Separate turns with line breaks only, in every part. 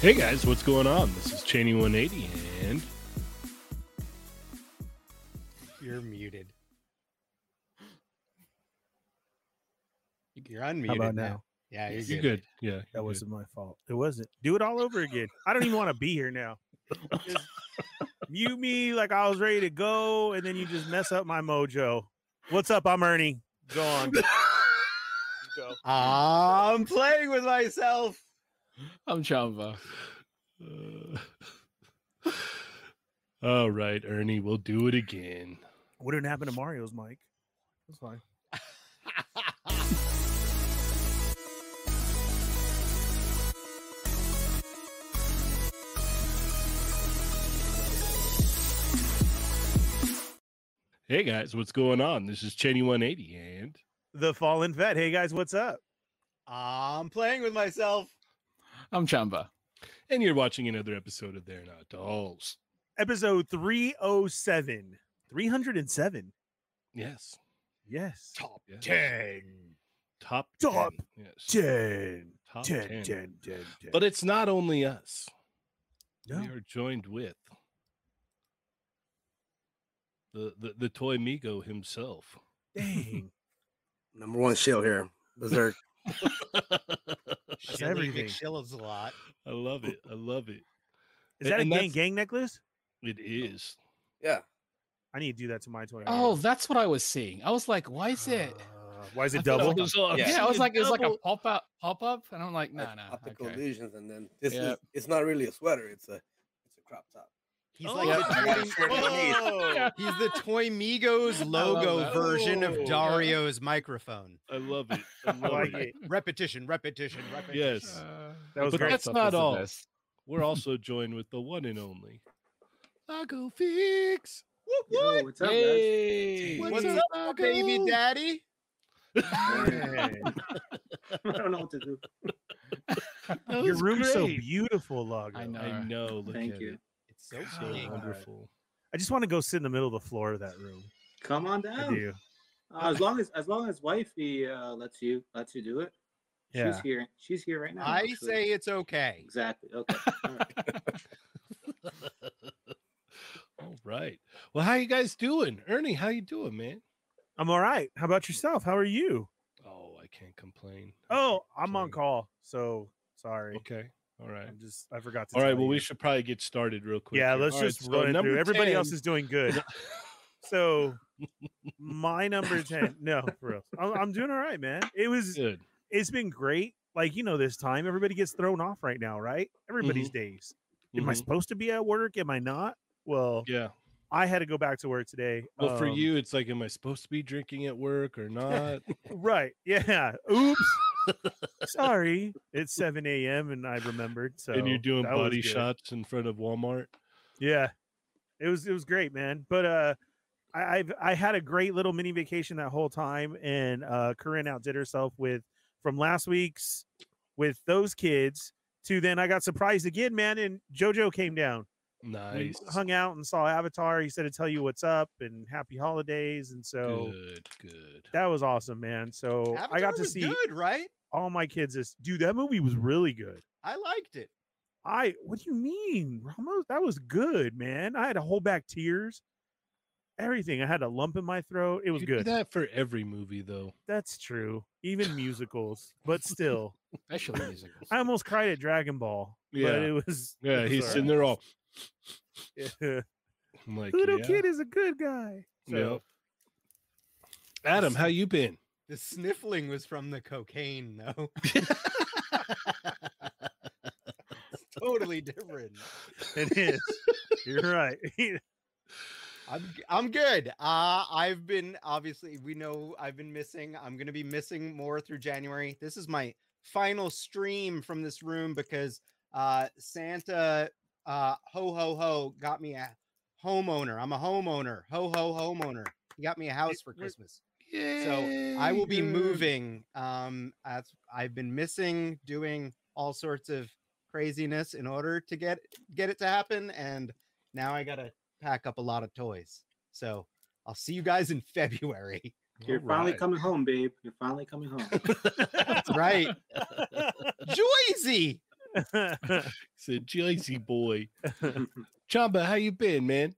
Hey guys, what's going on? This is Cheney 180 and
You're muted. You're
How
unmuted
about
now.
now?
Yeah, you're,
you're
good.
good. Yeah. you're
That
good.
wasn't my fault. It wasn't. Do it all over again. I don't even want to be here now. Just mute me like I was ready to go, and then you just mess up my mojo. What's up? I'm Ernie. Go on. You go.
I'm playing with myself.
I'm Chamba.
Uh, all right, Ernie, we'll do it again.
What didn't happen to Mario's mic? That's fine.
Hey guys, what's going on? This is Cheney 180 and
The fallen vet. Hey guys, what's up?
I'm playing with myself.
I'm Chamba.
and you're watching another episode of They're Not Dolls.
Episode 307. 307.
Yes.
Yes.
Top
Yes.
10.
Top
Top
10. Yes.
10.
Top
10,
10.
10, 10, 10.
But it's not only us.
no.
We are joined with the, the the toy Migo himself.
dang.
Number one shill here. Berserk.
Shilly
everything.
McShillows a lot.
I love it. I love it.
Is that a
And
gang
that's-
gang necklace?
It is.
yeah.
I need to do that to my toy.
Oh, that's what I was seeing. I was like, why is it?
Uh, why is
I
it
thought it
double?
was, uh,
Yeah, I
seeing
was like, it was like a
double.
pop up, pop up, and I'm like, no,
Like
no,
Optical
okay.
illusions, and then this is
Yep.
it's not really a sweater, it's a it's a crop top.
He's
Oh,
like
yeah.
I got a
the
shirt underneath.
toy, he's the Toy Migos logo
that.
version
Oh.
of Dario's microphone.
I love it. I love
I like
it.
it.
Repetition, repetition, repetition.
Yes.
Uh,
That was
But
great.
that's
stuff
not
was the
all.
best.
We're also joined with the one and only Lago Fix.
Yo, what's up, guys?
Yay!
What's up, baby daddy?
I don't know what to do.
That
Your
was
room's so
great.
beautiful, Lago.
I know.
I know. Look
Thank
at
you.
It.
It's so,
It's
Oh,
So
big.
wonderful.
I just want to go sit in the middle of the floor of that room.
Come on
I
down.
do.
Uh, as long as as long as wifey uh, lets you lets you do it.
Yeah.
She's here. She's here right now.
I
actually.
say it's okay.
exactly. Okay. all right.
All right. Well, how you guys doing, Ernie? How you doing, man?
I'm all right. How about yourself? How are you?
Oh, I can't complain. I can't
Oh, I'm
complain.
on call. So sorry.
Okay. All right.
I'm just I forgot to.
All right.
tell
Well, we
you.
should probably get started real quick.
Yeah,
here.
let's
All right,
just
so
run it
number
through. Everybody
10
else is doing good. So my number 10. No, for real. I'm, I'm doing all right, man. It was
good.
it's been great. Like, you know, this time everybody gets thrown off right now, right? Everybody's
Mm-hmm.
days. Am I
Mhm.
supposed to be at work? Am I not? Well,
Yeah.
I had to go back to work today.
Well, for
um,
you, it's like, am I supposed to be drinking at work or not?
right? Yeah. Oops. Sorry. It's seven a.m. and I remembered. So
and you're doing
that was
body
good.
shots in front of Walmart.
Yeah. It was it was great, man. But uh, I, I've I had a great little mini vacation that whole time, and uh, Corinne outdid herself with from last week's with those kids to then I got surprised again, man, and JoJo came down. we
Nice.
hung out and saw Avatar. He said to tell you what's up and happy holidays. And so
Good, good.
that was awesome, man. So I
Avatar
got to
was
see
good, right?
all my kids this dude, that movie was really good.
I liked it.
I what do you mean? Ramos, that was good, man. I had to hold back tears. Everything. I had a lump in my throat. It was
You
good.
Do that for every movie, though.
That's true. Even musicals, but still.
Especially musicals.
I almost cried at Dragon Ball.
Yeah.
But it was
Yeah,
it
he's
was
sitting there all
alright.
I'm like,
Little
yeah,
kid is a good guy.
yeah.
So
Adam, how you been?
The sniffling was from the cocaine, though. It's totally different.
it is. You're right.
I'm g- I'm good. Uh, I've been obviously we know I've been missing. I'm gonna be missing more through January. This is my final stream from this room because uh, Santa uh, ho ho ho got me a homeowner. I'm a homeowner. Ho ho homeowner. He got me a house for
we're-
Christmas. I will be moving. Um, as I've been missing doing all sorts of craziness in order to get get it to happen, and now I gotta pack up a lot of toys. So I'll see you guys in February.
You're finally coming home, babe. You're finally coming home.
That's right, Joyzy.
He's a Jersey boy. Chamba, how you been, man?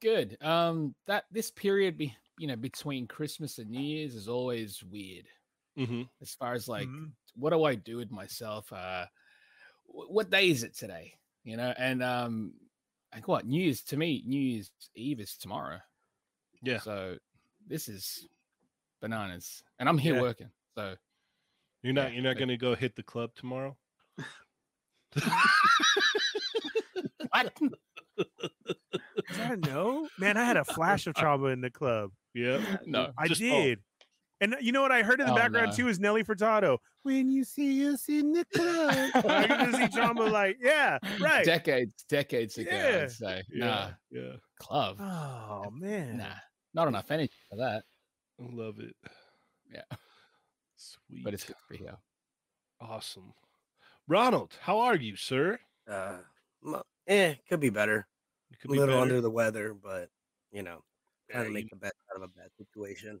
Good. Um, that this period, be, you know, between Christmas and New Year's is always weird.
Mm-hmm.
As far as like,
Mhm.
what do I do with myself? Uh, wh- what day is it today? You know, and um, like what New Year's to me, New Year's Eve is tomorrow.
Yeah.
So this is bananas, and I'm here
Yeah.
working. So
You're
Yeah,
not you're not
but-
gonna go hit the club tomorrow?
what?
Is that a no? Man, I had a flash of trauma in the club.
Yeah.
no.
I
Just- oh,
did. And uh, you know what I heard in the
Oh,
background
no.
too is Nelly Furtado. When you see us in the club, I can just see Chamba like, yeah, right.
Decades, decades ago.
Yeah.
I'd say. Nah,
Yeah. Yeah.
club.
oh man,
Nah, not enough energy for that.
I love it.
Yeah.
Sweet.
But it's good to be here.
awesome. Ronald, how are you, sir?
Uh, mo- eh, could be better.
You could
a
be
little
better.
under the weather, but you know, trying
Yeah,
to
you-
make the best out of a bad situation.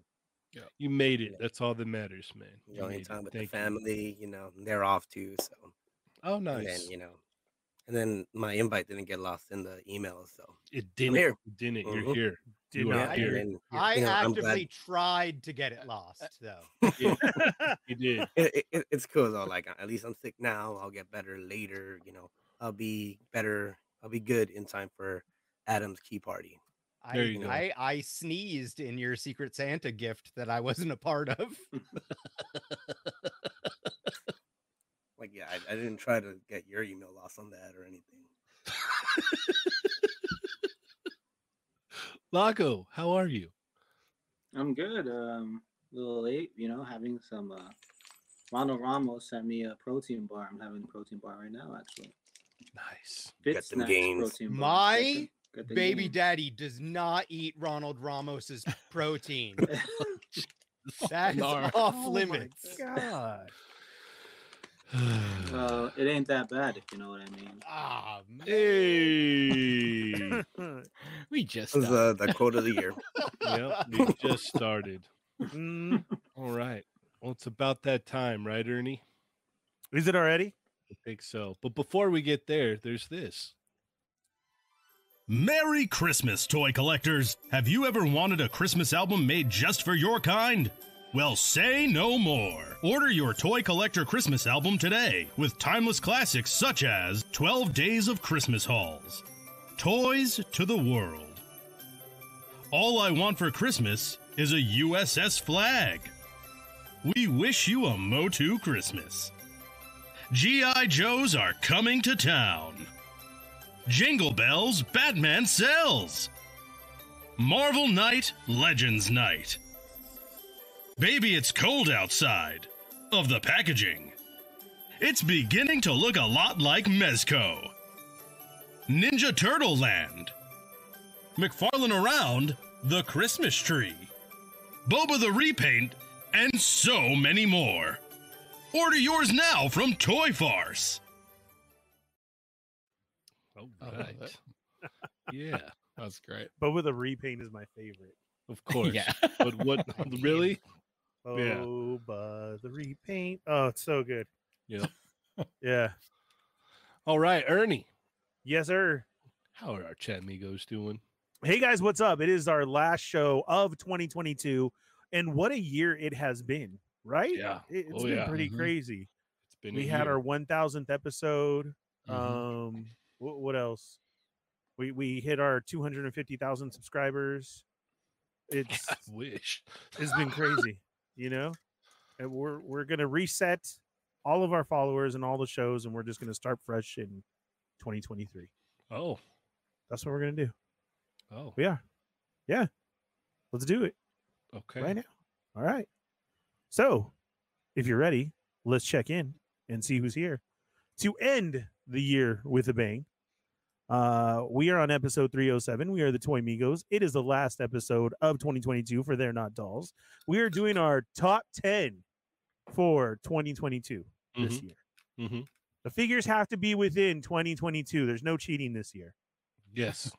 You made it.
Yeah.
That's all that matters, man.
You know,
made
any
it.
time with
Thank
the
you.
family, you know, they're off too. So
Oh,
and
nice.
then you know, and then my invite didn't get lost in the email. So
It didn't.
here.
it Didn't. You're
Mhm.
here.
did
You are
not
and
here.
hear.
then,
I
you know, I'm glad-
actively tried to get it lost, though.
You did.
it, it, it's cool though. Like at least I'm sick now. I'll get better later. You know, I'll be better. I'll be good in time for Adam's key party.
I,
There you go.
I I sneezed in your Secret Santa gift that I wasn't a part of.
Like yeah, I, I didn't try to get your email lost on that or anything.
Lago, how are you?
I'm good. Um, a little late, you know, having some. Uh, Ronald Ramos sent me a protein bar. I'm having a protein bar right now, actually.
Nice.
Fit
Got them
Snacks
gains.
protein bar.
My
Got the- got the
Baby
gains.
daddy does not eat Ronald Ramos's protein. That is
no.
off
Oh
Oh
limits.
God.
uh, it ain't that bad, if you know what I mean.
Ah, man.
hey.
We just
It was
started.
uh, the quote of the year.
yep. We just started.
Mm.
All right. Well, it's about that time, right, Ernie?
Is it already?
I think so. But before we get there, there's this.
Merry Christmas, toy collectors! Have you ever wanted a Christmas album made just for your kind? Well, say no more. Order your Toy Collector Christmas album today with timeless classics such as 12 Days of Christmas Halls, Toys to the World, All I Want for Christmas is a USS Flag, We Wish You a Motu Christmas, G.I. Joes Are Coming to Town. Jingle Bells Batman Sells. Marvel Night Legends Night. Baby It's Cold Outside. Of the packaging. It's beginning to look a lot like Mezco. Ninja Turtle Land. McFarlane Around The Christmas Tree. Boba the Repaint, and so many more. Order yours now from Toy Farce.
All
Oh,
right.
that-
yeah.
That's great.
But with a repaint is my favorite.
Of course.
Yeah.
But what really?
Oh,
Yeah.
but the repaint. Oh, it's so good.
Yeah.
Yeah.
All right, Ernie.
Yes, sir.
How are our chat amigos doing?
Hey guys, what's up? It is our last show of 2022, and what a year it has been, right?
Yeah.
It, has
Oh,
been
yeah.
pretty
Mhm.
crazy.
It's been
we
a
had
year. Mm-hmm.
our 1000th episode.
Mhm.
Um, what, what else? We we hit our 250,000 subscribers. It's
I wish.
it's been crazy, you know. And we're we're gonna reset all of our followers and all the shows, and we're just gonna start fresh in 2023.
Oh.
That's what we're gonna do.
Oh.
We are, yeah. Let's do it.
Okay.
right now. All right. So, if you're ready, let's check in and see who's here to end the year with a bang. Uh, we are on episode 307. We are the Toy Migos. It is the last episode of 2022 for They're Not Dolls. We are doing our top 10 for 2022 this year.
hmm
The figures have to be within 2022. There's no cheating this year
Yes.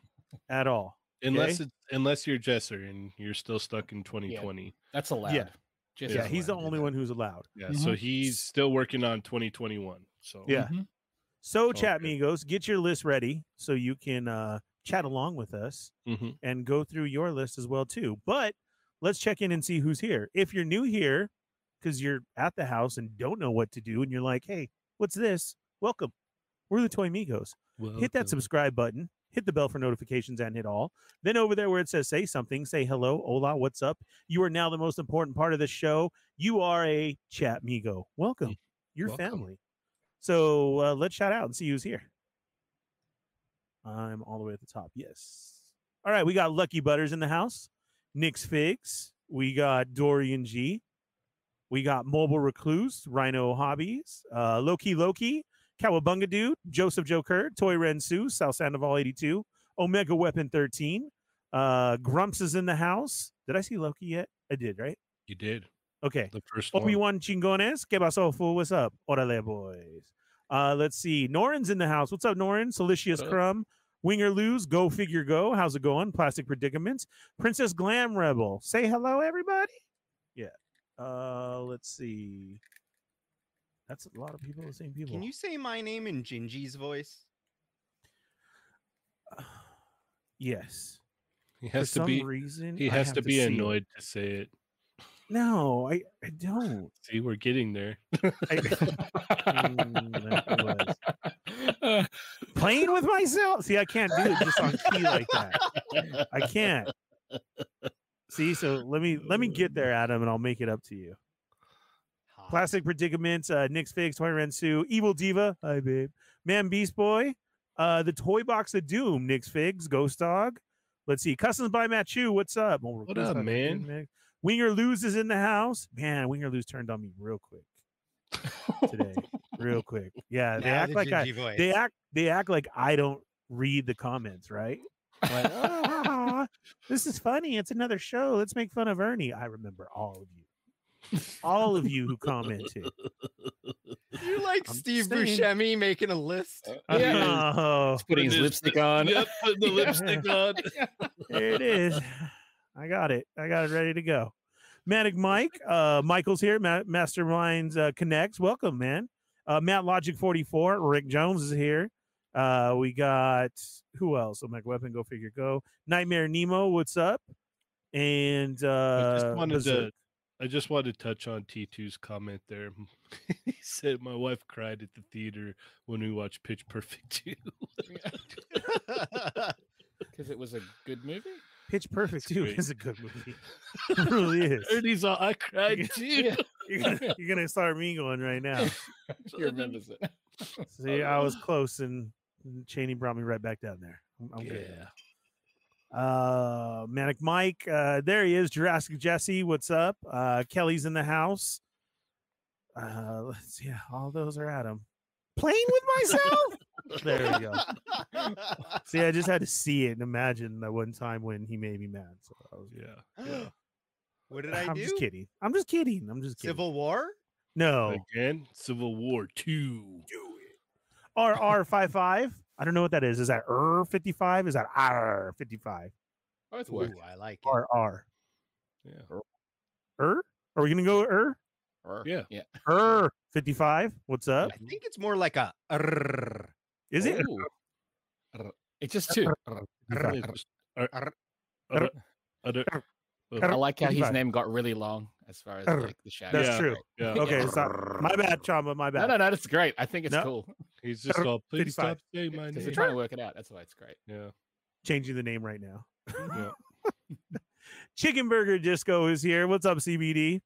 at all.
Unless
Okay.
it's unless you're Jesser and you're still stuck in 2020.
That's allowed. Just
Yeah,
as Mm-hmm.
he's the
allowed, you
Mm-hmm.
only
know.
one who's allowed.
Yeah. So he's still working on 2021. So
Yeah.
Mhm.
So,
Okay.
chat amigos, get your list ready so you can uh, chat along with us
Mm-hmm.
and go through your list as well too. But let's check in and see who's here. If you're new here because you're at the house and don't know what to do and you're like, "Hey, what's this?" Welcome. We're the Toy Migos.
Well,
Hit that subscribe button, hit the bell for notifications and hit all. Then over there where it says say something, say hello, hola, what's up? You are now the most important part of the show. You are a chat migo. Welcome. Your
welcome.
family. So, uh, let's shout out and see who's here. I'm all the way at the top. Yes. All right, we got Lucky Butters in the house. Nick's Figs. We got Dorian G. We got Mobile Recluse, Rhino Hobbies, uh, Loki Loki, Cowabunga Dude, Joseph Joe Kerr, Toy Ren Sue, South Sandoval 82, Omega Weapon 13. Uh, Grumps is in the house. Did I see Loki yet? I did, right?
You did
Okay.
the first one.
Obi Wan Chingones, que pasó, fool? What's up? Orale, boys. Uh, let's see. Norin's in the house. What's up, Norin? Silicious
What up?
Crumb, Winger Lose, Go Figure Go. How's it going? Plastic Predicaments, Princess Glam Rebel. Say hello, everybody. Yeah. Uh, let's see. That's a lot of people, the same people.
Can you say my name in Gingy's voice?
yes.
He
For
has to
some
be.
reason,
He
I
has
have
to be
see it.
annoyed to say it.
No, I, I don't.
See, we're getting there.
Mm, Playing with myself. See, I can't do it just on key like that. I can't. See, so let me let me get there, Adam, and I'll make it up to you.
Ha.
Plastic Predicaments, uh, Nick's Figs, Toy Rensu, Evil Diva, hi babe, Man Beast Boy, uh, the Toy Box of Doom, Nick's Figs, Ghost Dog. Let's see, Customs by Machu, what's up? Oh,
What
Ghost
up,
Dog is in,
man?
Winger Lose is in the house. Man, Winger Lose turned on me real quick today, real quick. Yeah, they
Now
act
the
like I,
Gingy voice.
they act they act like I don't read the comments, right? Like, "Ah, this is funny. It's another show. Let's make fun of Ernie. I remember all of you. All of you who commented.
You're like
I'm
Steve
saying-
Buscemi making a list.
Uh,
Yeah.
Oh,
Putting his lipstick on.
Yep, putting the lipstick on.
there it is. I got it. I got it ready to go. Manic Mike, uh, Michael's here. Ma- Masterminds uh, connects. Welcome, man. Uh, Matt Logic forty four. Rick Jones is here. Uh, we got who else? Oh my weapon. Go figure. Go Nightmare Nemo. What's up? And uh,
wanted to-
Berserk.
I just wanted to touch on T2's comment there. he said, My wife cried at the theater when we watched Pitch Perfect 2.
Because it was a good movie.
Pitch Perfect
That's
too
great.
is a good movie. it really is.
Ernie's all, I cried too.
You're gonna, you're gonna start me going right now.
He remembers it.
See, I was close, and Cheney brought me right back down there. I'm, I'm good. now.
Yeah.
Uh, Manic Mike, uh, there he is. Jurassic Jesse, what's up? Uh, Kelly's in the house. Uh, let's see, all those are Adam playing with myself. there we go. See, I just had to see it and imagine that one time when he made me mad. So I was,
Yeah.
what did I
I'm
do?
just kidding. I'm just kidding. I'm just kidding.
Civil War?
no,
Again, Civil War 2.
RR55. I don't know what that is. Is that R55? Is that R55?
Both
Ooh,
work.
I like it.
RR.
Yeah.
Er? Are we gonna go er?
Yeah.
Yeah.
Er 55. What's up?
I think it's more like a. "Arrrr."
Is it?
Ooh. Rrr. It's just two.
Yeah, just- ar-
Ar-
ar- ar-
I like how his
Fifty-five.
name got really long as far as
Rrr.
like the show.
That's
Yeah.
true.
yeah.
Okay, so my bad, Chamba. My
No,
bad.
no, no. That's great. I think it's
No.
cool.
He's just all, please
55.
stop saying my
Because they're
name.
trying to work it out. That's why it's great.
Yeah.
Changing the name right now.
yeah.
Chicken Burger Disco is here. What's up, CBD?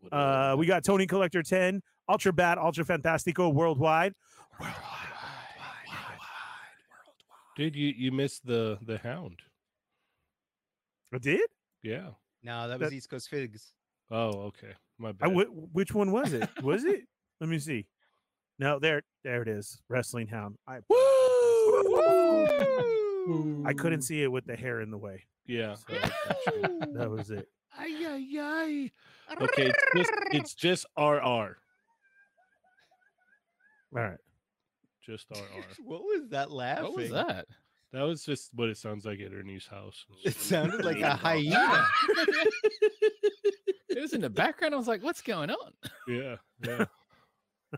What
Uh,
up?
we got Tony Collector 10, Ultra Bat, Ultra Fantastico, Worldwide.
Dude, you, you missed the, the hound.
I did?
Yeah.
No, that was
That-
East Coast Figs.
Oh, okay. My bad.
I w- which one was it? Was it? Let me see. No, there, there it is. Wrestling Hound. I, I couldn't see it with the hair in the way.
yeah.
So that was it.
Ay, ay, ay. Okay, it's just, it's just RR.
All right.
Just RR.
What was that laughing?
What was that?
That was just what it sounds like at Ernie's house.
It sounded like
Meatball.
a hyena.
It was in the background. I was like, what's going on?
Yeah. yeah. All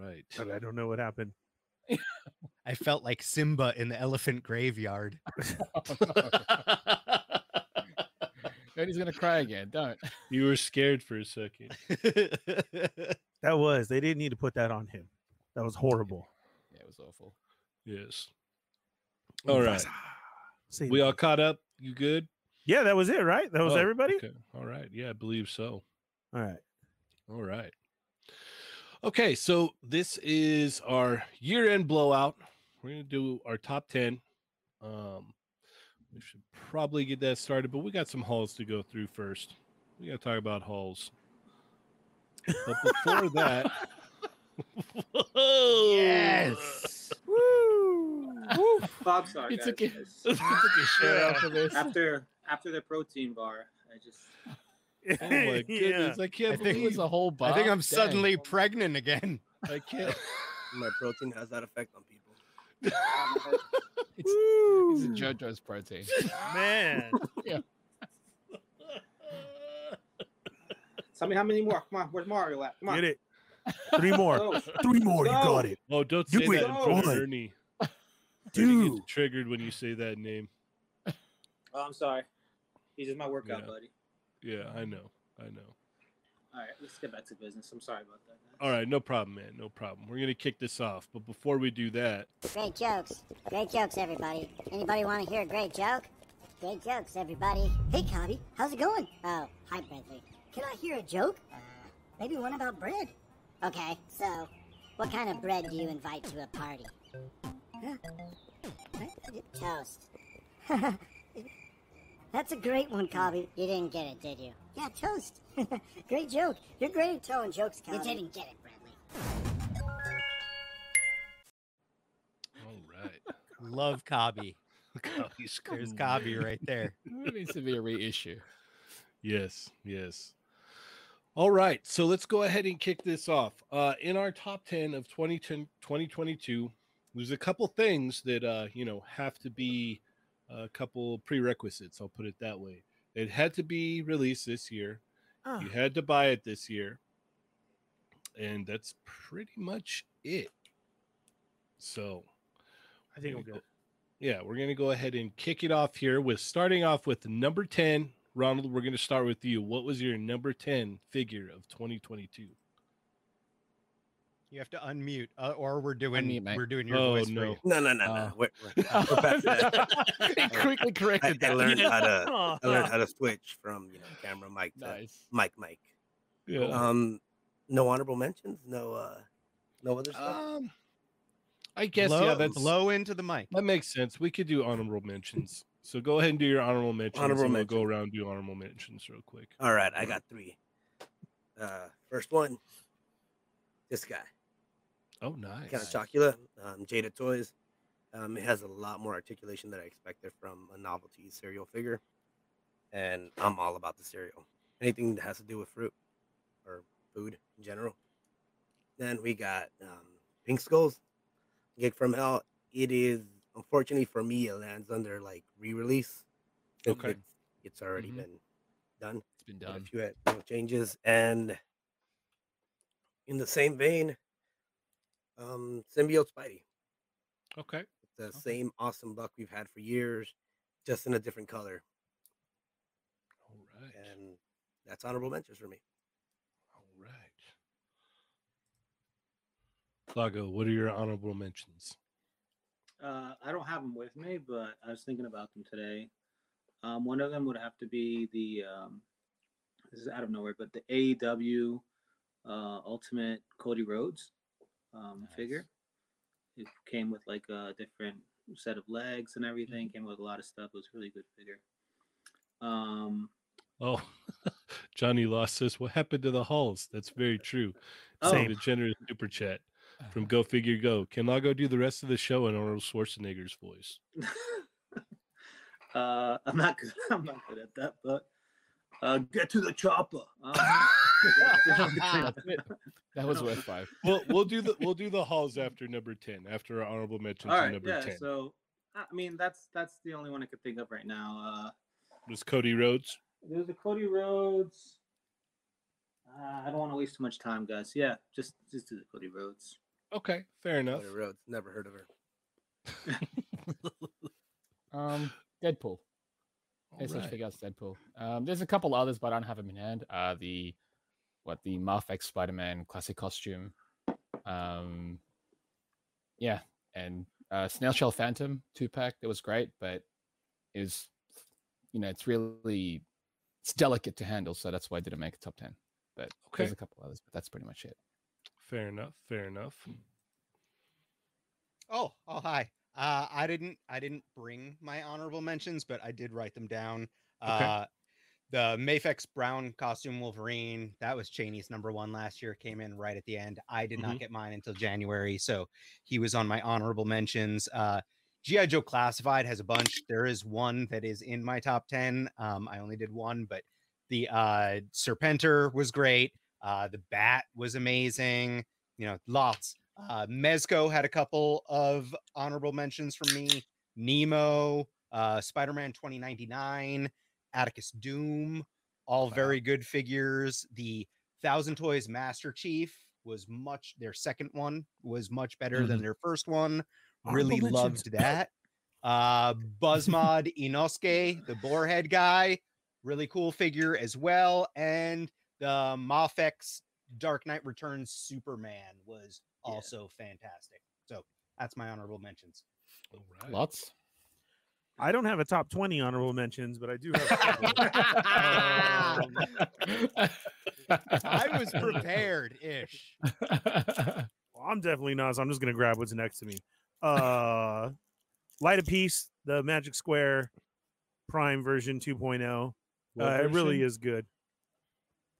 right.
But I don't know what happened.
I felt like Simba in the elephant graveyard.
And he's gonna cry again. Don't.
You were scared for a second.
That was they didn't need to put that on him. That was horrible.
Yeah, it was awful.
Yes. All right.
Save
We
me.
all caught up. You good?
yeah, that was it, right? That was
Oh,
everybody.
Okay. All right. Yeah, I believe so.
All right.
All right. Okay, so this is our year-end blowout. We're gonna do our top ten. Um, we should probably get that started, but we got some hauls to go through first. We gotta talk about hauls. But before that, whoa,
Bob, sorry,
You
guys.
took it.
It's-
You took your shirt off for this.
After after the protein bar, I just
Oh my goodness! I
I
can't
think it was
believe
a whole
I
bar.
think I'm suddenly pregnant again.
I can't.
My protein has that effect on people.
It's a
Woo.
JoJo's protein.
Man,
tell me how many more. Come on, where's Mario at? Come on. Oh.
get it. Three more.
Go.
Three more. You
Go.
got it.
Oh, don't
You
say that in
went
front of
one,
Ernie. Ernie
Two.
gets triggered when you say that name.
Oh, I'm sorry. He's just my workout
Yeah.
buddy.
Yeah, I know. I know.
All right, let's get back to business. I'm sorry about that. guys.
All right, no problem, man. No problem. We're gonna kick this off, but before we do that,
Great jokes. Great jokes, everybody. Anybody want to hear a great joke? Great jokes, everybody. Hey, Cobby, how's it going? Oh, hi, Bradley. Can I hear a joke? Uh, maybe one about bread. Okay, so what kind of bread do you invite to a party? Huh? What? Toast. That's a great one, Cobby. You didn't get it, did you? Yeah, toast. great joke. You're great at telling jokes, Cobby. You didn't get it, Bradley.
all right,
Love Cobby.
Copy's
There's
cool.
Cobby right there.
It needs to be a reissue.
Yes, yes. All right, so let's go ahead and kick this off. Uh, in our top 10 of 2010, 2022, there's a couple things that, uh, you know, have to be a couple prerequisites. I'll put it that way. It had to be released this year.
Ah.
You had to buy it this year. And that's pretty much it. So
I think I'm good.
yeah, we're going to go ahead and kick it off here with starting off with number 10. Ronald, we're going to start with you. What was your number 10 figure of 2022?
You have to unmute, uh, or we're doing
Unmute, mate.
we're doing your
Oh,
voice. for
no. Uh,
you.
No, no, no, no.
Oh.
we're, we're, we're past that.
he quickly
I,
corrected
I
that.
learned how to.
Oh,
I learned how to switch from you know camera mic to
Nice.
mic mic.
Yeah.
Um, no honorable mentions. No, uh, no other stuff.
Um, I guess,
Blow,
yeah, that's,
blow into the mic.
that makes sense. We could do honorable mentions. So go ahead and do your honorable mentions.
Honorable
and we'll go
mention.
around and do honorable mentions real quick.
All right, I got three. Uh, first one, this guy,
Oh, nice.
Count Chocula, um, Jada Toys. Um, it has a lot more articulation than I expected from a novelty cereal figure, and I'm all about the cereal. Anything that has to do with fruit or food in general. Then we got um, Pink Skulls, Gig from Hell. It is unfortunately for me, it lands under like re-release. since
Okay. Mm-hmm.
it's- it's already
Mhm.
been done
It's been
but a
done.
few had little changes. And in the same vein, um, Symbiote Spidey,
Okay.
the same awesome buck we've had for years, just in a different color.
All right.
And that's honorable mentions for me.
All right. Lago, what are your honorable mentions?
Uh, I don't have them with me, but I was thinking about them today. Um, one of them would have to be the um, this is out of nowhere, but the AEW uh, Ultimate Cody Rhodes um,
Nice.
figure. It came with like a different set of legs and everything.
Mm-hmm.
Came with a lot of stuff. It was a really good figure. Um,
Oh, Johnny Lost says, What happened to the halls? That's very true.
Oh.
Same
Same.
a generous super chat
Uh-huh.
from Go Figure Go. Can Lago do the rest of the show in Arnold Schwarzenegger's voice?
uh, I'm not good. I'm not good at that, but uh, get to the chopper. Um,
That's it. That was
No.
worth five.
Well, we'll do the we'll do the halls after number ten, after our honorable mentions
All
in
right,
number
yeah.
ten.
So, I I mean, that's that's the only one I could think of right now. Uh,
was Cody Rhodes.
there's a Cody Rhodes. Uh, I don't want to waste too much time, guys. Yeah, just just do the Cody Rhodes.
Okay, fair enough.
Cody Rhodes. Never heard of her.
Um, Deadpool. It's
Alright.
right. figures Deadpool. Um, there's a couple others, but I don't have them in hand. Uh, the what the Marv X Spider-Man classic costume. Um, yeah, and uh, Snail Shell Phantom two pack that was great, but it was, you know, it's really it's delicate to handle, so that's why I didn't make a top ten. But
Okay.
there's a couple others, but that's pretty much it.
Fair enough. Fair enough.
Oh, oh hi. Uh, I didn't I didn't bring my honorable mentions, but I did write them down. Uh, the Mafex Brown costume Wolverine that was Cheney's number one last year. Came in right at the end. I did
Mm-hmm.
not get mine until January, so he was on my honorable mentions. Uh, GI Joe Classified has a bunch. There is one that is in my top ten. Um, I only did one, but the uh, Serpenter was great. Uh, the Bat was amazing. You know, lots. Uh, Mezco had a couple of honorable mentions from me. Nemo, uh, Spider Man 2099, Atticus Doom, all
Uh-huh.
very good figures. The Thousand Toys Master Chief was much, their second one was much better
Mm-hmm.
than their first one. really
Honorable mentions.
loved that. Uh, Buzzmod Inosuke, the boarhead guy, really cool figure as well. And the Mafex Dark Knight Returns Superman was also fantastic. So that's my honorable mentions.
All right.
Lots.
I don't have a top 20 honorable mentions, but I do have. a couple. Um,
I was prepared ish.
Well, I'm definitely not, so I'm just gonna grab what's next to me. Uh Light of Peace, the Magic Square Prime version 2.0. Uh,
What
it really
version?
is good.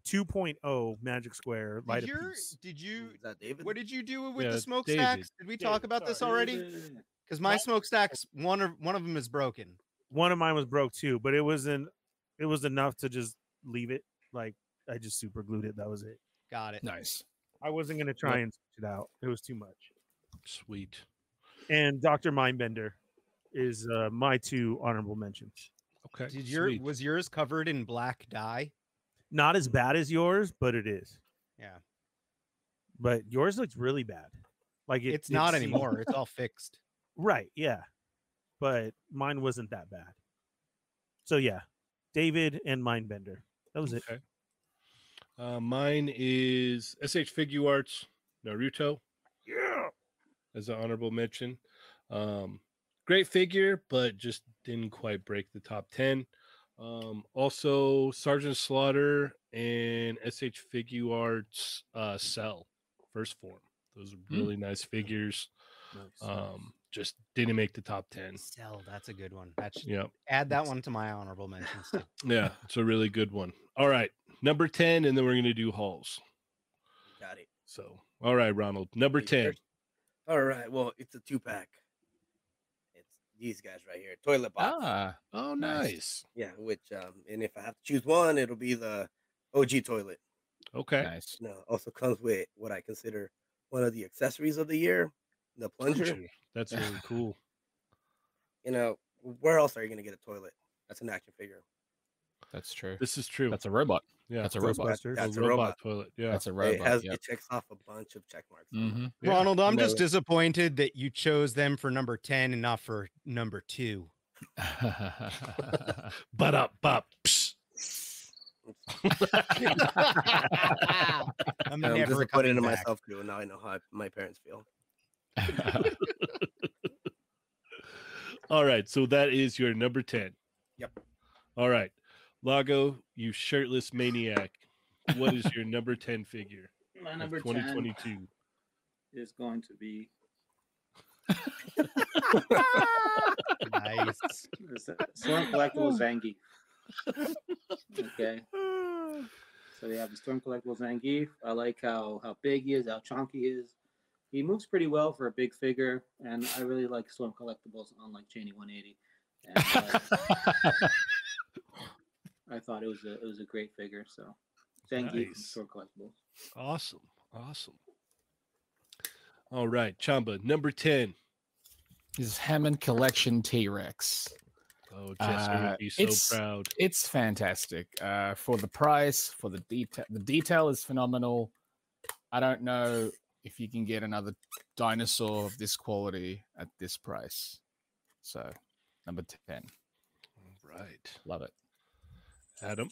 2.0 Magic Square Light
Did,
of
your-
Peace.
did you?
Is that David?
What did you do with
Yeah,
the smokestacks? Did we talk about this already? Because my smokestacks, one of one of them is broken.
One of mine was broke too, but it wasn't. It was enough to just leave it. Like I just super glued it. That was it.
Got it.
nice.
I wasn't gonna try and switch it out. It was too much.
Sweet.
And Doctor Mindbender is uh, my two honorable mentions.
Oh, Okay.
Did your
sweet.
was yours covered in black dye?
Not as bad as yours, but it is.
Yeah.
But yours looks really bad. Like it,
It's not
it seems-
anymore. It's all fixed.
Right. Yeah. But mine wasn't that bad. So yeah, David and Mindbender. That was it.
Okay. Uh, mine is SH Figure Arts Naruto. Yeah. As an honorable mention. Um, great figure, but just didn't quite break the top 10. Um, also, Sergeant Slaughter and SH Figure Arts uh, Cell, first form. Those are really nice figures. Um, just didn't make the top 10.
Cell, that's a good one. That should
Yeah.
add that one to my honorable mentions. too.
Yeah. It's a really good one. All right. Number 10, and then we're going to do hauls.
Got it.
So, all right, Ronald, number
Wait, there's-
10.
All right. Well, it's a two pack. It's these guys right here. Toilet box.
Ah,
Oh,
nice.
Yeah. Which um, and if I have to choose one, it'll be the OG toilet.
Okay.
nice.
Now also comes with what I consider one of the accessories of the year, the plunger.
Sure. That's really cool.
You know, where else are you gonna get a toilet? That's an action figure.
That's true.
This is true.
That's a robot.
yeah.
That's a
That's
robot.
what- That's
a
a robot.
toilet. Yeah.
That's a
It
robot.
has
yep.
it checks off a bunch of check marks. on it.
Mhm.
Yeah.
Ronald, I'm
Yeah,
just
yeah.
disappointed that you chose them for number 10 and not for number two.
But up, bop. psh.
I'm
I'm
never
just putting
coming
into
back.
myself too. Now I know how I- my parents feel.
All right. So that is your number 10.
Yep.
All right. Lago, you shirtless maniac. What is your number 10 figure
My
of
number 10
2022?
is going to be
Nice.
Storm Collectible Zangief. Okay.
Mm-hmm.
So we have the Storm Collectible Zangief. I like how how big he is, how chunky he is. He moves pretty well for a big figure, and I really like Storm Collectibles on like Cheney 180. And, uh, I thought it was a it was a great figure. So Zangief from
Nice.
Storm Collectibles.
Awesome. Awesome. All right. Chamba, number 10.
This Hammond Collection T Rex.
Oh, Jesse
Uh,
would be so
it's-
proud.
It's fantastic uh, for the price, for the detail. The detail is phenomenal. I don't know if you can get another dinosaur of this quality at this price. So, number 10.
Right.
Love it.
Adam.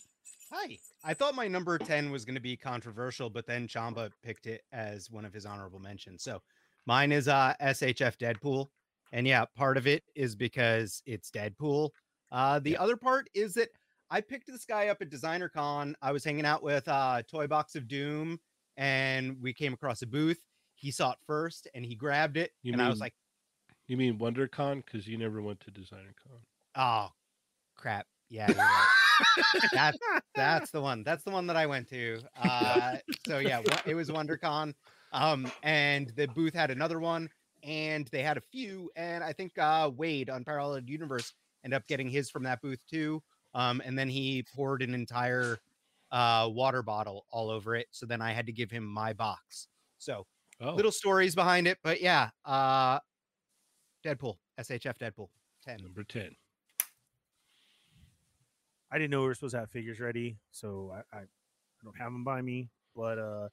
Hi. I thought my number 10 was going to be controversial, but then Chamba picked it as one of his honorable mentions. So mine is uh SHF Deadpool. And yeah, part of it is because it's Deadpool. Uh the other part is that I picked this guy up at Designer Con. I was hanging out with uh Toy Box of Doom and we came across a booth. He saw it first and he grabbed it
You
and I was
mean-
like,
You mean WonderCon? Because you never went to DesignerCon.
"Oh, crap. Yeah, you're right." That- That's the one. That's the one that I went to. Uh, so yeah, wa- it was WonderCon. Um, and the booth had another one, and they had a few. And I think uh, Wade on Parallel Universe ended up getting his from that booth too. Um, and then he poured an entire uh, water bottle all over it. So then I had to give him my box. So
Oh,
little stories behind it, but yeah, uh, Deadpool, SHF Deadpool, ten.
number 10.
I didn't know we were supposed to have figures ready, so I, I, I don't have them by me. But uh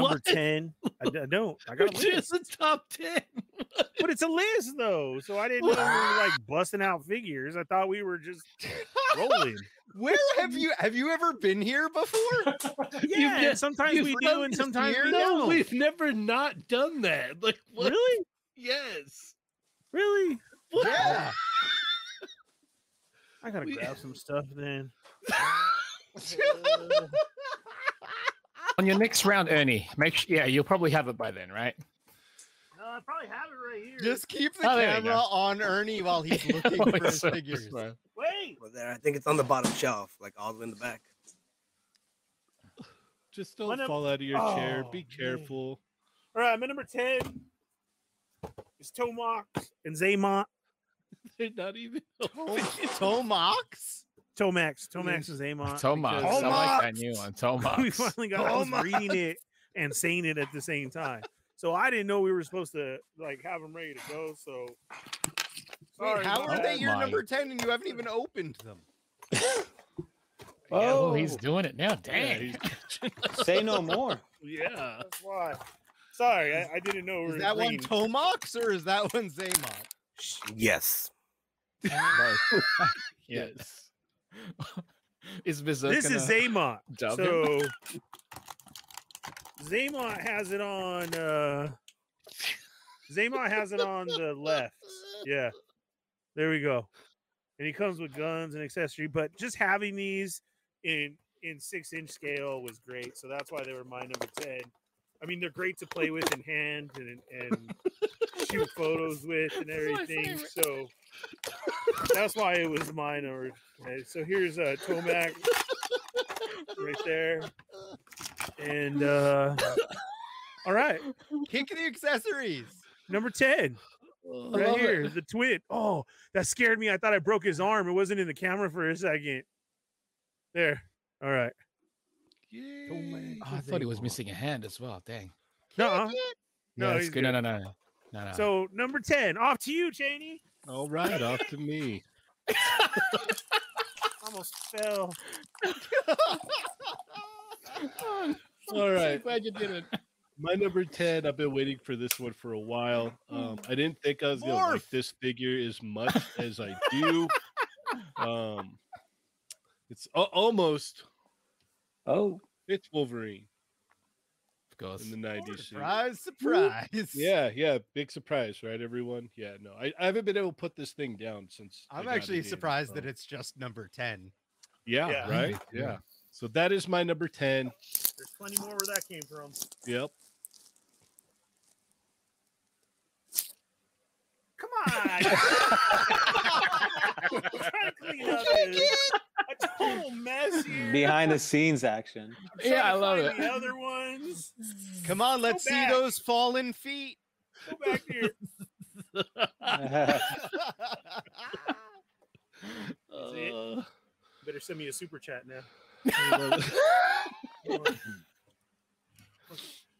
What?
ten, I, d- I don't. I got a
Which is
list,
the top 10.
but it's a list though, so I didn't know we were like busting out figures. I thought we were just rolling.
Where have you have you ever been here before?
Yeah, and
ne-
sometimes
you've
we
done
do, and
this
sometimes
year?
we
No,
don't.
we've never not done that. Like, what?
Really,
Yes.
really.
What?
yeah.
I gotta
We-
grab some stuff then.
On your next round, Ernie, make sure, yeah, you'll probably have it by then, right?
No, I probably have it right here.
Just keep the
Oh, there you go.
camera on Ernie while he's looking
While
for
he's
his
looking
figures.
for-
wait.
Well, there, I think it's on the bottom shelf, like all the way in the back.
Just don't
One of-
fall out of your chair.
Oh,
Be
man.
careful.
All right, my number ten is Tomox and Zaymont.
They're not even.
Tomox?
Tomax, Tomax and Zaymont.
Tomas. Mm. I like that new one.
Oh, we
Tomas.
finally got I was reading it and saying it at the same time. So I didn't know we were supposed to like have them ready to go. So
Wait,
Sorry
how
about
are they
that.
your
Oh my.
number 10 and you haven't even opened them?
Yeah, oh, he's doing it now.
Yeah,
Dang.
he's-
Say no more.
yeah.
that's why. Sorry, I, I didn't know we were
Is that one
reading.
Tomox or is that one Zaymont?
Yes.
Yeah.
Yes.
is Berserk
This is
gonna
Zaymont.
dub him?
So Zaymont has it on. uh Zaymont has it on the left. Yeah, there we go. And he comes with guns and accessory, but just having these in in six inch scale was great. So that's why they were my number ten. I mean, they're great to play with in hand and and shoot photos with and everything. So that's why it was my number. 10. So here's uh, Tomac right there. And uh all right,
Kick the accessories.
number 10
Oh, I
right
love it.
here, the twin. Oh, that scared me. I thought I broke his arm. It wasn't in the camera for a second. There. All right.
Yay.
Oh, I thought he was missing a hand as well. Dang.
No.
No,
No,
it's
he's
good. No, no, no, no, no. no.
So number 10, off to you, Cheney.
All right, off to me.
Almost fell.
All right.
glad you did it.
My number 10, I've been waiting for this one for a while. Um, I didn't think I was going to like this figure as much as I do. Um, it's a- almost,
Oh,
it's Wolverine
Of course.
in the 90s. suit.
Surprise, surprise.
Yeah, yeah, big surprise, right, everyone? Yeah, no, I, I haven't been able to put this thing down since. I
I'm
got
actually
it in,
surprised that
so-
it's just number 10.
Yeah,
Yeah.
right?
Yeah.
Yeah. So that is my number 10.
There's plenty more where that came from.
Yep.
Come on. I'm trying to clean up this- a total mess here.
behind the scenes action.
I'm trying
Yeah, I
to
love
find
it.
The other ones.
Come on, let's see
back.
those fallen feet.
Go back to your it?
Uh,
Better send me a super chat now.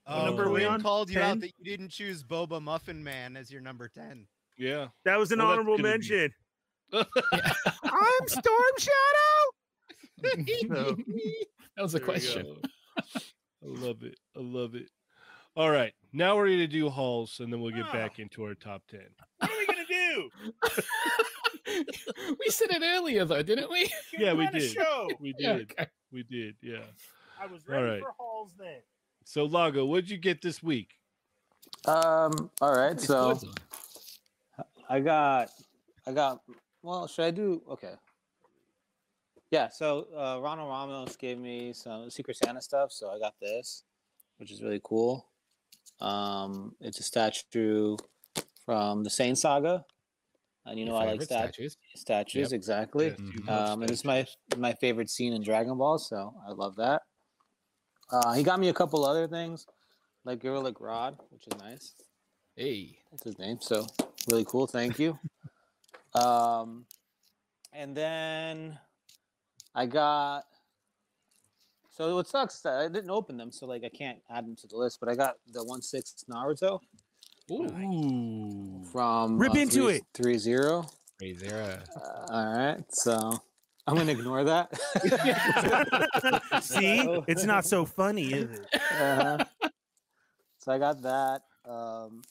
Oh,
number are we
Wayne
on?
called you
10?
out that you didn't choose Boba Muffin Man as your number 10.
yeah.
That was an
Well, that's
honorable
gonna be-
mention.
I'm Storm Shadow.
that was a
There we go.
question.
I love it. I love it. All right. Now we're gonna do hauls, and then we'll get
Ah.
back into our top ten.
What are we gonna do?
we said it earlier though, didn't we?
Can
Yeah, we
run a
did.
show?
We
Yeah,
did.
okay.
We did. Yeah.
I was
All
ready
right.
for halls then.
So Lago, what'd you get this week?
Um. All right.
It's
So
Forza.
I got, I got. Well, should I do? Okay. Yeah. So uh, Ronald Ramos gave me some Secret Santa stuff, so I got this, which is really cool. Um, it's a statue from the Sane Saga, and you know
Your
I like
favorite
stat-
statues.
statues
Yep.
exactly.
Yes, you
Mhm.
love
Um, and it's my
statues.
my favorite scene in Dragon Ball, so I love that. Uh, he got me a couple other things, like Gorilla Grodd, which is nice.
Hey,
That's his name. So really cool. Thank you. um, and then I got. So what sucks is that I didn't open them, so like I can't add them to the list. But I got the one six Naruto
Hmm.
Ooh.
from uh,
Rip into
three,
it.
three zero.
Crazy era.
Uh, all right, so I'm gonna ignore that.
See,
So-
it's not so funny, is it?
Uh-huh. so I got that. Um,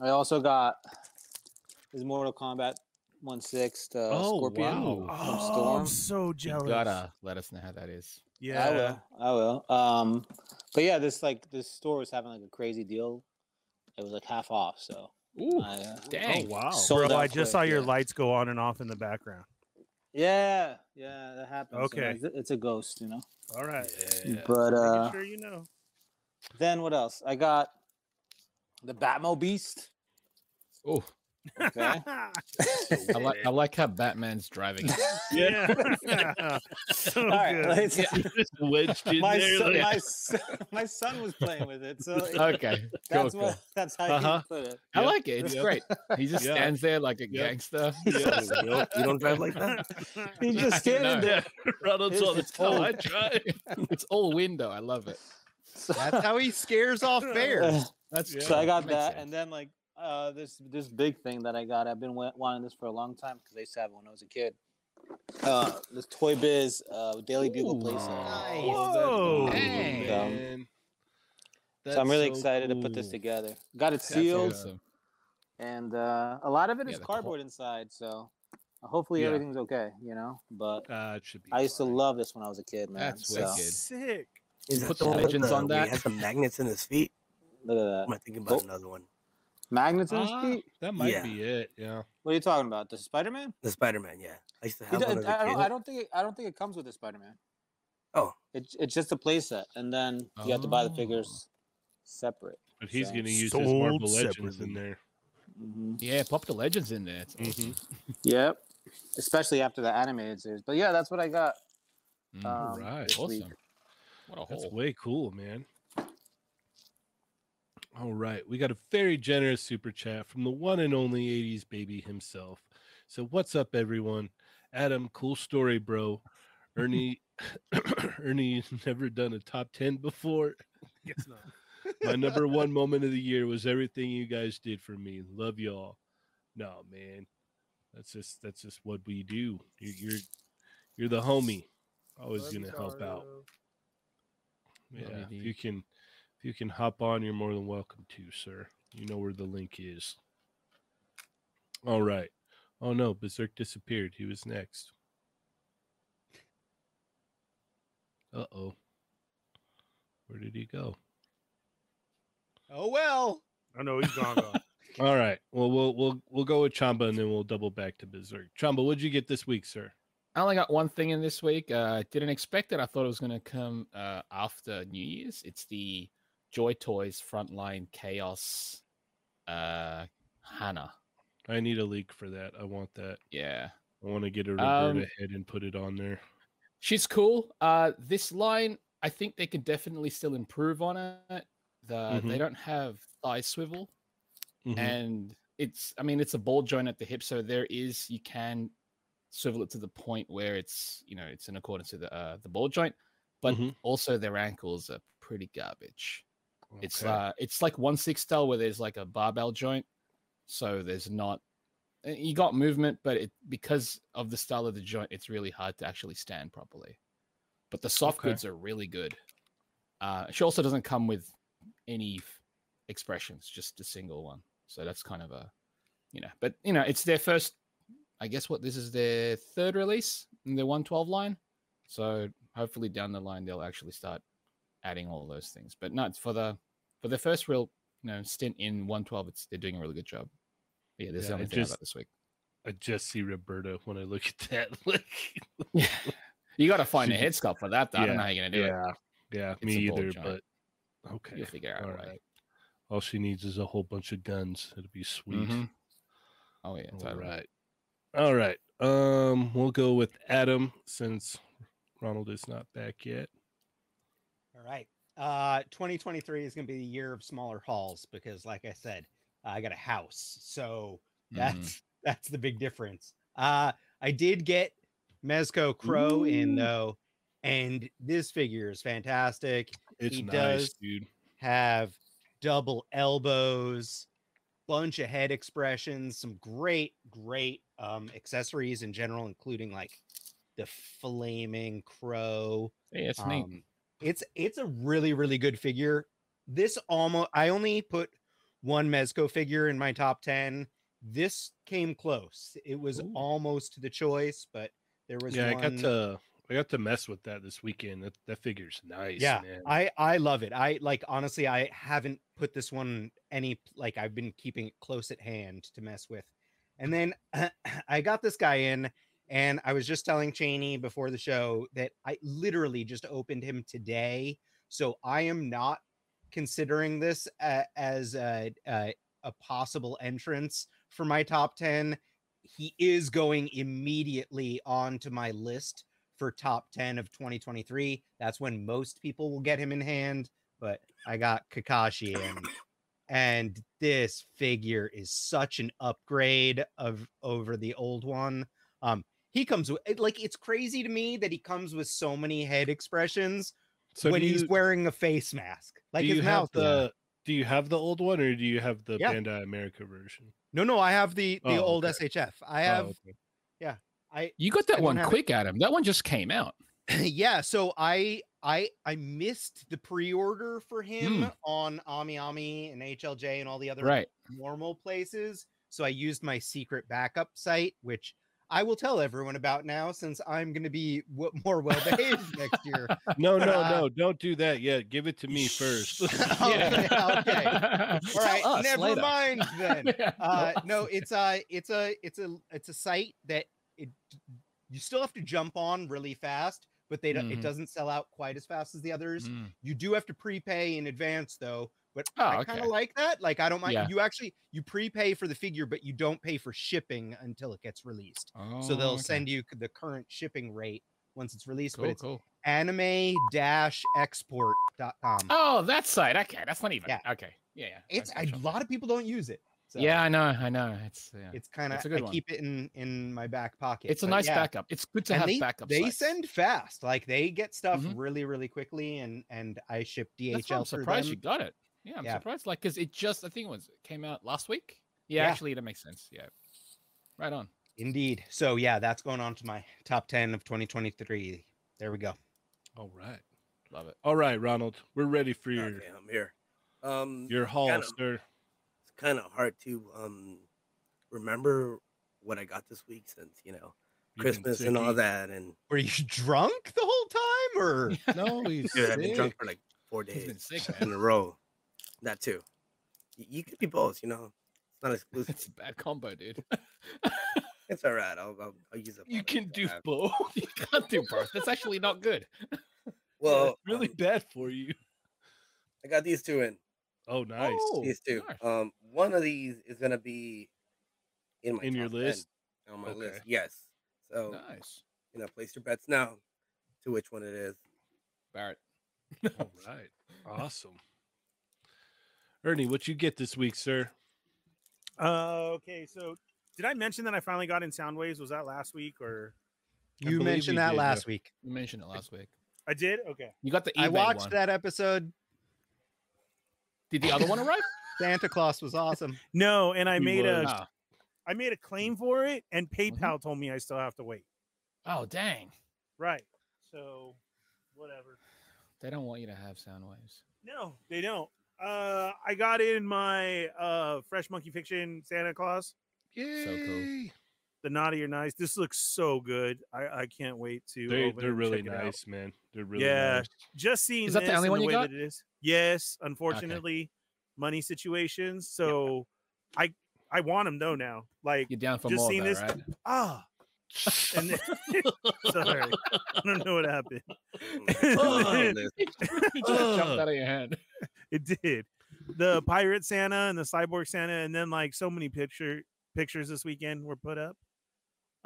I also got his Mortal Kombat one sixth uh,
Oh,
Scorpion
wow.
from
Oh,
Storm.
I'm so
You
jealous.
gotta let us know how that is.
I
yeah.
will. I will. Um, but yeah, this like this store was having like a crazy deal. It was like half off, so
Ooh,
I, uh,
dang.
wow.
sold
Oh, Bro,
out
I just saw
quick,
your
yeah.
lights go on and off in the background.
Yeah, yeah, that happens.
Okay.
sometimes. It- it's a ghost, you know.
All right.
Yeah.
But uh,
Making sure you know.
then what else? I got the Batmo Beast.
Ooh,
Okay.
I like I like how Batman's driving.
yeah. so
All right.
good.
let's-
Just wedged in
my,
there.
son,
like-
my, son, my son was playing with it, so it-
okay, cool,
that's
cool.
what that's how
Uh-huh.
he put it.
I
Yep,
like it. It's
yep.
great. He just
Yeah.
stands there like a
Yep.
gangster.
Yeah.
you don't drive like that.
He's just
I know.
standing there.
Ronald's all the
It's
time.
old.
I try.
It's all window. I love it.
That's how he scares off bears.
Uh,
That's
Yeah.
so I got
makes
that,
sense.
and then like uh, this this big thing that I got. I've been wa- wanting this for a long time because I used to have it when I was a kid. Uh, this Toy Biz uh, Daily Bugle
Ooh.
playset.
Whoa.
Dang.
man.
So I'm really
That's so
excited to put this
cool.
together. Got it
That's
sealed,
awesome.
and uh, a lot of it
Yeah,
is
the cor-
cardboard inside. So hopefully
Yeah.
everything's okay, you know. But
Uh, it should be.
I used to
fine.
love this when I was a kid, man.
That's
so,
wicked.
Sick.
Is
Put
that
the
one with
legends on
where
that.
He has the magnets in his feet.
Look at
Am
that.
I thinking about
Oh.
another one?
Magnets in his
Ah,
feet?
that might
Yeah.
be it. Yeah.
What are you talking about? The Spider Man?
The Spider Man. Yeah, I used to
I,
have one as a kid.
don't, I don't think it, I don't think it comes with the Spider Man.
Oh.
It, it's just a playset, and then you have to buy the
Oh.
figures separate.
But he's
So-
going to use his
Sold
Marvel Legends
separately.
in there. Mm-hmm.
hmm
Yeah, pop the legends in there. It's awesome.
Yep. Especially after the animated series. But yeah, that's what I got.
Mm,
Um,
right,
this week.
awesome. What a
That's
haul.
way cool, man. All right. We got a very generous super chat from the one and only 80s baby himself. So, what's up, everyone? Adam, cool story, bro. Ernie, Ernie, never done a top 10 before.
Guess not.
My number one moment of the year was everything you guys did for me. Love y'all. No, man. That's just that's just what we do. You're you're, you're the homie. Always gonna help out. Yeah,
Love you,
if
dude.
you can, if you can hop on, you're more than welcome to, sir. You know where the link is. All right. Oh no, Berserk disappeared. He was next. Uh oh. Where did he go?
Oh well.
I know he's gone. gone.
All right. Well, we'll we'll we'll go with Chamba, and then we'll double back to Berserk. Chamba, what'd you get this week, sir?
I only got one thing in this week. Uh, didn't expect it. I thought it was going to come uh, after New Year's. It's the Joy Toys Frontline Chaos uh, Hannah.
I need a leak for that. I want that.
Yeah.
I want to get a Roberta
Um,
head and put it on there.
She's cool. Uh, this line, I think they can definitely still improve on it. The, They
Mhm.
don't have thigh swivel,
Mhm.
and it's, I mean, it's a ball joint at the hip, so there is you can swivel it to the point where it's, you know, it's in accordance to the uh, the ball joint, but
Mhm.
also their ankles are pretty garbage. It's
Okay.
uh, it's like one six style where there's like a barbell joint, so there's not uh, you got movement, but it because of the style of the joint, it's really hard to actually stand properly. But the soft
Okay.
goods are really good. Uh, she also doesn't come with any f- expressions, just a single one. So that's kind of a, you know, but you know, it's their first. I guess what this is their third release in their 112 line. So hopefully down the line they'll actually start adding all those things. But no, it's for the for their first real you know stint in 112, it's they're doing a really good job. But yeah, there's
Yeah,
the only
it
thing I
just-
got this week.
I just see Roberta when I look at that. Like,
Yeah. You got to find a
She-
head sculpt for that. Though. I don't know how you're gonna do it.
yeah, yeah,
It's
me
a bold
either.
giant.
But okay,
You'll figure out
all
a
right.
way.
All she needs is a whole bunch of guns. It'll be sweet.
Mhm. Oh yeah,
All
totally.
right. All right. Um, we'll go with Adam since Ronald is not back yet.
All right. Uh, 2023 is going to be the year of smaller halls because, like I said, I got a house, so
Mm-hmm.
that's that's the big difference. Uh, I did get Mezco Crow in
Ooh.
though, and this figure is fantastic.
It's
He
nice,
does.
dude.
Have double elbows, bunch of head expressions, some great, great um accessories in general, including like the flaming crow.
Yeah, it's neat.
Um, it's it's a really really good figure. This almost I only put one Mezco figure in my top ten. This came close. It was
Ooh.
almost the choice, but there was
Yeah, I
one-
got to I got to mess with that this weekend. That that figure's nice.
yeah,
man.
I I love it. I like honestly, I haven't put this one any like I've been keeping it close at hand to mess with. And then I got this guy in, and I was just telling Cheney before the show that I literally just opened him today, so I am not considering this a, as a, a a possible entrance for my top ten. He is going immediately onto my list for top 10 of 2023. That's when most people will get him in hand, but I got Kakashi in. And this figure is such an upgrade of over the old one. Um he comes with it- like it's crazy to me that he comes with so many head expressions
so
when
do
he's
you,
wearing a face mask. Like
do you
his
have
mouth.
the do you have the old one or do you have the
Yeah.
Bandai America version?
No, no, I have the the
Oh,
old
okay.
SHF. I have
oh, okay.
I
You got
I
that
don't
one
have it.
quick, Adam. That one just came out.
yeah so i i i missed the pre-order for him on ami ami and hlj and all the other
Hmm. Right.
normal places so i used my secret backup site which i will tell everyone about now since i'm going to be w- more well behaved next year
No, no,
Uh,
no, don't do that yet. Give it to me first.
okay, okay. all
Tell
right
us
never
later.
mind then
Yeah,
uh
tell us.
no it's a it's a it's a it's a site that it you still have to jump on really fast but they don't it
Mhm.
doesn't sell out quite as fast as the others
Mm.
You do have to prepay in advance though, but
Oh,
I kind
okay.
of like that. Like I don't mind.
Yeah.
You actually you prepay for the figure, but you don't pay for shipping until it gets released. so
Oh,
they'll
okay.
send you c- the current shipping rate once it's released.
Cool,
but it's
cool.
anime-export.com.
Oh, that site. Okay, that's not even.
Yeah.
Okay. Yeah. yeah.
it's
okay,
a
sure.
lot of people don't use it. So
Yeah, I know. I know. It's yeah. it's,
It's kind of
It's a
I
good one.
keep it in in my back pocket.
a
but
nice
yeah.
backup. It's good to
and
have
they,
backup.
they
sites.
send fast. Like they get stuff
Mhm.
really really quickly and and I ship DHL
That's why I'm
through
surprised
them.
you got it. Yeah, I'm
Yeah.
surprised. Like, cause it just I think it was it came out last week. Yeah,
Yeah.
actually, that makes sense. Yeah. Right on.
Indeed. So yeah, that's going on to my top 10 of 2023. There we go.
all right.
Love it.
All right, Ronald. We're ready for your
Okay, I'm here. Um,
your haul,
Adam.
sir.
it's kind of hard to um remember what I got this week since you know
You've been
Christmas and all
sicky.
that, and
Were you drunk the whole time or
No, he's
dude, I've been drunk
sick.
for like four
He's been
days
sick,
in
man.
a row. That too. Y- You could be both, you know. It's not exclusive.
It's a bad combo, dude.
It's all right. I'll, I'll, I'll use up. all
You
the
can
days I
do
have.
both. You can't do both. That's actually not good.
Yeah,
Well,
it's really
um,
bad for you.
I got these two in.
Oh, nice.
Oh,
These two.
nice.
Um, one of these is gonna be in my
In your
top 10,
list?
on my
Okay.
list. Yes. So
Nice.
you know, place your bets now to which one it is.
Barrett.
All right. Awesome. Ernie, what you get this week, sir?
Uh, okay, so did I mention that I finally got in sound waves? Was that last week or
I
you
believe
mentioned
you
that
did, yeah.
last week?
You mentioned it last week.
I did? Okay.
You got the eBay
I watched
one.
that episode.
Did the other one arrive?
Santa Claus was awesome.
No, and I
He
made
was.
a
Ah. Mm-hmm.
I made a claim for it, and PayPal told me I still have to wait.
Oh, dang.
Right. So, whatever.
They don't want you to have sound waves.
No, they don't. Uh, I got in my uh Fresh Monkey Fiction Santa Claus.
Yay!
The naughty or nice. This looks so good. I, I can't wait to.
They,
open it
they're
and
really
check it out.
nice, man. They're really
Yeah.
nice.
Just seeing
that the
this and
only one you
way
got?
that it is. Yes, unfortunately, money situations. So, I I want them though now. Like
You're down for
Just
more,
seen
though,
this-
right?
ah. And then, sorry, I don't know what happened.
Oh,
It
just
just
jumped
jumped out of your hand.
It did. The pirate Santa and the cyborg Santa, and then like so many picture pictures this weekend were put up.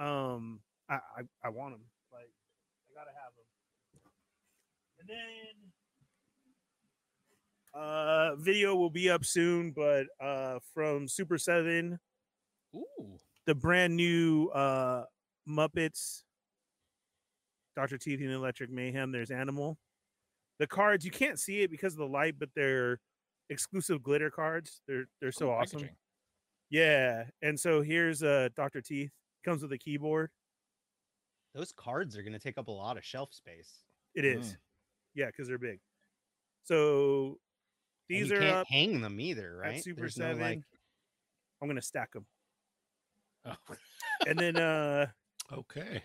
Um, I I, I want them. Like I gotta have them. And then, uh, video will be up soon, but uh, from Super Seven,
Ooh.
the brand new uh Muppets, Doctor Teeth and Electric Mayhem. There's Animal. The cards you can't see it because of the light, but they're exclusive glitter cards. They're they're so
cool
awesome.
packaging.
Yeah, and so here's uh Doctor Teeth comes with a keyboard.
Those cards are going to take up a lot of shelf space.
It is, yeah, because they're big. So
Mm. And
these
you
are
can't
up
hang them either, right?
at Super
There's no,
Seven.
like-
I'm gonna stack them,
Oh.
and then uh
Okay.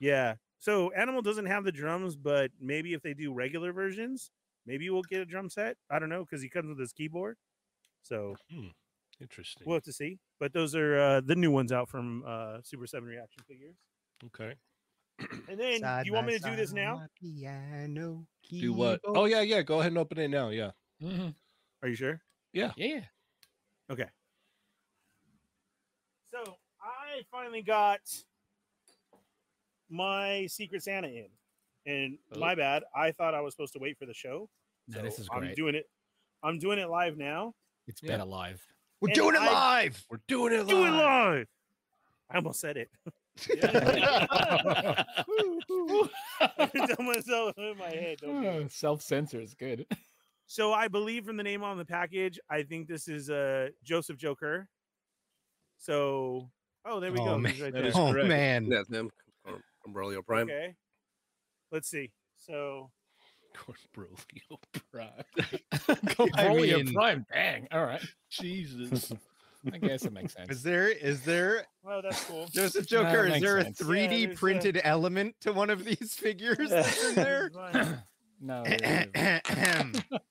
Yeah. So Animal doesn't have the drums, but maybe if they do regular versions, maybe we'll get a drum set. I don't know because he comes with his keyboard. So
Interesting.
we'll have to see. But those are uh, the new ones out from uh, Super Seven Reaction Figures.
Okay.
And then
Side
you want
by
me to do this
side on
now?
my Piano,
E
Do what?
keyboard.
Oh yeah, yeah. Go ahead and open it now. Yeah.
Mhm.
Are you sure?
Yeah.
So I finally got my Secret Santa in, and
Oh.
my bad. I thought I was supposed to wait for the show.
No, this is
I'm
great.
doing it. I'm doing it live now.
It's
Yeah.
better live.
We're
And
doing it
I-
live.
We're doing it live.
Do it live. I almost said it. I tell myself in my head. Don't do it.
Self censor Oh, is good.
So I believe from the name on the package, I think this is uh Joseph Joker. So oh, there we
Oh,
go.
man,
he's right
that
there.
is
Oh
correct.
man,
That's him. Cor- Cornelio Prime.
okay. Let's see. So
Cornbroglio Prime.
I
Corporeal
mean-
prime. oh, Dang. All right.
Jesus.
I guess it makes sense.
is there is there
well, that's cool.
Joseph
No, that
Joker? is
makes
there
sense.
a
Yeah,
3D
there's uh, a-
printed element to one of these figures that's in there?
no. it isn't.
That's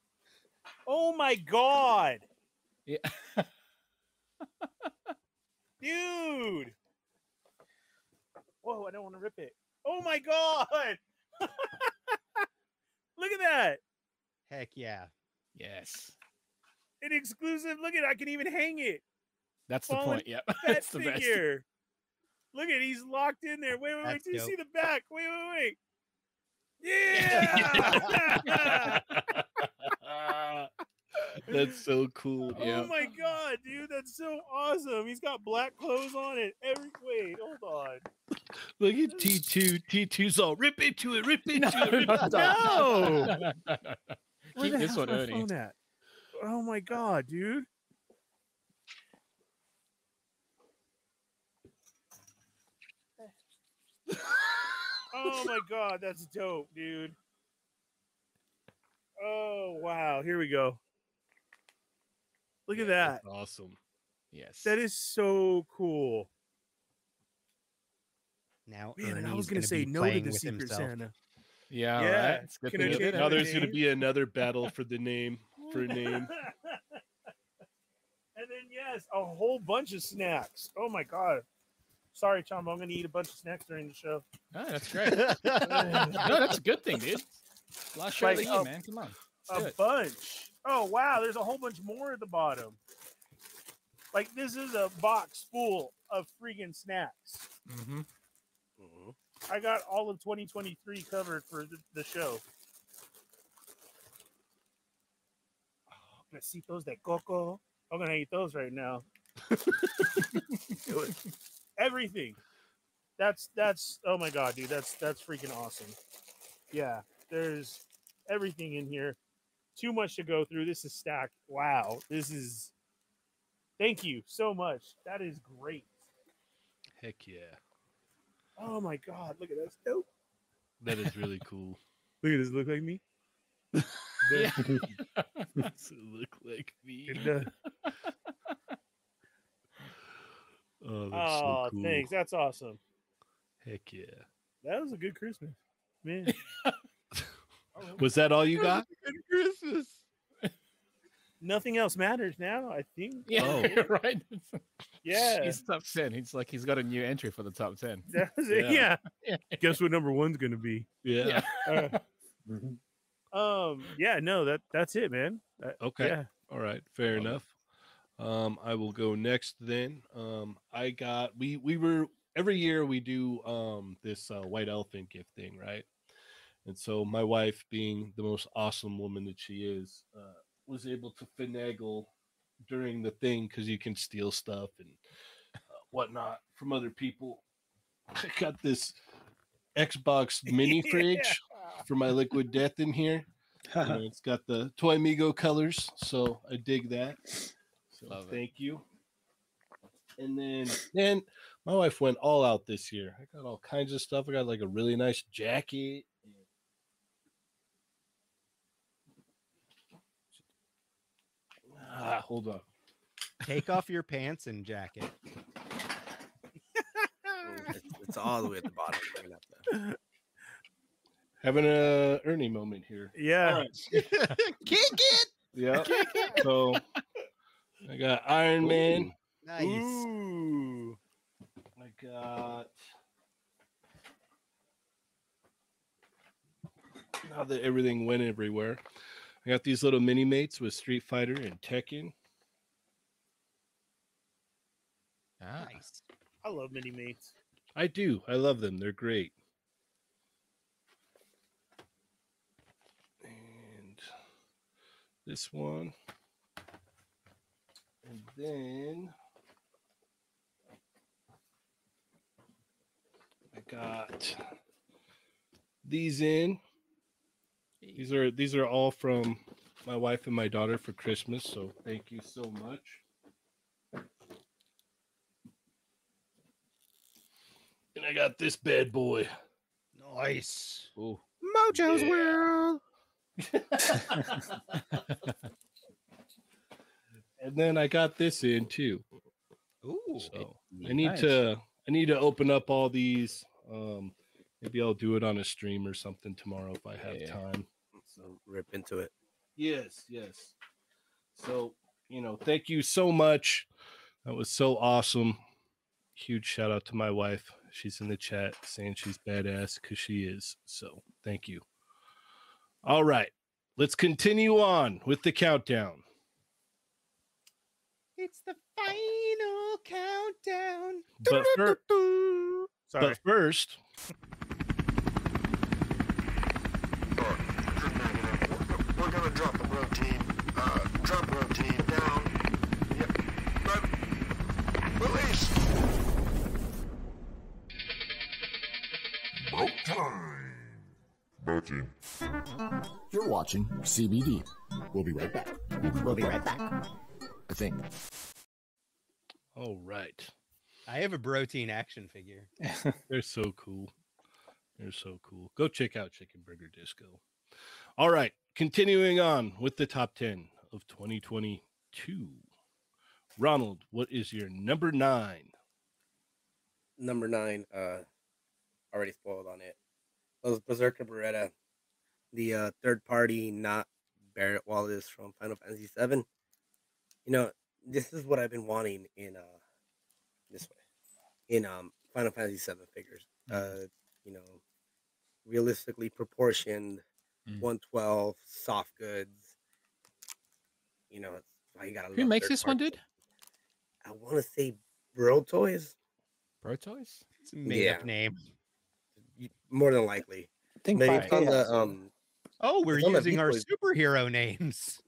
oh my god,
Yeah.
dude! Whoa, I don't want to rip it. Oh my god! Look at that.
Heck yeah.
Yes.
An exclusive. Look at I can even hang it.
That's the
Fallen
point. Yep.
that
That's the best.
figure. Look at he's locked in there. Wait, wait, wait.
That's
Do you see
dope.
the back? Wait, wait, wait. Yeah.
That's so cool.
Oh my god, dude, that's so awesome. He's got black clothes on it. Every wait, hold on.
Look at T2. T2's all rip into it, rip into
No,
it. Rip.
no, no, no, no,
No!
no, no, no.
Where
Keep
the
this one,
hell's my
Ernie.
phone at? Oh my god, dude. oh my god, that's dope, dude. Oh wow, here we go. Look at that.
That's awesome.
Yes.
That is so cool.
Now,
Man, I
Ernie's
was gonna,
be
say no to
playing
the
with
secret
himself.
Santa.
Yeah.
Yeah,
Right? It's good
can I
thing you
change
did
that?
it.
Now there's going to
name?
be another battle for the name. For name.
and then yes, a whole bunch of snacks. Oh my god. Sorry, Tom. I'm gonna eat a bunch of snacks during the show.
No, that's great. no, that's a good thing, dude. Last show of
Like,
the year,
oh,
man. Come on.
A
Good.
bunch. Oh wow, there's a whole bunch more at the bottom. Like this is a box full of freaking snacks.
Mm-hmm.
Mhm.
I got all of 2023 covered for the, the show. Oh, Besitos de coco. I'm gonna eat those right now. Everything. That's that's oh my god, dude. That's that's freaking awesome. Yeah, there's everything in here. Too much to go through. This is stacked. Wow, this is. Thank you so much. That is great.
Heck yeah.
Oh my god, look at that. Dope.
That is really cool.
Look at this. Look like me. The-
Does it look like me?
it does.
Oh, that's
oh,
so cool.
thanks. That's awesome.
Heck yeah.
That was a good Christmas, man.
Was that all you got?
Christmas.
Nothing else matters now. I think.
Yeah,
Oh.
right.
Yeah,
he's top ten. He's like he's got a new entry for the top ten.
that was it. Yeah.
Yeah.
Guess what number one's gonna be?
Yeah.
Yeah.
Uh,
Mm-hmm.
um. Yeah. No. That. That's it, man. Uh,
Okay.
Yeah.
All right,
Love
fair
it.
enough. Um, I will go next then. Um, I got we we were every year we do um this uh, white elephant gift thing, right? And so my wife, being the most awesome woman that she is, uh, was able to finagle during the thing because you can steal stuff and uh, whatnot from other people. I got this Xbox mini fridge for my liquid death in here. You know, it's got the Toy Amigo colors, so I dig that. So
Love it.
thank you. And then, man, my wife went all out this year. I got all kinds of stuff. I got like a really nice jacket. Ah, hold on.
Take off your pants and jacket.
It's, it's all the way at the bottom. You're gonna have to-
Having a Ernie moment here.
Yeah.
Kick it.
Yeah. so I got Iron Man.
Nice.
Ooh. I got. Now that everything went everywhere, I got these little mini mates with Street Fighter and Tekken.
Ah,
Nice.
I love mini mates.
I do. I love them. They're great. And this one. And then I got these in. These are these are all from my wife and my daughter for Christmas, so thank you so much. And I got this bad boy.
Nice.
Oh,
Mojo's
Yeah.
World.
and then I got this in too.
Ooh.
So I need
Nice.
to I need to open up all these. Um, maybe I'll do it on a stream or something tomorrow if I have
Yeah.
time.
So rip into it.
Yes, yes. So you know, thank you so much. That was so awesome. Huge shout out to my wife. She's in the chat saying she's badass because she is. So thank you. All right, let's continue on with the countdown.
It's the final countdown.
But, fir-
Sorry.
but first,
We're gonna drop the routine. Uh, drop routine down. Yep. But release. Boat time.
You're watching CBD. We'll be right back. We'll be right back. I think.
all right.
I have a protein action figure.
They're so cool. They're so cool. Go check out Chicken Burger Disco. All right, continuing on with the top 10 of 2022. Ronald, what is your number nine?
Number nine, uh, already spoiled on it. Was Berserker Beretta, the uh, third party, not Barrett Wallace from Final Fantasy VII. You know, this is what I've been wanting in uh, this way, in um Final Fantasy VII figures.
Mm-hmm.
Uh, you know, realistically proportioned,
Mm.
one twelve soft goods. You know, it's why you gotta.
Who
love
makes
third
this one,
party.
dude?
I want to say World Toys.
Pro Toys?
It's a made
Yeah.
up name.
y- more than likely.
I think
Maybe
five
it's on
players.
the um,
Oh, we're
It's on the
using our
Beatles.
superhero names.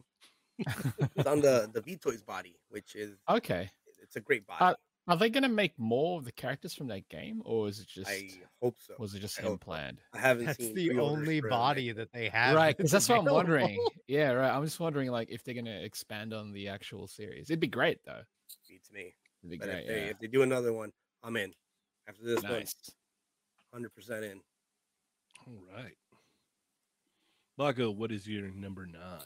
it's on the the Vitoys body, which is
Okay.
it's a great body.
Uh, Are they gonna make more of the characters from that game, or is it just
I hope so.
was it just
I
him
hope so.
planned?
I haven't
That's
seen
the
pre-orders
only
for it
body
yet.
that they have.
right, 'cause that's what I'm
available.
wondering. Yeah, right. I'm just wondering like if they're gonna expand on the actual series. It'd be great though.
beats me.
It'd be
But
great.
if, they,
yeah.
if they do another one, I'm in. After this one,
Nice.
hundred percent in.
All right. Bago, what is your number nine?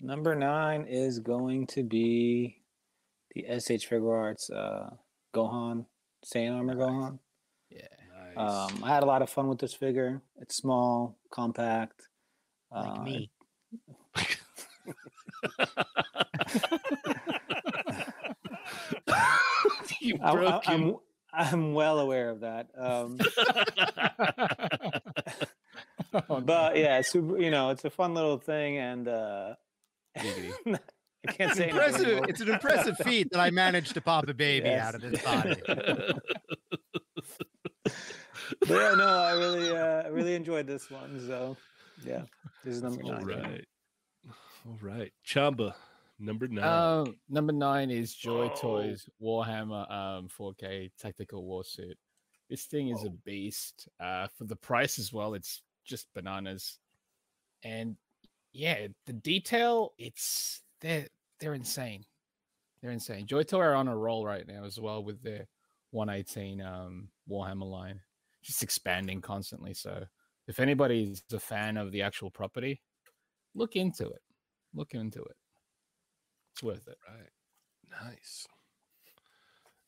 Number nine is going to be the SH Figure Arts uh, Gohan, Saiyan Armor Gohan.
Yeah.
Um, I had a lot of fun with this figure. It's small, compact. uh,
Like me.
You I,
broke
am
him.
I'm well aware of that. Um,
Oh,
but yeah, it's super, you know, it's a fun little thing, and uh, I can't say anything
impressive,
more.
it's an impressive feat that I managed to pop a baby
Yes.
out of this body.
But yeah, no, I really, uh, I really enjoyed this one. So yeah, this is number
All
nine.
right. All right. Chamba, number nine. Oh.
Um, number nine is Joy Toys Warhammer um 4K Tactical Warsuit. This thing is a
Oh.
beast. Uh, for the price as well, it's just bananas. And yeah, the detail, it's they're they're insane. They're insane. Joy Toy are on a roll right now as well with their 118 um Warhammer line, just expanding constantly. So if anybody's a fan of the actual property, look into it. Look into it. It's worth it.
Right. Nice.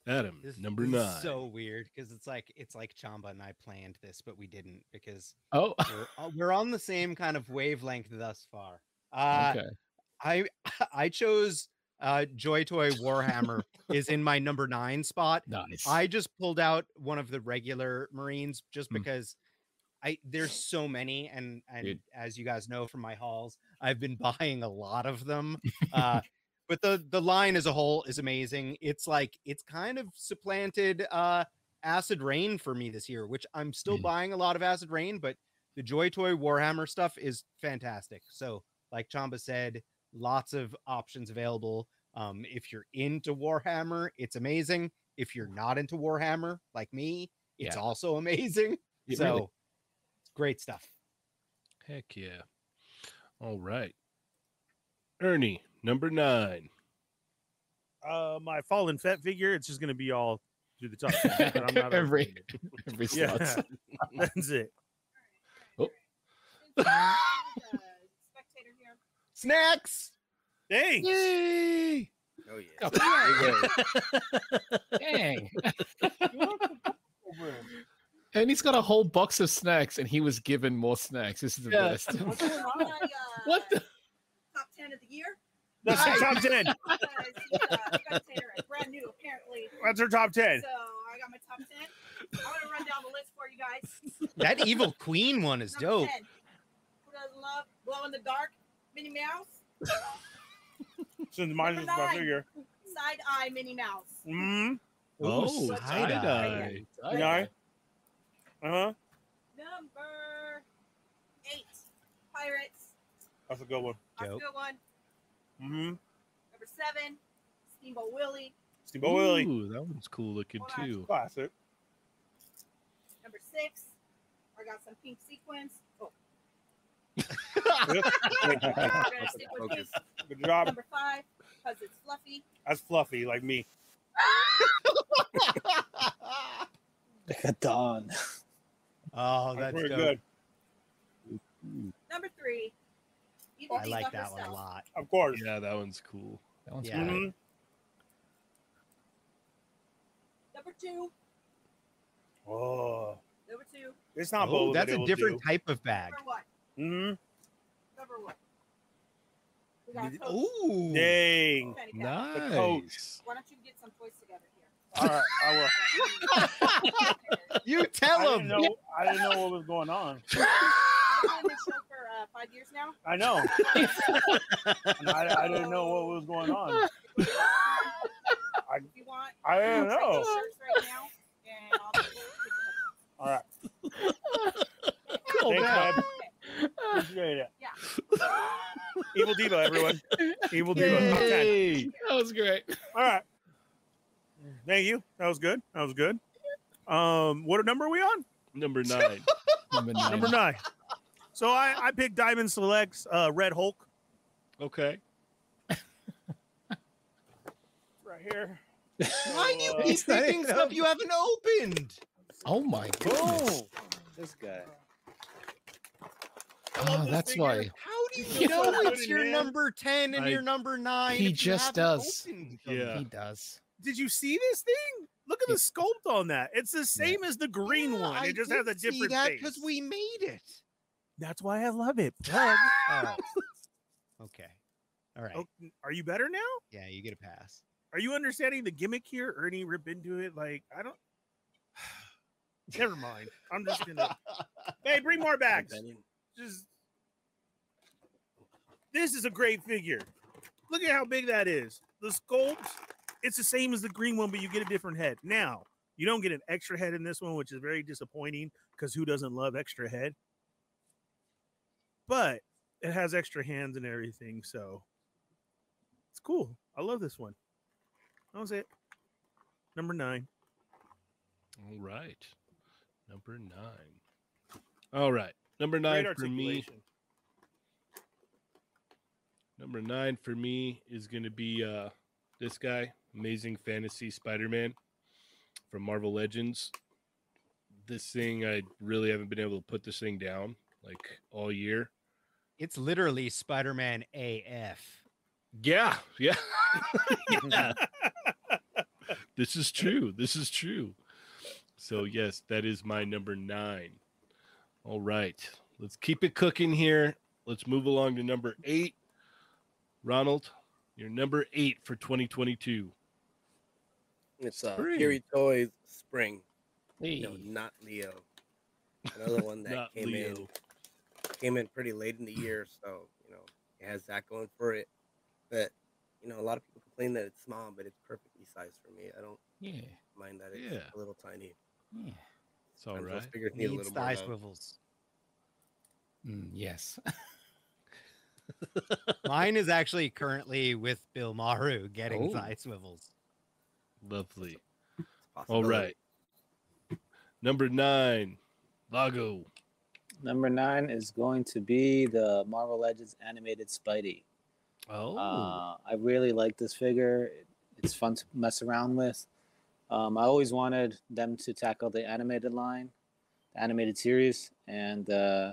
Adam,
This-
number
this is
nine.
so weird because it's like it's like Chamba and I planned this, but we didn't because
Oh.
we're, uh, we're on the same kind of wavelength thus far. Uh,
okay.
I I chose uh Joy Toy Warhammer is in my number nine spot.
Nice.
I just pulled out one of the regular Marines
Mm.
just because I there's so many and and
Dude.
as you guys know from my hauls, I've been buying a lot of them. Uh but the the line as a whole is amazing. It's like it's kind of supplanted uh Acid Rain for me this year, which I'm still buying a lot of Acid Rain, but the Joy Toy Warhammer stuff is fantastic. So, like Chamba said, lots of options available. Um, if you're into Warhammer, it's amazing. If you're not into Warhammer, like me, it's
Yeah.
also amazing.
It
so,
really-
it's great stuff.
Heck yeah. All right. Ernie, number nine.
Uh, my fallen fat figure. It's just gonna be all through the top. but I'm not a-
every every slot.
yeah, that's it.
Snacks.
Thanks.
Yay!
Oh yeah.
Dang. And he's got a whole box of snacks, and he was given more snacks. This is the
Yeah.
best.
what
the?
uh, Top 10 of the year?
That's the top ten.
Because, uh, yeah, Spectator is brand new, apparently.
That's our top ten.
So I got my top 10. I'm going to run down the list for you guys.
That Evil Queen one is
Number
dope.
10, Who doesn't love Glow in the Dark? Minnie Mouse?
Since mine
Number
is my
nine.
figure.
Side Eye Minnie Mouse.
Mm.
Mm-hmm.
Oh, tie-dye.
You know? Uh huh.
Number 8, Pirates.
That's a good one.
That's a good one.
Mm-hmm.
Number 7, Steamboat Willie.
Steamboat Willie.
Ooh, that one's cool looking too.
Classic.
Number 6, I got some pink sequins. Oh, we're going to stick with pink.
Good job.
Number 5, because it's fluffy.
That's fluffy, like me.
Like a dawn.
Oh,
That's
that's
pretty
dope.
good.
Number 3, you
I like that one a lot.
Of course.
Yeah, that one's cool.
That one's
Yeah.
great.
Mhm.
Number 2,
Oh,
number 2,
it's not
Oh,
both.
that's a different type of bag.
number 1,
Mm-hmm.
number 1. We got a coat.
Ooh.
Dang.
Fanny pack.
coat.
Nice.
Why don't you get some toys together here?
All right, I will.
You
I
tell
didn't
him.
know. I didn't know what was going on.
I've been in this show for uh, five years now.
I know. I, I didn't know what was going on.
If you want,
I didn't
I'll take
know.
shirts right now, and I'll be able to-
All right. Thanks, bud. Appreciate it.
Yeah.
Evil Diva, everyone. Evil Diva. top 10.
Hey, that was great.
All right. Thank you. That was good. That was good. Um, what number are we on?
Number nine.
Number nine.
Number nine. So I, I picked Diamond Selects uh, Red Hulk
okay.
right here.
Why do you
Uh,
keep picking stuff you haven't opened?
Oh my goodness.
Oh, this guy.
Oh, that's why.
How do
you
you
know
know
it,
it's your
man?
number 10 and
I-
your number 9?
He
if you
just
haven't
does.
opened them?
Yeah. He does.
Did you see this thing? Look at the sculpt on that. It's the same as the green one.
I
It just
did
has a
see
different
that
face.
because we made it.
That's why I love it. Plug.
Oh, okay. All right.
Oh, Are you better now?
Yeah, you get a pass.
Are you understanding the gimmick here? Ernie rip into it. Like, I don't. Never mind. I'm just gonna. hey, bring more bags. Just. This is a great figure. Look at how big that is. The sculpt, it's the same as the green one, but you get a different head. Now, you don't get an extra head in this one, which is very disappointing because who doesn't love extra head? But it has extra hands and everything, so it's cool. I love this one. That was it. Number nine.
All right. Number nine. All right. Number nine for me. Number nine for me is going to be uh, this guy, Amazing Fantasy Spider Man from Marvel Legends. This thing, I really haven't been able to put this thing down like all year.
It's literally Spider Man AF.
Yeah, yeah. Yeah. this is true. This is true. So, yes, that is my number nine. All right. Let's keep it cooking here. Let's move along to number eight. Ronald, you're number eight for 2022.
It's uh,
Spring.
Fury Toys Spring. No,
Hey.
not Leo. Another one that
Not
came
Leo.
in came in pretty late in the year, so you know it has that going for it. But you know, a lot of people complain that it's small, but it's perfectly sized for me. I don't
Yeah.
mind that it's
Yeah.
a little tiny.
Yeah.
It's all
Sometimes those
right.
figures need a
Needs
little
the
more
eye
love.
swivels.
Mm, yes.
Mine is actually currently with Bill Maru getting
Oh.
the eye swivels.
Lovely. All right.
possibility.
Number nine, Lago.
Number nine is going to be the Marvel Legends animated Spidey.
Oh,
Uh, I really like this figure. It- It's fun to mess around with. Um, I always wanted them to tackle the animated line, the animated series, and uh,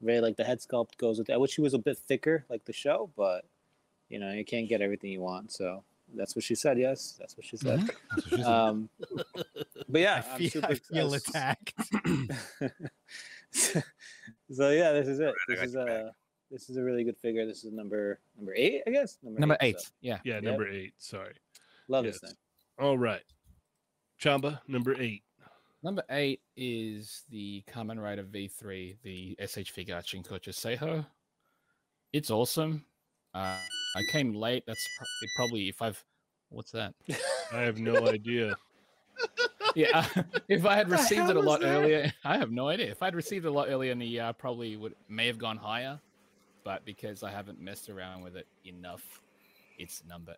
really like the head sculpt goes with it. I wish she was a bit thicker, like the show, but you know you can't get everything you want. So that's what she said. Yes, that's what she said. Um, but yeah,
I
I'm
feel,
super
I feel
excited.
attacked.
so yeah, this is it. This is a this is a really good figure. This is number number eight, I guess.
Number
so.
eight. Yeah.
Yeah,
Yep.
number eight. Sorry.
Love this
Yes.
thing.
All right. Chamba, number eight.
Number eight is the Kamen Rider V3, the SH figure at Shinkocha Seho. It's awesome. Uh, I came late. That's pro- it probably if I've what's that?
I have no idea.
Yeah, uh, if I had
What the
received it
hell
a
was
lot
that?
earlier, I have no idea. If I'd received it a lot earlier in the year, I probably would may have gone higher, but because I haven't messed around with it enough, it's number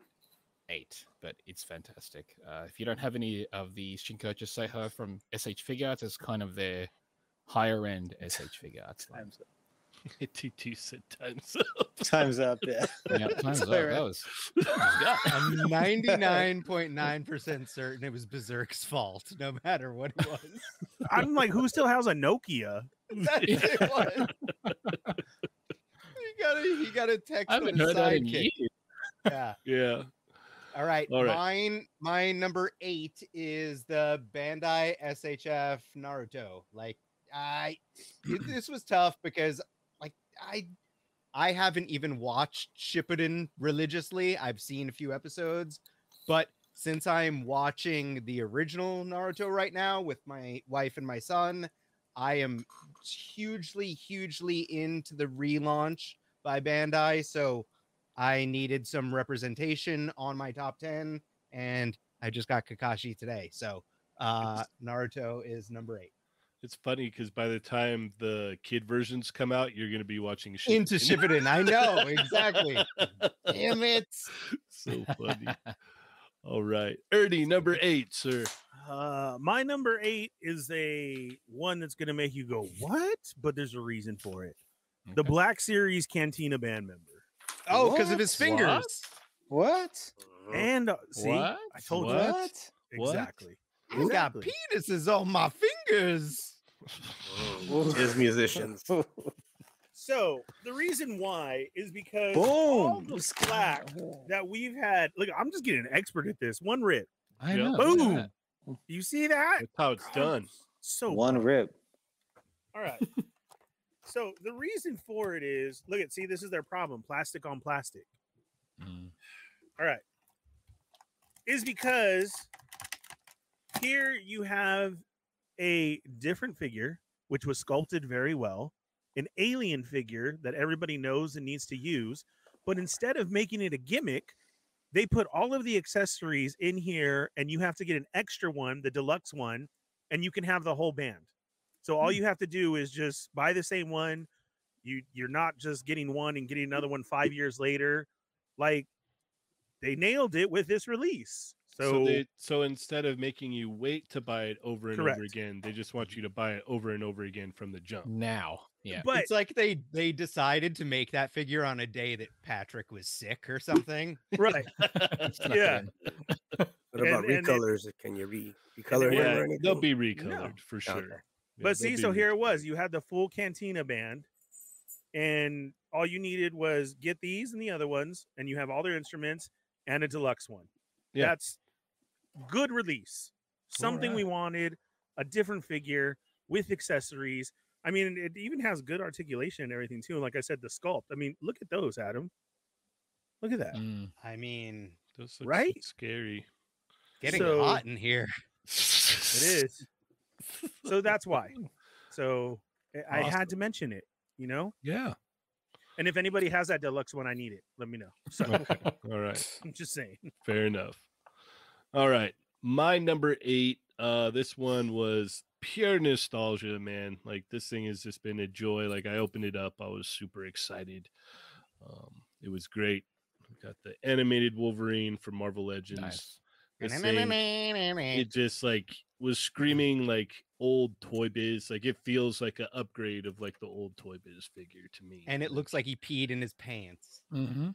eight. But it's fantastic. Uh, if you don't have any of the Shinkocha Seho from SH Figure Arts, it's kind of their higher end SH Figure Arts line.
Time's up.
TT said time's up.
Time's up. Yeah.
Yeah, time's up.
Sorry,
That
man.
was, that was
I'm 99.9% certain it was Berserk's fault, no matter what it was.
I'm like, who still has a Nokia?
That's it was. you gotta you gotta text
I
on
haven't
a
heard that in
sidekick.
years.
Yeah.
Yeah.
All right.
All right.
Mine my number eight is the Bandai SHF Naruto. Like I it- this was tough because like I I haven't even watched Shippuden religiously. I've seen a few episodes, but since I'm watching the original Naruto right now with my wife and my son, I am hugely, hugely into the relaunch by Bandai. So I needed some representation on my top 10, and I just got Kakashi today. So uh, Naruto is number eight.
It's funny because by the time the kid versions come out, you're going to be watching Shippuden.
Into Shippuden. I know. Exactly. Damn it.
so funny. All right. Ernie, number eight, sir.
Uh, my number eight is a one that's gonna make you go what, but there's a reason for it. The
Okay.
Black Series Cantina band member.
Oh, because of his
What?
fingers.
What?
And uh, see,
What?
I told
What?
you
What?
exactly.
I got
Exactly.
penises on my fingers.
His musicians.
So the reason why is because
Boom.
all the slack that we've had. Look, I'm just getting an expert at this. One rip.
I know, look at
Boom. You see that? That's
how it's
done. So
One rip.
All right. so the reason for it is look at see this is their problem plastic on plastic.
Mm.
All right. Is because here you have a different figure which was sculpted very well, an alien figure that everybody knows and needs to use, but instead of making it a gimmick, they put all of the accessories in here and you have to get an extra one, the deluxe one, and you can have the whole band. So all you have to do is just buy the same one. You you're not just getting one and getting another one 5 years later. Like they nailed it with this release. So,
So, they, so instead of making you wait to buy it over and
Correct.
over again, they just want you to buy it over and over again from the jump.
Now,
But it's like they they decided to make that figure on a day that Patrick was sick or something.
right.
yeah.
What about
And- and it-
recolors? Can you re recolor
yeah,
them or anything?
they'll be recolored for
Okay.
sure.
But see, so here it was. You had the full cantina band, and all you needed was get these and the other ones, and you have all their instruments and a deluxe one.
Yeah.
That's good release. Something we wanted, a different figure with accessories. I mean, it even has good articulation and everything too. And like I said, the sculpt. I mean, look at those, Adam. Look at that.
Hmm.
I mean,
right?
Scary.
Getting
So-
hot in here.
It is. so that's why. So eh, I- I had to mention it, you know?
Yeah.
And if anybody has that deluxe one, I need it. Let me know. So
All right.
I'm just saying.
Fair enough. All right. My number eight. Uh, this one was pure nostalgia, man. Like this thing has just been a joy. Like I opened it up, I was super excited. Um, it was great. We got the animated Wolverine from Marvel Legends. This thing- it just like was screaming like old toy biz. Like it feels like an upgrade of like the old toy biz figure to me.
And it looks like he peed in his pants.
Mm-hmm.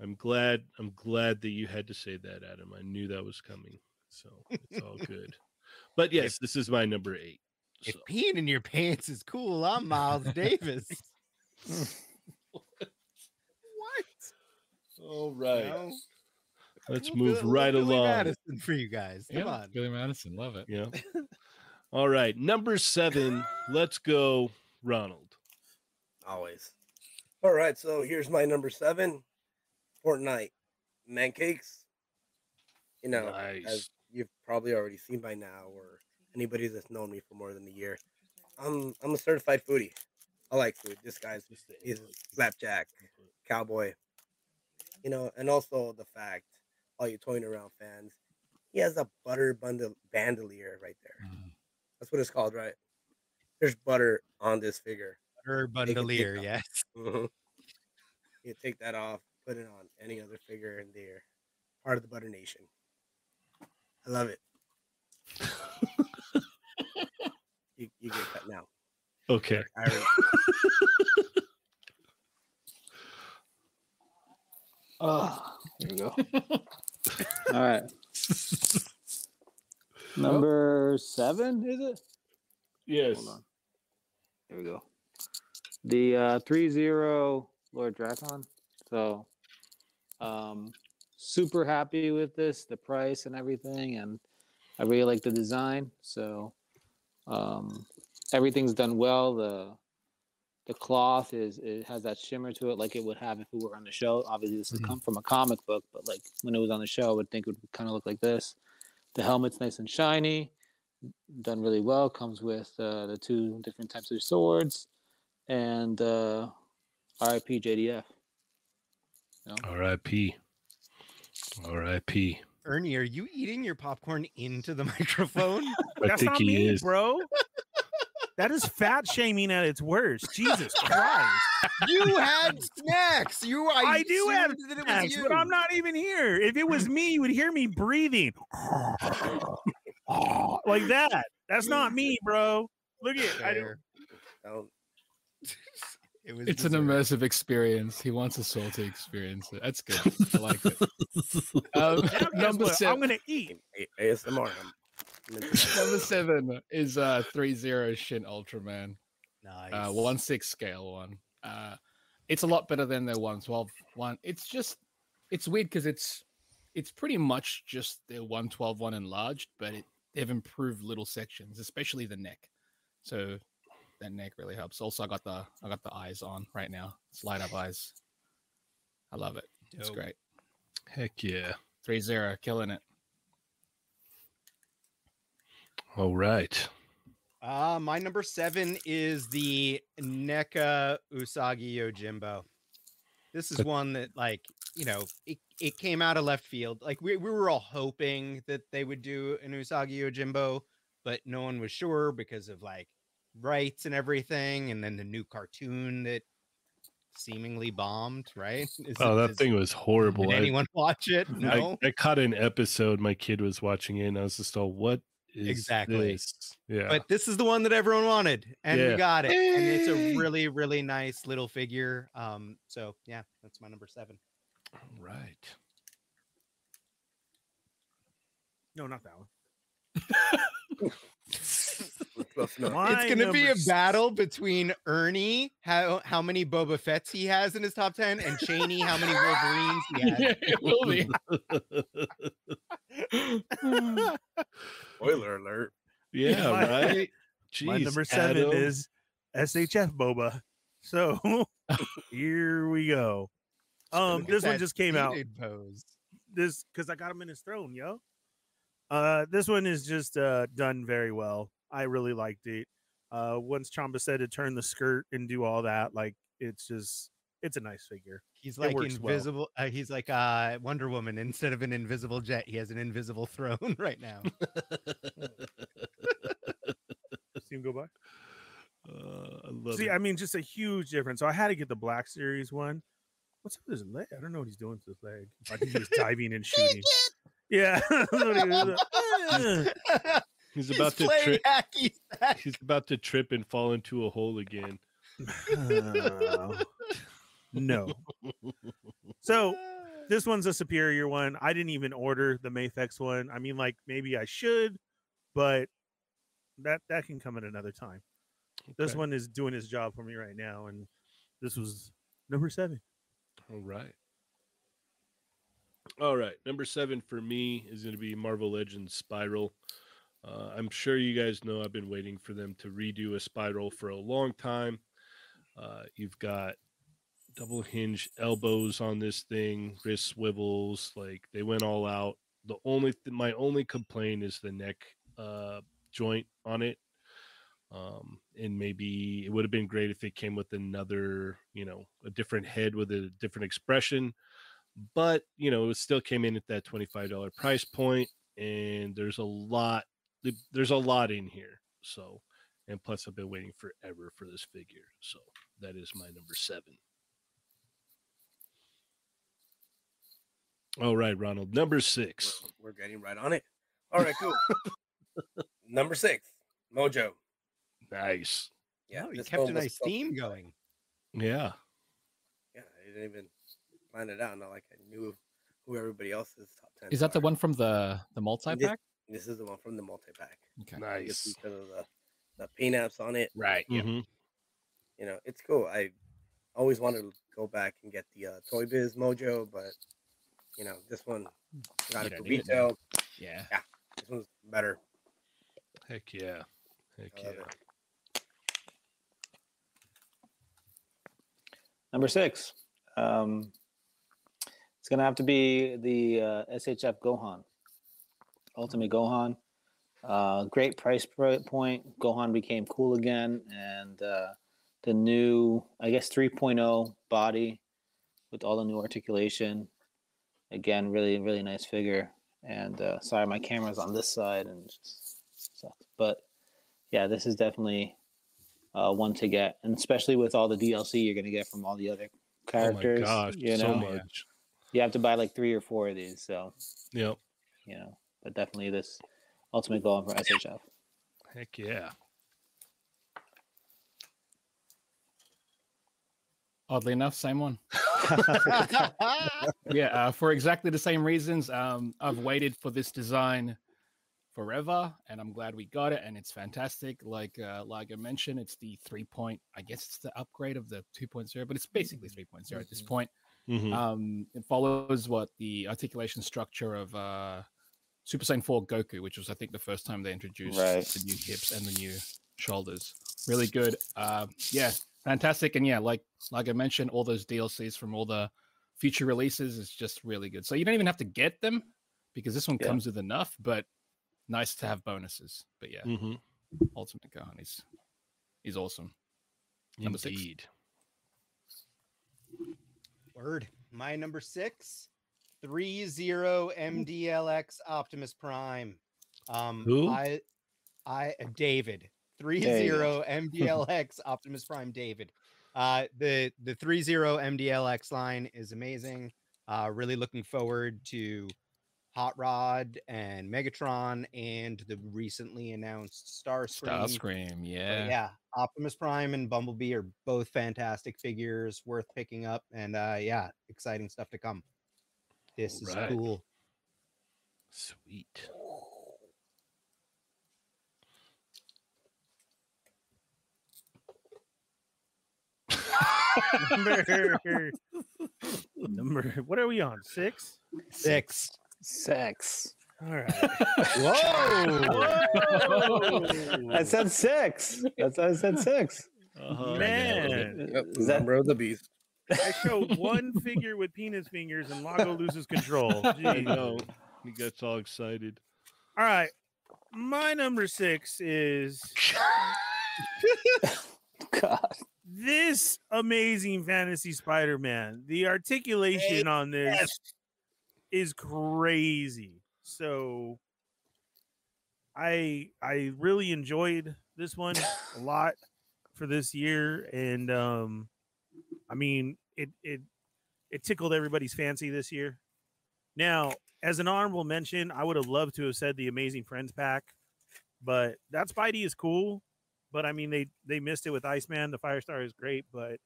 I'm glad. I'm glad that you had to say that, Adam. I knew that was coming, so it's all good. But yes, this is my number eight.
If peeing in your pants is cool, I'm Miles Davis.
All
you
right,
know?
let's
Look
move
at- look
right
at Billy
along.
Madison for you guys. Come
Yeah,
on.
Billy Madison, love it.
Yeah. All right, number seven. Let's go, Ronald.
Always. All right, so here's my number seven, Fortnite, man cakes. You know, as
Nice.
you've probably already seen by now, or anybody that's known me for more than a year, I'm I'm a certified foodie. I like food. This guy's is slapjack, cowboy. You know, and also the fact, all you toying around fans, he has a butter bundle bandolier right there. That's what it's called, right? There's butter on this figure.
Her
They can take
bundelier,
off.
yes.
Mhm. you take that off, put it on any other figure, and they're part of the Butter Nation. I love it. you, you get cut now.
Okay.
I already-
Ah, there we go. All right. Number seven, is it?
Yes.
There we go. The uh, three zero Lord Dracon. So, um, super happy with this, the price and everything, and I really like the design. So, um, everything's done well. The the cloth is it has that shimmer to it, like it would have if it were on the show. Obviously, this has come from a comic book, but like when it was on the show, I would think it would kind of look like this. The helmet's nice and shiny done really well. Comes with uh, the two different types of swords, and uh, RIP JDF.
R.I.P. R.I.P.
Ernie, are you eating your popcorn into the microphone?
I
That's
think
not
he
me,
is.
bro. That is fat shaming at its worst. Jesus Christ.
you had snacks. You, I,
I do have
assumed that it was
snacks,
you.
but I'm not even here. If it was me, you would hear me breathing like that. That's not me,
Oh,
bro. Look at I don't,
Fair.
don't-
Oh. It was
It's an immersive experience. He wants us all to experience it. That's good. I like it. Um,
now guess
number
what? I'm
seven.
gonna eat.
A- ASMR. I'm- I'm into that.
Number seven is uh three zero Shin Ultraman.
nice.
Uh, one six scale one. Uh, it's a lot better than their 112 one. It's just it's weird because it's it's pretty much just their 112 one enlarged, but it, they've improved little sections, especially the neck. So that neck really helps. Also, I got the I got the eyes on right now. It's light up eyes. I love it. It's
Dope.
great.
Heck yeah.
Three zero, killing it.
All right.
Uh, my number seven is the NECA Usagi Yojimbo. This is
But-
one that, like, you know, it, it came out of left field. Like, we, we were all hoping that they would do an Usagi Yojimbo, but no one was sure because of like rights and everything. And then the new cartoon that seemingly bombed, right? Is
Oh,
it-
that
is-
thing was horrible.
Did
I-
anyone watch it?
I-
No.
I, caught an episode. My kid was watching it, and I was just all, "What is
Exactly.
this?" Yeah.
But this is the one that everyone wanted, and
Yeah.
we got it. And it's
Yay!
a really, really nice little figure. Um, so yeah, that's my number seven.
Right.
No, not that one.
it's
My
gonna be
number
a battle between Ernie, how how many Boba Fett's he has in his top ten, and Cheney, how many Wolverines he has.
Yeah, it will be.
Spoiler alert.
Yeah,
My-
right.
My
Jeez,
number seven
Adam.
is SHF Boba. So here we go. Um,
Look at
this one
that
just came out.
seated Pose.
This because I got him in his throne, yo. Uh, this one is just uh done very well. I really liked it. Uh, once Chamba said to turn the skirt and do all that, like it's just it's a nice figure.
He's
It
like
works well.
invisible. Uh, he's like uh, Wonder Woman. Instead of an invisible jet, he has an invisible throne right now.
See him go by.
Uh, I love
See,
it.
I mean, just a huge difference. So I had to get the Black Series one. What's up with his leg? I don't know what he's doing to his leg. I think he was diving and shooting. Yeah. that's what he was like.
he's
He's
about to
playing
trip.
hacky sack.
He's about to trip and fall into a hole again.
Oh, no. So this one's a superior one. I didn't even order the Mafex one. I mean, like maybe I should, but that that can come at another time. This
Okay.
one is doing his job for me right now, and this was number seven.
All right. All right. Number seven for me is going to be Marvel Legends Spiral. Uh, I'm sure you guys know I've been waiting for them to redo a spiral for a long time. Uh, you've got double hinge elbows on this thing, wrist swivels. Like they went all out. The only th- my only complaint is the neck uh, joint on it. Um, and maybe it would have been great if it came with another, you know, a different head with a different expression. But you know, it still came in at that twenty-five dollar price point, and there's a lot. th- There's a lot in here. So, and plus, I've been waiting forever for this figure. So that is my number seven. All oh, right, Ronald. Number six.
We're getting right on it. All right, cool. Number six, Mojo.
Nice.
Yeah,
Oh, he
this
kept
one
a
was
nice
fun.
theme going.
Yeah.
Yeah, I didn't even plan it out. Not like I knew who everybody else's top ten.
Is that the
are.
one from the the multi
And this-
pack?
This, is the one from the multi pack.
Okay.
Nice.
because of the the paint apps on it.
Right. Yeah.
Mhm.
You know, it's cool. I always wanted to go back and get the uh, Toy Biz Mojo, but you know, this one got
You
it
don't
for
need it now.
retail.
Yeah.
This one's better.
Heck yeah. Heck
I
yeah.
love it.
Number six. Um, it's gonna have to be the uh, SHF Gohan, Ultimate Gohan. Uh, great price pro- point. Gohan became cool again, and uh, the new, I guess, 3.0 body with all the new articulation. Again, really, really nice figure. And uh, sorry, my camera's on this side and it just sucks. But yeah, this is definitely uh, one to get, and especially with all the DLC you're gonna get from all the other
Oh my
characters.
gosh,
you know,
so much.
you have to buy like three or four of these. So
Yep.
you know, but definitely this ultimate goal for SHF.
Heck yeah.
Oddly enough, same one. yeah, uh, for exactly the same reasons. Um, I've waited for this design forever, and I'm glad we got it, and it's fantastic. Like uh, like I mentioned, it's the three point. I guess it's the upgrade of the 2.0, but it's basically 3.0 at this
Mhm.
point.
Mhm.
Um, it follows what the articulation structure of uh, Super Saiyan 4 Goku, which was I think the first time they introduced
Right.
the new hips and the new shoulders. Really good. Uh, yeah, fantastic. And yeah, like like I mentioned, all those DLCs from all the future releases is just really good. So you don't even have to get them because this one
Yeah.
comes with enough, but nice to have bonuses. But yeah,
Mm-hmm.
Mhm.
Ultimate Gohan is is awesome. Number Indeed. six.
Word. My number six, three zero MDLX Optimus Prime. Um,
Who?
I, I David three
There you
zero
go.
MDLX Optimus Prime David. Uh, the the three zero MDLX line is amazing. Uh, really looking forward to Hot Rod and Megatron and the recently announced Starscream.
Starscream,
But
yeah.
Oh, yeah. Optimus Prime and Bumblebee are both fantastic figures worth picking up. And uh yeah, exciting stuff to come. This is
Alright.
cool.
Sweet.
number, number, what are we on? Six?
Six.
Six.
All right.
Whoa! I said six. That's I said six.
Man.
Yep, number of the beast.
I show one figure with penis fingers and Lago loses control.
I
Jeez.
know. He gets all excited.
All right. My number six is
God.
This amazing fantasy Spider-Man. The articulation on this is crazy. So I I really enjoyed this one a lot for this year. And um I mean it it it tickled everybody's fancy this year. Now, as an honorable mention, I would have loved to have said the Amazing Friends pack, but that Spidey is cool. But I mean, they they missed it with Iceman. The Firestar is great, but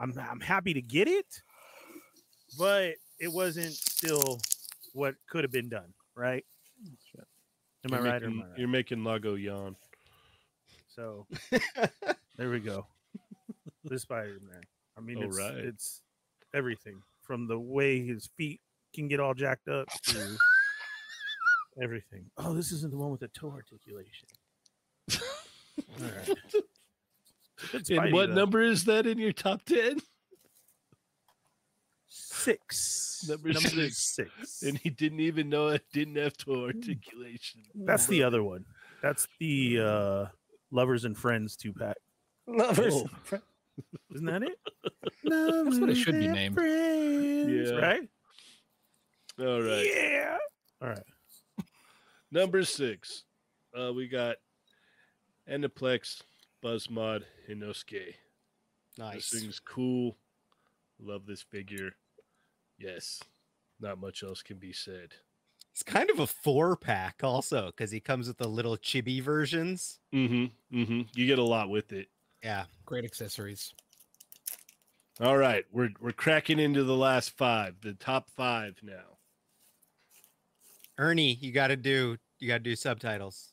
I'm I'm happy to get it, but it wasn't still what could have been done, right? Am I
You're
right or
making-
am I right?
You're making Lago yawn.
So there we go. The Spider Man. I
Oh,
mean,
All
it's,
right.
it's everything from the way his feet can get all jacked up to everything. Oh, this isn't the one with the toe articulation. All right. It's a good
and what
Spidey, though.
number is that in your top ten?
Six.
Number,
Number
six.
six.
And he didn't even know it didn't have toe articulation.
That's the other one. That's the uh, Lovers and Friends two pack.
Lovers.
Oh.
Isn't that it?
That's what it should be
Lovers and
named.
Friends,
Yeah.
Right?
All right.
Yeah. All right.
Number six. Uh, we got Endoplex, Buzzmod, Inosuke.
Nice.
This thing's cool. Love this figure. Yes. Not much else can be said.
It's kind of a four pack also because he comes with the little chibi versions.
Mm-hmm. Mm-hmm. You get a lot with it.
Yeah.
Great accessories.
All right. We're we're cracking into the last five, the top five now.
Ernie, you gotta do you gotta do subtitles.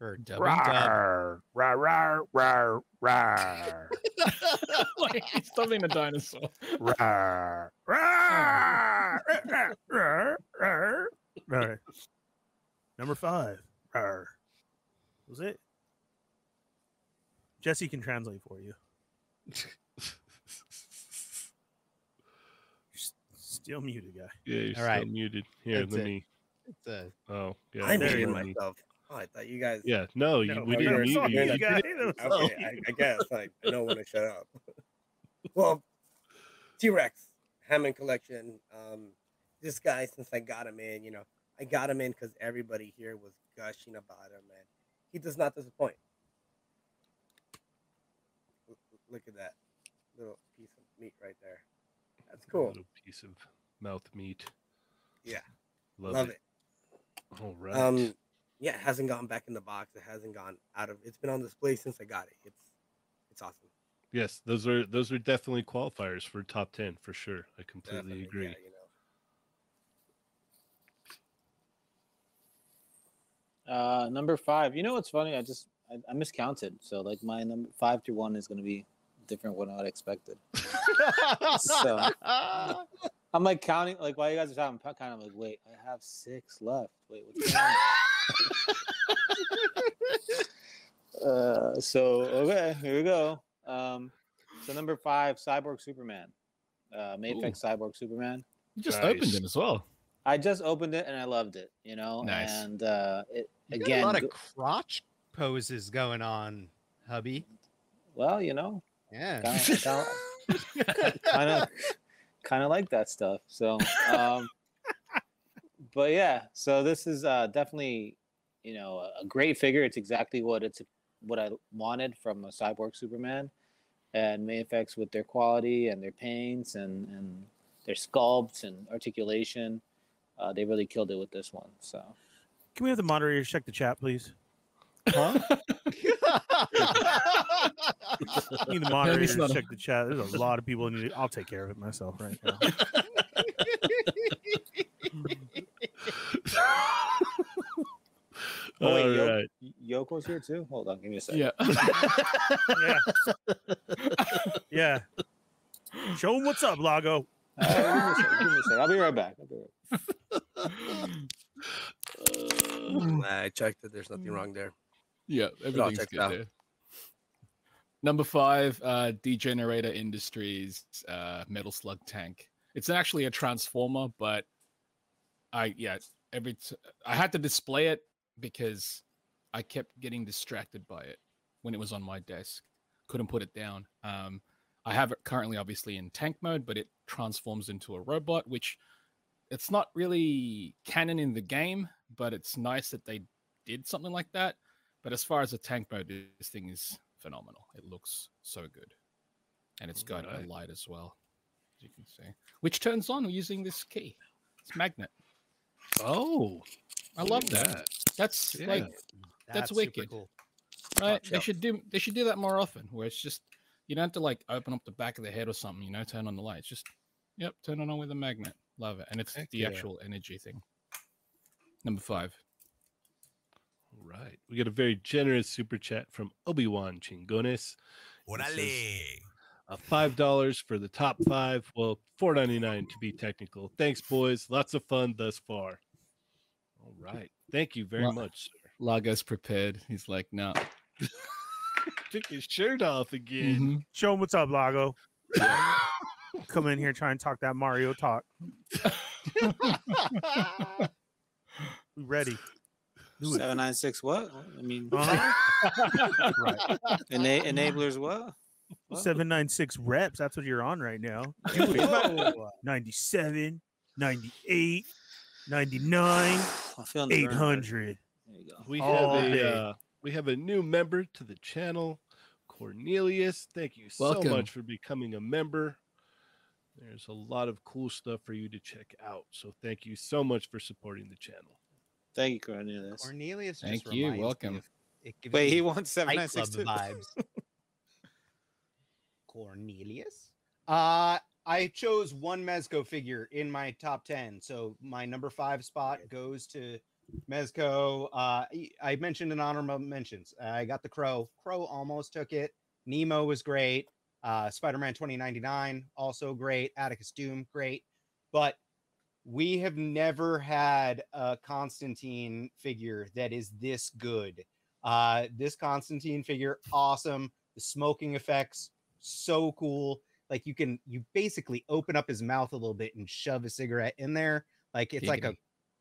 Or dub.
Rawr, rawr, rawr, rawr, rawr,
like he's stuffing a dinosaur.
rawr.
Rawr, rawr, rawr, rawr. All right. Number five. Rawr. Was it? Jesse can translate for you. You're s- still muted, guy.
Yeah, you're
All
still
right.
muted. Here,
That's
let
it.
me.
It's a-
Oh, yeah.
I
let
muted
me-
myself. Oh, I thought you guys.
Yeah, no, you,
No,
we
I
didn't
never
mute
saw
you.
that
You
guy.
did-
That was all
Okay, I, I guess like I know when to shut up. Well, T Rex Hammond collection. Um, this guy, since I got him in, you know, I got him in because everybody here was gushing about him, and he does not disappoint. L- l- Look at that little piece of meat right there. That's
A
cool.
little piece of mouth meat.
Yeah,
Love,
love it.
it. All right.
Um, yeah, it hasn't gone back in the box. It hasn't gone out of. It's been on display since I got it. It's it's awesome.
yes, those are those are definitely qualifiers for top ten for sure. I completely
Definitely,
agree.
Yeah, you know.
Uh, number five. You know what's funny? I just I, I miscounted. So like my number five to one is gonna be different than what I expected. so I'm like counting. Like while you guys are talking, I'm kind of like, wait, I have six left. Wait, what's going on? uh, so okay, here we go. Um, so number five, Cyborg Superman, uh, Mafex Cyborg Superman.
You just opened him as well.
I just opened it and I loved it. You know,
Nice.
and uh, it
You got
again,
a lot
go-
of crotch poses going on, hubby.
Well, you know,
yeah,
kind of, kind of like that stuff. So, um, but yeah, so this is uh, definitely, you know, a- a great figure. It's exactly what it's what I wanted from a cyborg Superman, and Mayfex with their quality and their paints and and their sculpts and articulation, uh, they really killed it with this one. So.
Can we have the moderators check the chat, please? Huh? need the moderators to check the chat. There's a lot of people. In it. I'll take care of it myself right now.
Oh wait, Yo-
Alright.
Yoko's here too. Hold on, give me a second.
Yeah.
yeah. Show them what's up, Lago.
I'll be right back.
I checked it. There's nothing wrong there.
Mm. Yeah,
It all
everything's
checked
good
out.
there. Number five, uh, Degenerator Industries uh, Metal Slug Tank. It's actually a transformer, but I yeah every t- I had to display it because I kept getting distracted by it when it was on my desk. Couldn't put it down. Um, I have it currently obviously in tank mode, but it transforms into a robot, which it's not really canon in the game, but it's nice that they did something like that. But as far as the tank mode, this thing is phenomenal. It looks so good. And it's got a
Alright.
light as well, as you can see, which turns on using this key. It's magnet.
Oh,
I love
Ooh.
that. That's
Yeah.
like that's,
That's super
wicked.
cool.
Right?
Watch
They
out.
should do they should do that more often where it's just you don't have to like open up the back of the head or something, you know, turn on the lights. Just yep, turn it on with a magnet. Love it. And it's
Heck
the
yeah.
actual energy thing. Number five.
All right. We got a very generous super chat from Obi Wan Chingones. He says, Uh, Five dollars for the top five. Well, four ninety nine to be technical. Thanks, boys. Lots of fun thus far. All right. Thank you very
Well-
much. Sir.
Lago's prepared. He's like, no.
Took his shirt off again.
Show them what's up, Lago. Come in here, try and talk that Mario talk. we ready?
Seven nine six. What? I mean,
Uh-huh.
Ena- enablers. What?
Seven nine six reps. That's what you're on right now.
Do it.
Whoa. 97, 98, 99,
I'm feeling the burn, bud.
800.
There you go.
We
All
have
day.
a uh, we have a new member to the channel, Cornelius. Thank you
Welcome.
so much for becoming a member. There's a lot of cool stuff for you to check out. So thank you so much for supporting the channel.
Thank you, Cornelius.
Cornelius. just
Thank you.
reminds me
Welcome.
of- it gives
Wait,
me
he wants seven
Fight
nine six two.
Club vibes. Cornelius. Uh, I chose one Mezco figure in my top 10. So my number five spot goes to Mezco. Uh, I- I mentioned in honorable mentions. I got the Crow. Crow almost took it. Nemo was great. Uh, Spider Man 2099, also great. Atticus Doom, great. But we have never had a Constantine figure that is this good. Uh, this Constantine figure, awesome. The smoking effects, so cool. Like you can, you basically open up his mouth a little bit and shove a cigarette in there. Like it's like a
Giggity.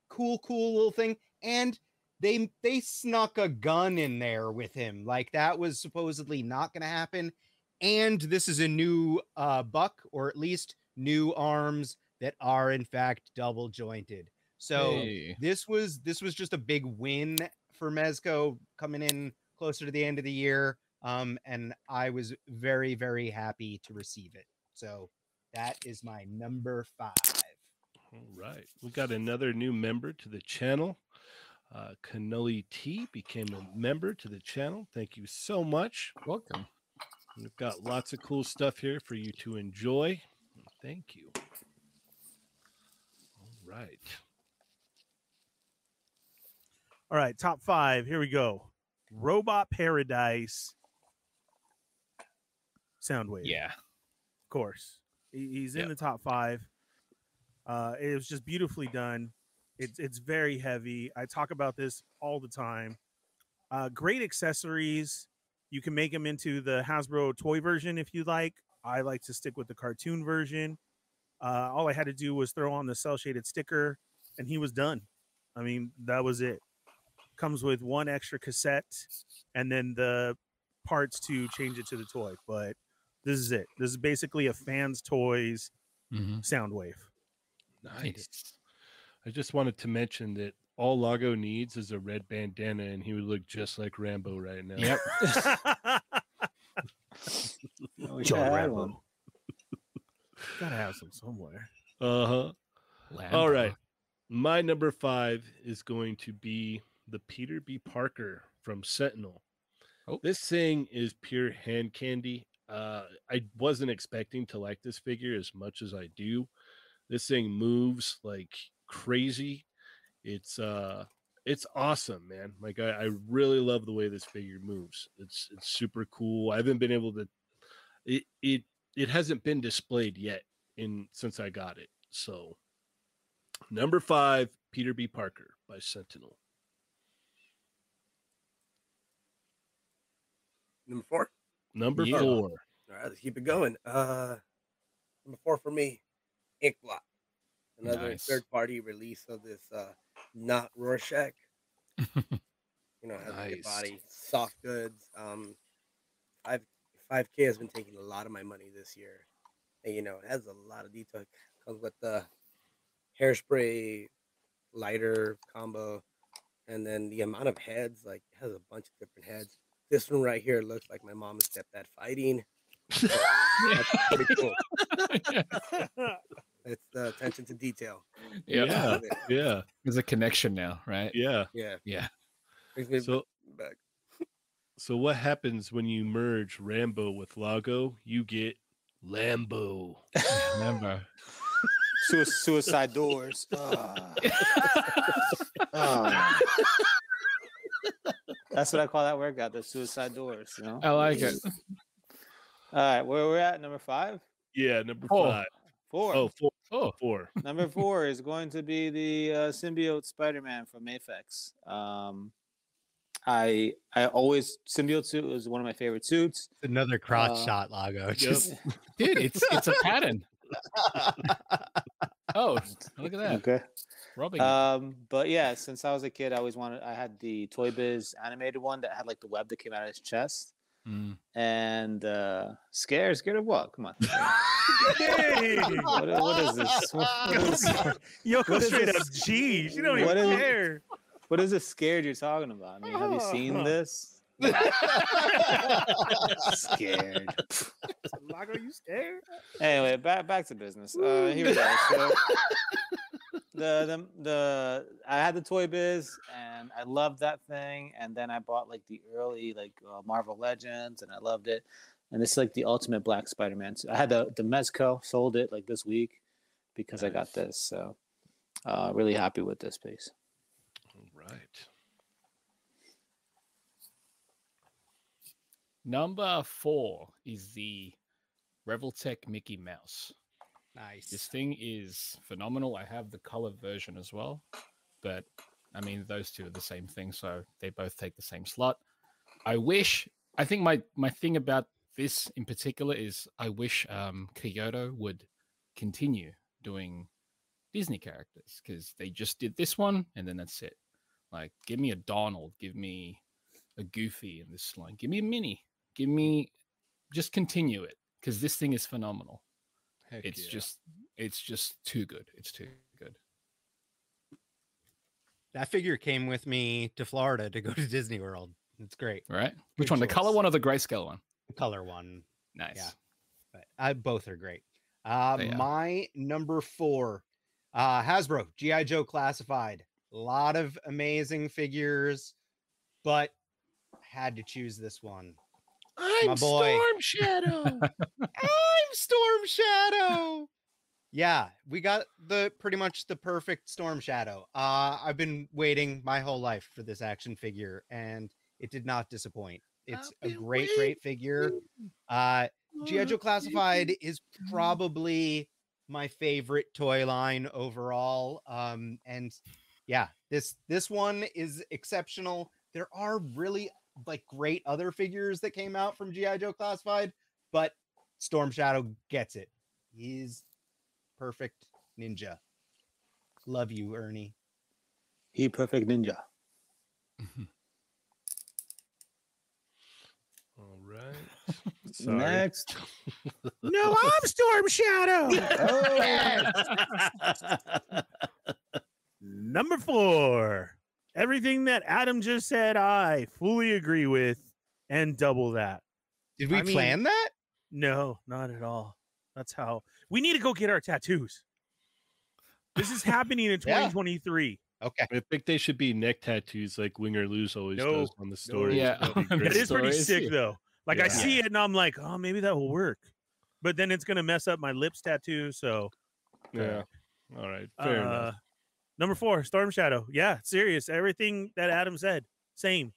cool, cool little thing. And they they snuck a gun in there with him. Like that was supposedly not going to happen. And this is a new uh, buck, or at least new arms that are in fact double jointed. So
Hey.
this was this was just a big win for Mezco coming in closer to the end of the year. Um, and I was very, very happy to receive it. So that is my number five.
All right. We got another new member to the channel. Uh, Canoli T became a member to the channel. Thank you so much.
Welcome.
We've got lots of cool stuff here for you to enjoy. Thank you. All right.
All right, top five. Here we go. Robot Paradise. Soundwave.
Yeah.
Of course. He- He's in the top five. Uh, it was just beautifully done. It's it's very heavy. I talk about this all the time. Uh, great accessories. You can make them into the Hasbro toy version if you like. I like to stick with the cartoon version. Uh, all I had to do was throw on the cell shaded sticker, and he was done. I mean, that was it. Comes with one extra cassette, and then the parts to change it to the toy. But this is it. This is basically a fan's toys sound wave.
Nice. I just wanted to mention that all Lago needs is a red bandana, and he would look just like Rambo right now.
Yep.
John
John
Rambo.
Gotta have some somewhere.
Uh huh.
Lamb
All
chop.
right. My number five is going to be the Peter B. Parker from Sentinel. This thing is pure hand candy. Uh, I wasn't expecting to like this figure as much as I do. This thing moves like crazy. It's uh it's awesome, man. Like I, I really love the way this figure moves. It's it's super cool. I haven't been able to it it it hasn't been displayed yet in since I got it. So number five, Peter B. Parker by Sentinel.
Number four.
Number four.
All right, let's keep it going. Uh, number four for me, Inkblot, another
Nice.
third-party release of this uh, not Rorschach. you know, has a
Nice.
good body, soft goods. Um, five five K has been taking a lot of my money this year, and you know, it has a lot of detail. Comes with the hairspray lighter combo, and then the amount of heads like it has a bunch of different heads. This one right here looks like my mom and stepdad fighting. So, that's pretty cool. it's the attention to detail. I love it.
Yeah.
There's a connection now, right?
Uh, Yeah.
Yeah.
Yeah.
Brings me
So-
back.
So what happens when you merge Rambo with Lago? You get Lambo.
Lambo.
Sui- suicide doors. Ah. Ah. That's what I call that workout, the suicide doors. You know?
I like it.
All right, where we're at, number five?
Yeah, number
Four.
five.
Four.
Oh, four.
Oh.
Four.
Number four is going to be the uh, symbiote Spider-Man from Apex. Um, I I always symbiote suit was one of my favorite suits.
Another crotch
Uh,
shot, Lago.
yep.
Just
Dude, it's it's a pattern. oh, look at that.
Okay.
Robbing it.
Uh,
Um, but yeah, since I was a kid, I always wanted. I had the Toy Biz animated one that had like the web that came out of his chest.
Mm.
And uh, scared, scared of what? Come on. What- what is this? What is-
Yo, go
What is
straight up
this?
G. You don't
What
even
is-
care. Oh.
What is this scared you're talking about? I mean, have you seen this? scared.
Lago, you scared?
Anyway, back back to business. Uh, here we go. So, the the the I had the Toy Biz and I loved that thing, and then I bought like the early like uh, Marvel Legends, and I loved it. And this is like the ultimate Black Spider Man. I had the the Mezco, sold it like this week because I got this. So, uh, really happy with this piece.
All right.
Number four is the Reveltech Mickey Mouse.
Nice.
This thing is phenomenal. I have the color version as well, but I mean those two are the same thing, so they both take the same slot. I wish. I think my my thing about this in particular is I wish um, Kyoto would continue doing Disney characters because they just did this one and then that's it. Like, give me a Donald, give me a Goofy in this line, give me a Minnie, give me just continue it because this thing is phenomenal.
Heck
it's
yeah.
just it's just too good. It's too good.
that figure came with me to Florida to go to Disney World. It's great.
Right? Which
Good
one? The color
choice.
one or the grayscale one?
The color one.
Nice.
Yeah. But I, both are great. Uh,
They are.
my
number four uh hasbro gi joe classified a lot of amazing figures but had to choose this one
I'm
My boy.
Storm Shadow.
i'm storm shadow Yeah, we got the pretty much the perfect Storm Shadow. Uh, I've been waiting my whole life for this action figure, and it did not disappoint. It's a great, great figure. Uh, GI Joe Classified is probably my favorite toy line overall. Um, and yeah, this this one is exceptional. There are really like great other figures that came out from GI Joe Classified, but Storm Shadow gets it. He's perfect ninja. Love you, Ernie.
He perfect ninja.
All right. Sorry.
Next.
No, I'm Storm Shadow. Number four. Everything that Adam just said, I fully agree with, and double that.
Did we
I mean-
plan that?
No, not at all. That's how we need to go get our tattoos. This is happening in
Yeah.
2023.
Okay.
I think they should be neck tattoos like Wing or Lose always
No,
does on the stories.
Yeah.
That'd be
On the
great.
It is pretty
Stories.
sick though. Like I
Yeah.
see it and I'm like, oh, maybe that will work. But then it's gonna mess up my lips tattoo. So
Yeah. All right. Fair
Uh,
enough.
Number four, Storm Shadow. Yeah, serious. Everything that Adam said, same.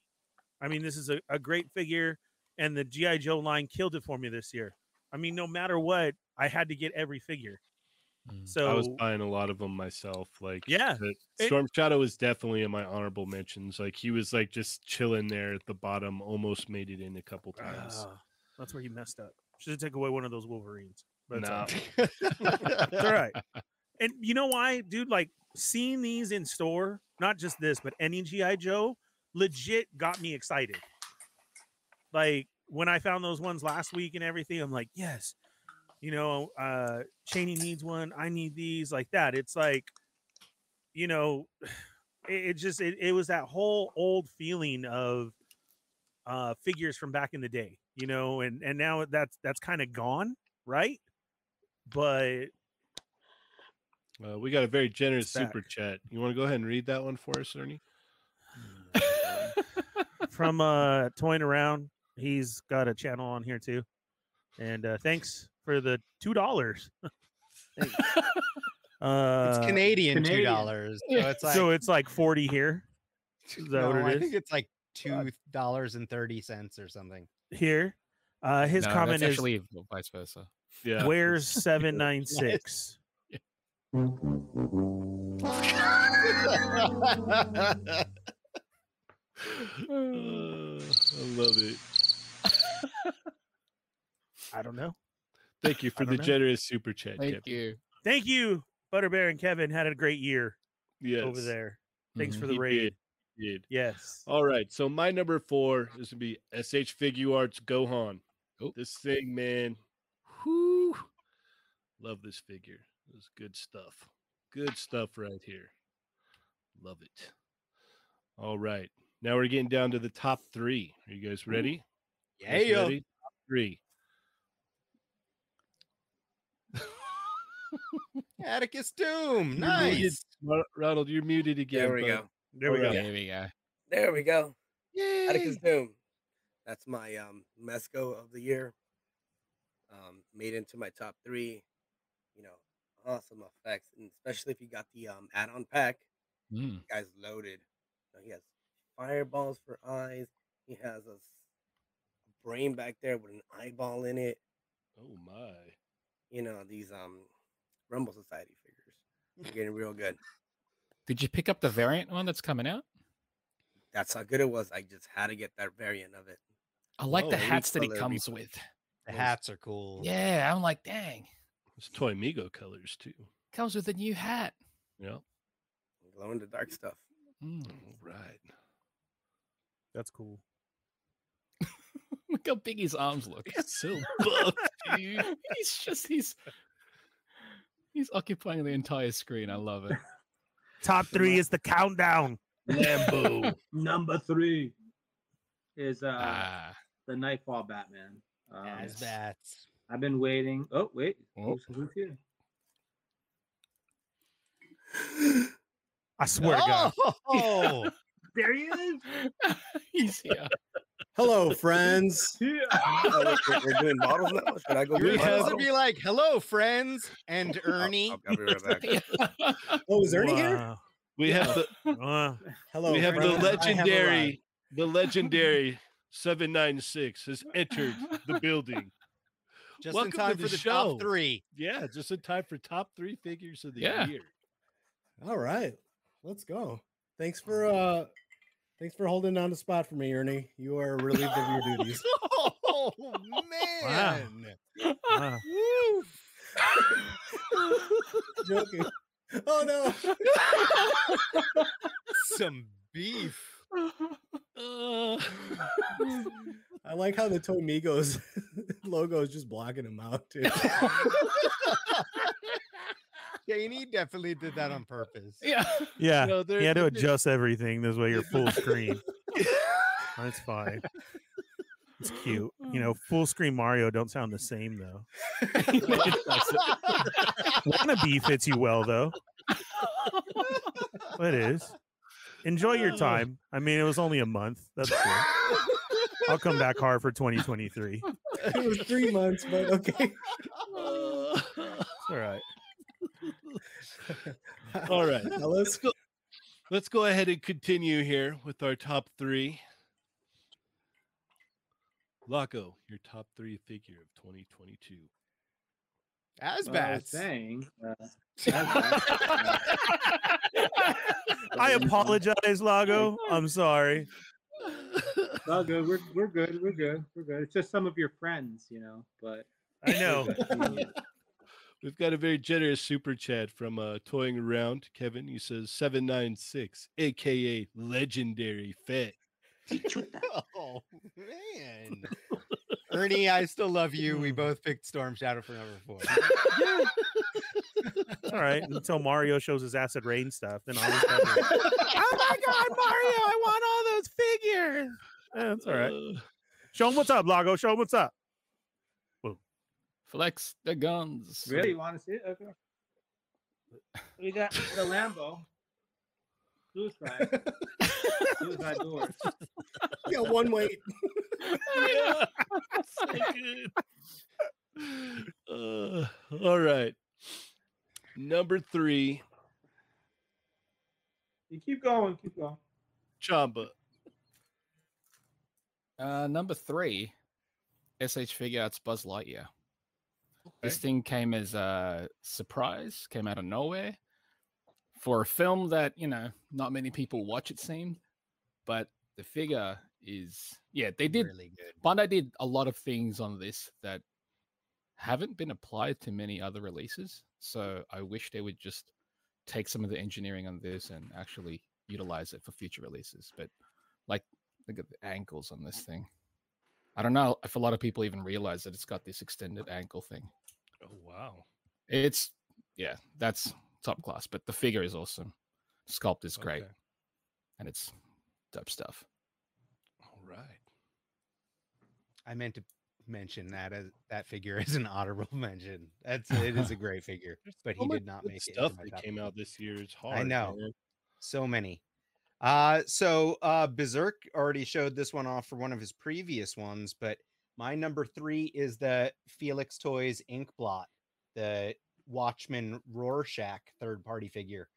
I mean, this is a, a great figure, and the G.I. Joe line killed it for me this year. I mean, no matter what, I had to get every figure. So
Mm.
I was buying a lot of them myself. Like,
Yeah,
but
it-
Storm Shadow is definitely in my honorable mentions. Like, he was like just chilling there at the bottom, almost made it in a couple times.
Ah, that's where he messed up. Should have taken away one of those Wolverines. But it's all
Nah.
right. It's all right. And you know why, dude? Like seeing these in store, not just this, but any GI Joe, legit got me excited. Like when I found those ones last week and everything, I'm like, yes, you know, uh Cheney needs one. I need these, like that. It's like, you know, it, it just it, it was that whole old feeling of uh figures from back in the day, you know, and and now that's that's kind of gone, right? But
Uh, we got a very generous
back.
super chat. You want to go ahead and read that one for us, Ernie?
from uh toying around he's got a channel on here too and uh thanks for the two dollars uh
It's Canadian two
Canadian.
dollars. So it's like
so it's like 40 here is that
no,
what it
I
is?
think it's like two dollars and thirty cents or something.
here uh his
No,
comment
that's
is
actually vice versa.
Yeah.
where's 796
Uh, I love it.
i don't know
Thank you for
don't
the
know.
generous super chat.
Thank
Kip.
you.
thank you butterbear and kevin had a great year
Yes. Mm-hmm.
over there thanks
Mhm.
for the
He
raid
did. he did.
yes
All right. So my number four is gonna be SH Figure Arts Gohan.
Oh.
This thing, man. Whoo. Love this figure. This is good stuff. Good stuff right here. Love it. All right. Now we're getting down to the top three. Are you guys ready? You guys
Yeah.
ready? Top three.
Atticus Doom.
You're muted,
Nice.
Ron- Ronald, you're muted again.
There we
bud.
go.
there we
all
go
right.
There we go.
There we go.
Yay.
Atticus Doom. That's my um Mesco of the year. Um, made into my top three. You know, awesome effects, and especially if you got the um add-on pack.
Mm.
Guy's loaded. You know, he has fireballs for eyes. He has a s- brain back there with an eyeball in it.
Oh my.
You know these um Rumble Society figures. They're getting real good.
Did you pick up the variant one that's coming out?
That's how good it was. I just had to get that variant of it.
I like
Oh,
the
we
hats that
saw
he
the
comes
replay.
with.
The hats are cool.
Yeah, I'm like, dang,
It's Toy Migo colors too.
comes with a new hat.
Yeah.
Glow in the dark stuff.
Mm.
All right.
that's cool
Look how big his arms look.
So buff, dude.
he's just he's he's occupying the entire screen. I love it.
top three is the countdown
Lambo.
Number three is uh,
Ah,
the Nightfall Batman. Um,
As bats.
I've been waiting. Oh wait,
Oh.
who's, who's here?
i swear to god
Oh,
There he is.
he's here.
Hello, friends.
Oh, we're, we're doing bottles now. Should I go?
You're
get my
Oh.
supposed to
bottle?
be like, "Hello, friends," and Ernie.
I'll be right back.
Oh, is Ernie here?
We have the
Hello,
We have the
friends. I have
legendary, the legendary seven nine six has entered the building.
Just in
Welcome to
time for the top
show.
three.
Yeah, just in time for top three figures of the
Yeah.
year.
All right, let's go. Thanks for uh, thanks for holding down the spot for me, Ernie. You are relieved of your duties.
Oh man!
Wow.
Woo.
Joking. Oh no!
Some beef.
I like how the Tomigos logo is just blocking him out too.
Janie definitely did that on purpose.
Yeah.
Yeah,
No,
you
they're-
had to
they're-
adjust everything. This way, you're full screen. That's fine. It's cute. You know, full screen Mario don't sound the same though. Wannabe fits you well though. It is. Enjoy your time. I mean, it was only a month. That's cool. I'll come back hard for 2023. It's
it was three months, but okay.
all right.
All right.
Now let's
go. Let's go ahead and continue here with our top three. Laco, your top three figure of 2022.
Well, I was
As bad.
saying, uh,
I apologize, Lago. I'm sorry.
Well, good. We're, we're good. We're good. We're good. It's just some of your friends, you know. But
I know.
We've got a very generous super chat from uh, Toying Around. Kevin, he says 796, aka Legendary Fett.
Oh man, Ernie, I still love you. We both picked Storm Shadow for number four.
It's all right until Mario shows his acid rain stuff. Then I'll. Just have it.
oh my God, Mario! I want all those figures.
Yeah, it's all right. Show him what's up, Lago. Show him what's up.
Flex the guns.
really, you want to see it? Okay. We got the Lambo. Suicide. Suicide Uh, door.
Yeah, one wait.
Uh, all right. Number three,
You keep going. Keep going.
Chamba.
Uh, number three, SH figure out's Buzz Lightyear. This thing came as a surprise, came out of nowhere for a film that, you know, not many people watch, it seemed. But the figure is, yeah, they did.
Really good.
Bandai did a lot of things on this that haven't been applied to many other releases. So I wish they would just take some of the engineering on this and actually utilize it for future releases. But like, look at the ankles on this thing. I don't know if a lot of people even realize that it's got this extended ankle thing.
Oh, wow.
It's yeah, that's top class. But the figure is awesome. Sculpt is great,
Okay.
and it's dope stuff.
All right.
I meant to mention that as that figure is an honorable mention. That's it is a great figure, but
so
he
much
did not
good
make it into
stuff
my
that
top
came
ten.
out this year. It's hard.
I know
man.
so many. Uh so uh Berserk already showed this one off for one of his previous ones, but my number three is the Felix Toys Ink Blot, the Watchman Rorschach third party figure.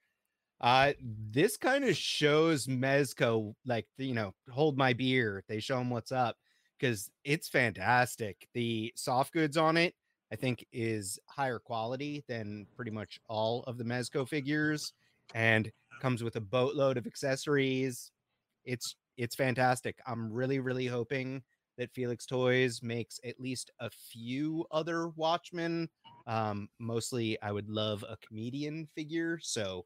Uh this kind of shows Mezco like you know, hold my beer. They show him what's up because it's fantastic. The soft goods on it, I think, is higher quality than pretty much all of the Mezco figures, and comes with a boatload of accessories. It's it's fantastic. I'm really really hoping that Felix Toys makes at least a few other Watchmen. Um, mostly, I would love a comedian figure. So,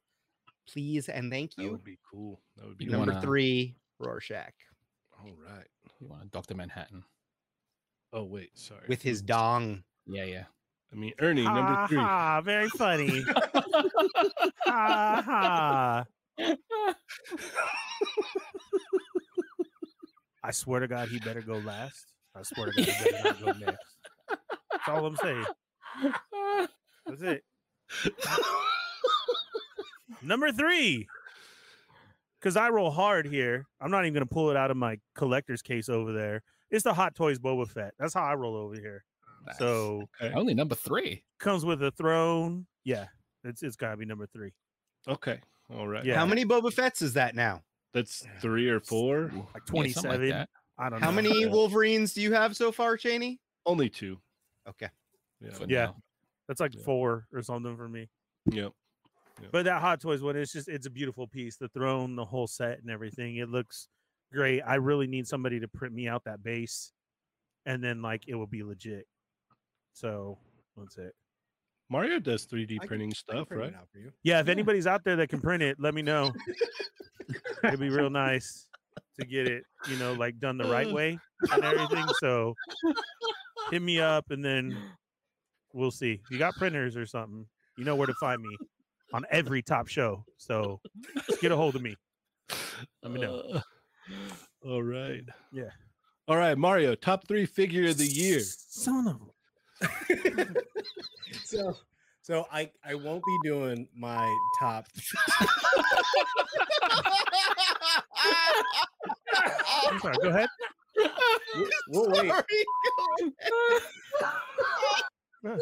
please and thank
That
you.
would be cool. That would be
You
Number
wanna-
three, Rorschach
All right.
You want a Doctor Manhattan?
Oh, wait. Sorry.
with his dong.
Yeah, yeah.
I mean, Ernie, number
Ha
three.
ha! Very funny. ha ha! I swear to God, he better go last. I swear to God, he better not go next. That's all I'm saying. That's it. Number three, because I roll hard here. I'm not even gonna pull it out of my collector's case over there. It's the Hot Toys Boba Fett. That's how I roll over here. So
only number three
comes with a throne. Yeah, it's it's gotta be number three.
Okay. All right.
Yeah.
How many Boba Fett's is that now?
That's three or four.
Like 27. I don't
How
know.
many
Yeah.
Wolverines do you have so far, Cheney?
Only two.
Okay.
Yeah. That's like four or something for me.
Yep.
But that Hot Toys one, it's just it's a beautiful piece. The throne, the whole set, and everything. It looks great. I really need somebody to print me out that base, and then like it will be legit. So that's it.
Mario does 3D
can-
printing stuff,
print it
right?
out Yeah, if
Yeah.
anybody's out there that can print it, let me know. It'd be real nice to get it, you know, like done the
Uh.
right way and everything. So hit me up and then we'll see. You got printers or something, you know where to find me on every top show. So just get a hold of me. Let me know.
All right.
Yeah.
All right, Mario, top three figure of the year.
Son of
so so I I won't be doing my top.
I'm sorry, go ahead.
We'll, we'll wait. You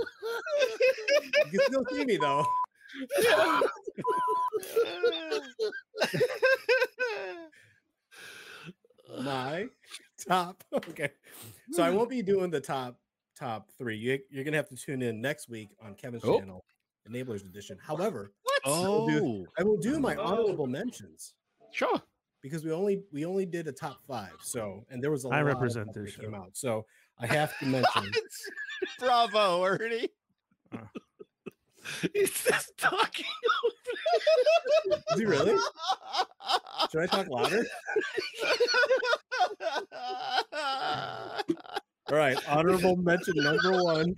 can still see me though. my top. Okay. So I
Hmm.
won't be doing the top top three. You, you're gonna have to tune in next week on Kevin's
Oh.
channel, Enablers Edition. However,
What?
I will do, I will do my
Oh.
honorable mentions.
Sure.
Because we only we only did a top five, so and there was a
I
lot of
represent
stuff that
this
came out, so I have to mention. Uh.
Bravo, Ernie.
He's just talking.
Is he really? Should I talk louder? All right, honorable mention number one: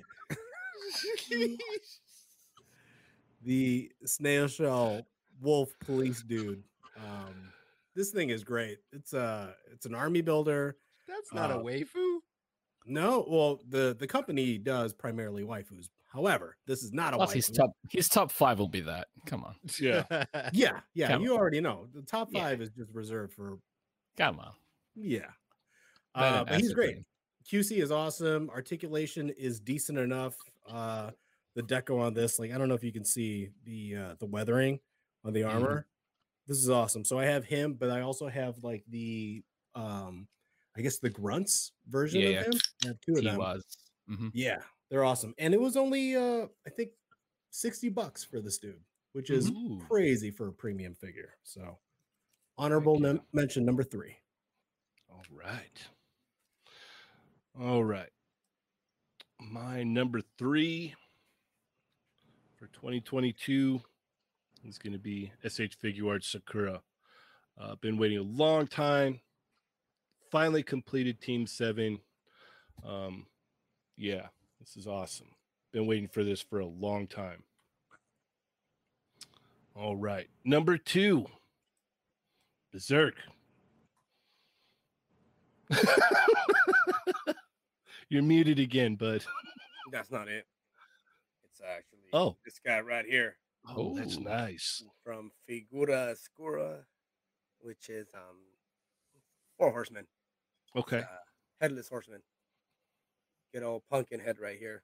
the snail shell wolf police dude. Um, this thing is great. It's a it's an army builder.
That's not a
Uh,
waifu.
No, well the the company does primarily waifus. However, this is not a
Plus,
waifu.
his top his top five will be that. Come on.
Yeah.
yeah, yeah.
Come
you
on.
already know the top
Yeah.
five is just reserved for
Come on.
yeah.
Better
Uh,
than
but he's
acid
great. QC is awesome. Articulation is decent enough. Uh, the deco on this, like I don't know if you can see the uh, the weathering on the
Mm-hmm.
armor. This is awesome. So I have him, but I also have like the um, I guess the grunts version
Yeah,
of
yeah.
him. I have two of
He
them.
was. Mhm.
Yeah, they're awesome. And it was only uh I think 60 bucks for this dude, which is
Ooh.
crazy for a premium figure. So honorable men- mention number 3.
All right. All right. My number three for 2022 is going to be SH Figure Arts Sakura. Uh, been waiting a long time. Finally completed Team Seven. Um, yeah, this is awesome. Been waiting for this for a long time. All right, number two, Berserk. You're muted again, bud.
That's not it. It's actually
Oh.
this guy right here.
Oh, that's nice.
From Figura Escura, which is um four horsemen, uh,
Okay.
headless horsemen. Good old pumpkin head right here.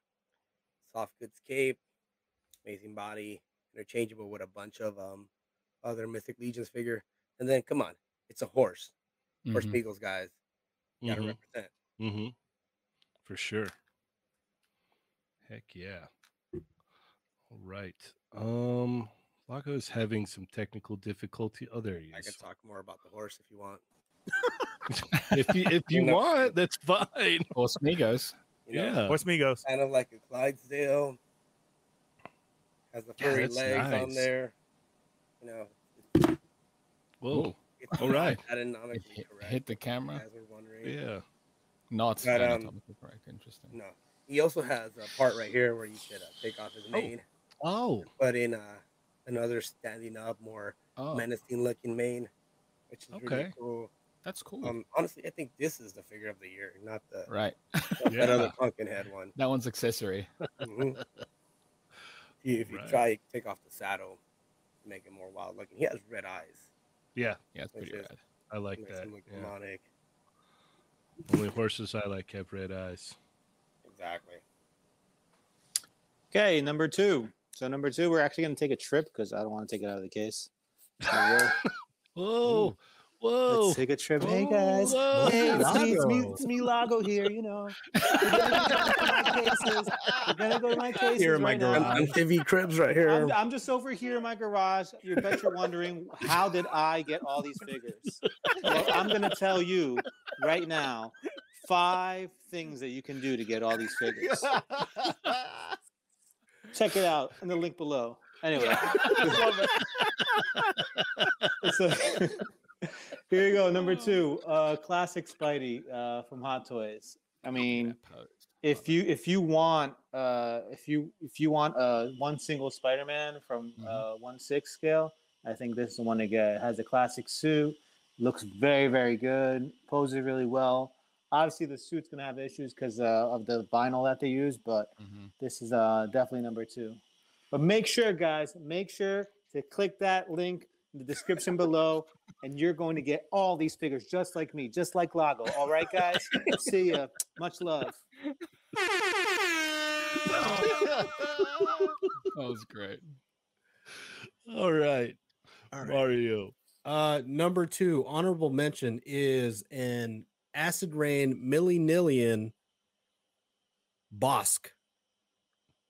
Soft goods cape, amazing body, interchangeable with a bunch of um other Mythic Legions figure. And then come on, it's a horse. Horse
Mhm.
beagles, guys. Gotta
Mhm.
represent.
Mm-hmm. For sure. Heck yeah. All right. Um, Lago is having some technical difficulty. Oh, there he
I can
is.
talk more about the horse if you want.
If you if you
No.
want, that's fine.
Horse Migos.
You know,
Yeah.
Horse Migos.
kind of like a Clydesdale. Has the
Yeah,
furry
that's
legs on
nice.
there. You know,
Whoa.
it's
All
not
right.
Anatomically
Hit,
correct.
hit the camera.
As we're wondering.
Yeah.
Not
But, um,
anatomically correct. Interesting.
No. He also has a part right here where you could uh, take off his mane,
Oh.
but in uh, another standing up, more
Oh.
menacing looking mane, which is
Okay.
really cool.
That's cool.
Um, honestly, I think this is the figure of the year, not the
right.
not that other pumpkin head one.
That one's accessory.
Mhm. If you
Right.
try take off the saddle, make it more wild looking. He has red eyes.
Yeah.
Yeah, it's pretty
rad. I like
Makes
that.
them look
yeah.
demonic.
Only horses I like have red eyes.
Exactly.
Okay, number two. So number two, we're actually going to take a trip because I don't want to take it out of the case.
whoa, whoa!
Oh.
Let's take a trip. hey guys,
whoa.
hey, it's me, it's me,
Lago.
it's me, Lago here. You know, we're gonna go to my cases. We're gonna go to my cases right now.
I'm TV Cribs right here.
I'm, I'm just over here in my garage. You bet you're wondering how did I get all these figures? Well, I'm gonna tell you right now five things that you can do to get all these figures. Check it out in the link below. Anyway, So, here you go. Number two, uh, classic Spidey uh, from Hot Toys. I mean, if you if you want uh, if you if you want uh, one single Spider-Man from uh, one six scale, I think this is the one to get. It has a classic suit, looks very very good, poses really well. Obviously, the suit's gonna have issues because uh, of the vinyl that they use, but this is uh, definitely number two. But make sure, guys, make sure to click that link in the description below, and you're going to get all these figures just like me, just like Lago. All right, guys? See ya. Much love.
That was great.
All right. Mario.
Uh, number two, honorable mention is an acid rain milli nillion Bosk.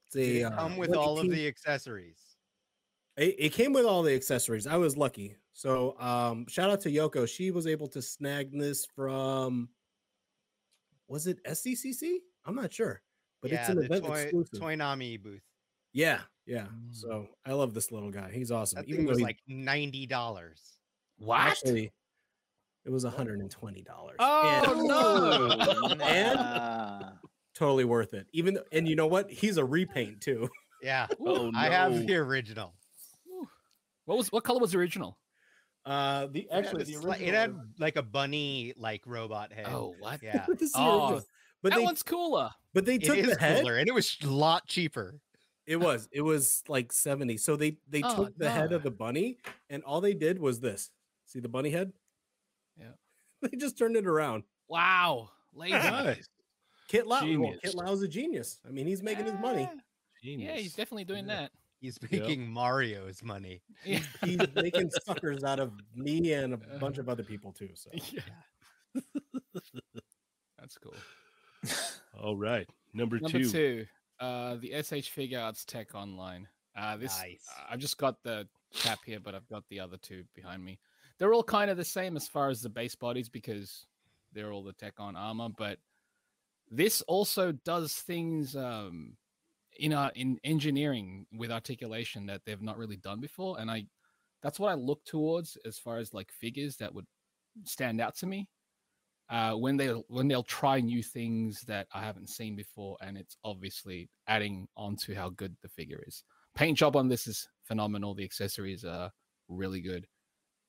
It's
Did
a,
it
uh,
come with all of
20
the accessories.
It, it came with all the accessories. I was lucky. So um shout out to Yoko. She was able to snag this from was it SCCC? I'm not sure, but it's
Yeah,
an
the
event
toy,
exclusive.
Toynami booth.
Yeah, yeah. So I love this little guy. He's awesome.
That thing
though
was
he-
like ninety dollars.
What?
Actually, it was $120.
Oh,
and, no. and totally worth it. Even though- and you know what? He's a repaint too.
Yeah,
Oh,
I have
no.
the original.
What was what color was the original?
Uh, the
It had
actually
a
the
sli- it
original
had like a bunny like robot head.
Oh, what?
Yeah,
This is the
Oh,
original. But
that
they-
one's cooler.
But they
It
took
is
the head.
cooler, and it was a lot cheaper.
It was. It was like 70. So they they
Oh,
took the head of the bunny and all they did was this. See the bunny head?
Yeah.
They just turned it around.
Wow. Lazy.
Nice.
Kit Lau. well,
Genius.
Kit Lau's a genius. I mean, he's making his money.
Yeah, he's definitely doing that.
He's making Mario's money.
Yeah.
He's making suckers out of me and a bunch of other people too. So
Yeah. That's cool.
All right. Number,
Number
two.
two, uh, the SH Figure Arts Tech Online. Uh, this I've just got the cap here, but I've got the other two behind me. They're all kind of the same as far as the base bodies because they're all the Tech on armor, but this also does things um, in our in engineering with articulation that they've not really done before, and I that's what I look towards as far as like figures that would stand out to me uh, when they when they'll try new things that I haven't seen before, and it's obviously adding on to how good the figure is. Paint job on this is phenomenal. The accessories are really good,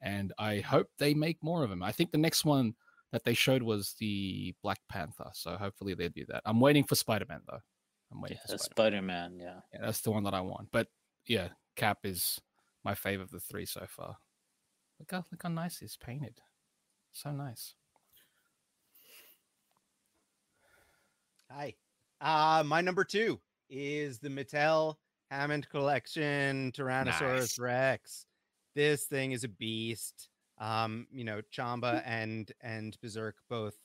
and I hope they make more of them. I think the next one that they showed was the Black Panther, so hopefully they do that. I'm waiting for Spider Man though. I'm waiting for Spider.
Spider Man, yeah.
Yeah, that's the one that I want. But yeah, Cap is my favorite of the three so far. Look how look how nice it's painted. So nice.
Hi. Uh, my number two is the Mattel Hammond Collection Tyrannosaurus
Nice.
Rex. This thing is a beast. Um, you know,
Mm.
Chamba and and Berserk both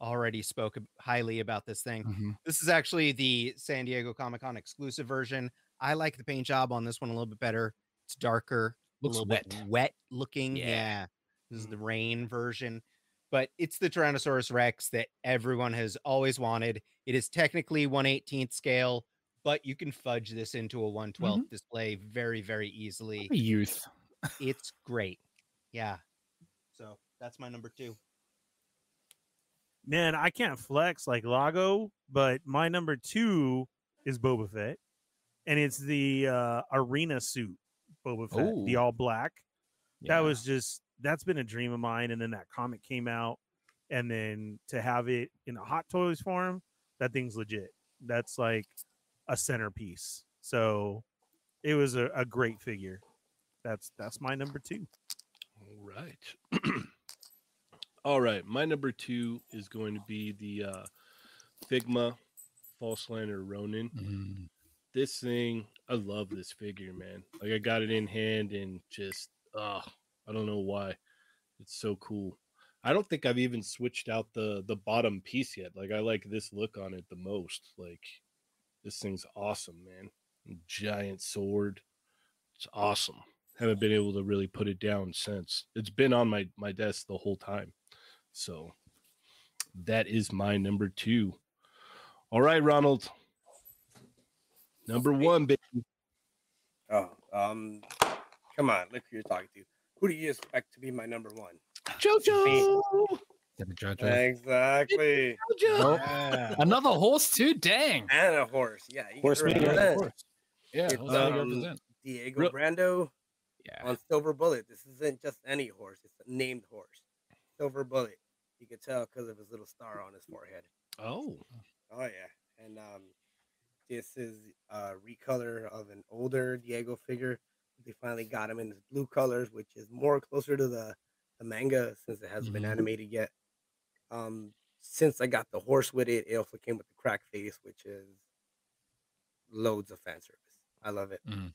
already spoke ab- highly about this thing.
Mhm.
This is actually the San Diego Comic Con exclusive version. I like the paint job on this one a little bit better. It's darker,
Looks
a little
wet.
bit wet looking.
Yeah.
yeah. This
Mm-hmm.
is the rain version, but it's the Tyrannosaurus Rex that everyone has always wanted. It is technically 118th scale, but you can fudge this into a 112th
Mm-hmm.
display very, very easily.
Youth.
It's great. Yeah. So that's my number two.
man, I can't flex like Lago, but my number two is Boba Fett, and it's the uh, arena suit Boba Fett, the
Ooh.
all black.
Yeah.
That was just that's been a dream of mine, and then that comic came out, and then to have it in a Hot Toys form, that thing's legit. That's like a centerpiece. So it was a, a great figure. That's that's my number two.
All Right. right. All right. My number two is going to be the uh, Figma False Liner Ronin. This thing, I love this figure, man. Like I got it in hand and just, oh, I don't know why. It's so cool. I don't think I've even switched out the the bottom piece yet. Like I like this look on it the most. Like this thing's awesome, man. Giant sword. It's awesome. Haven't been able to really put it down since. It's been on my my desk the whole time. So that is my number 2. All right, Ronald. Number 1, baby.
Oh, um, come on. Look who you're talking to. Who do you expect to be my number one?
Jojo.
Exactly.
Nope. Another horse too. Dang.
And a horse. Yeah. you
Horse
get
meat, yeah, of
represent.
course. Yeah,
It's,
horse meat, you
um,
represent.
Diego
Real-
Brando. On Silver Bullet. This isn't just any horse. It's a named horse. Silver Bullet. You could tell because of his little star on his forehead.
Oh.
Oh yeah, and um, this is a recolor of an older Diego figure. They finally got him in his blue colors, which is more closer to the, the manga since it hasn't been
Mhm.
Mm-hmm.
animated yet. Um, since I got the horse with it, it also came with the crack face, which is loads of fan service. I love it.
Mm.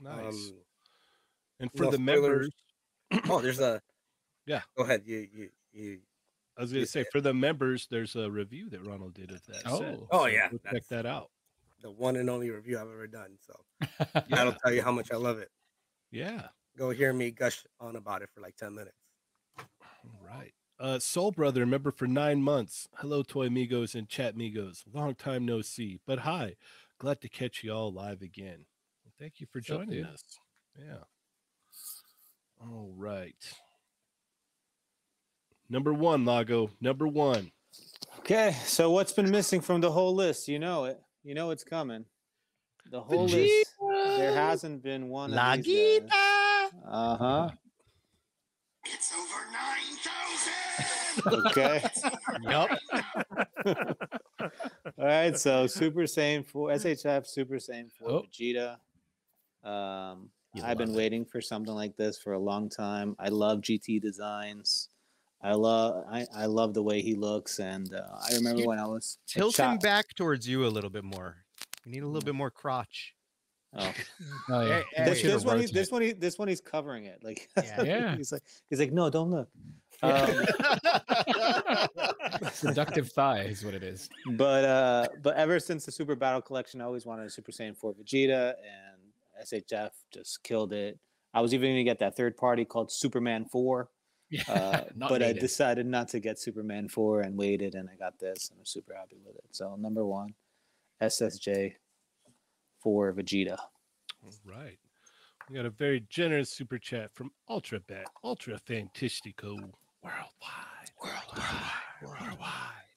Nice.
Um,
and
no
for the
spoilers.
members,
oh, there's a
yeah.
Go ahead. You you you.
I was going
you
to say for the members, there's a review that Ronald did of that. set,
Oh. Oh, yeah,
go check
that's-
that out.
the one and only review I've ever done. So that'll tell you how much I love it.
Yeah.
Go hear me gush on about it for like 10 minutes.
Right. Uh, Soul Brother, member for nine months. Hello, Toy Amigos and Chat Migos. Long time no see, but hi. Glad to catch you all live again. Well, thank you for
What's up,
joining
dude?
us. Yeah. All right. Number one, Lago. Number one.
Okay, so what's been missing from the whole list? You know it. You know it's coming. The whole list. There hasn't been one. Uh huh.
It's over 9,000!
Okay.
Yup.
All right, so Super Saiyan 4, SHF Super Saiyan 4
Oh.
Vegeta. Um, I've been waiting for something like this for a long time. I love GT designs. I love I, I love the way he looks, and uh, I remember when I was a
tilt him
child- Mm.
back towards you a little bit more. You need a little bit more crotch.
Oh,
Oh, yeah.
Hey,
this,
hey.
this one, he,
Rotate.
this one, he, this one, he's covering it. Like,
Yeah.
he's like, he's like, no, don't look. Um,
Um,
Seductive thigh is what it is.
but uh, but ever since the Super Battle Collection, I always wanted a Super Saiyan 4 Vegeta, and SHF just killed it. I was even going to get that third party called Superman 4, uh,
not
but I
needed.
decided not to get Superman 4 and waited, and I got this, and I'm super happy with it. So number one, SSJ 4 Vegeta.
All right. We got a very generous super chat from Ultra Bat, Ultra Fantastico Worldwide. Worldwide. Worldwide.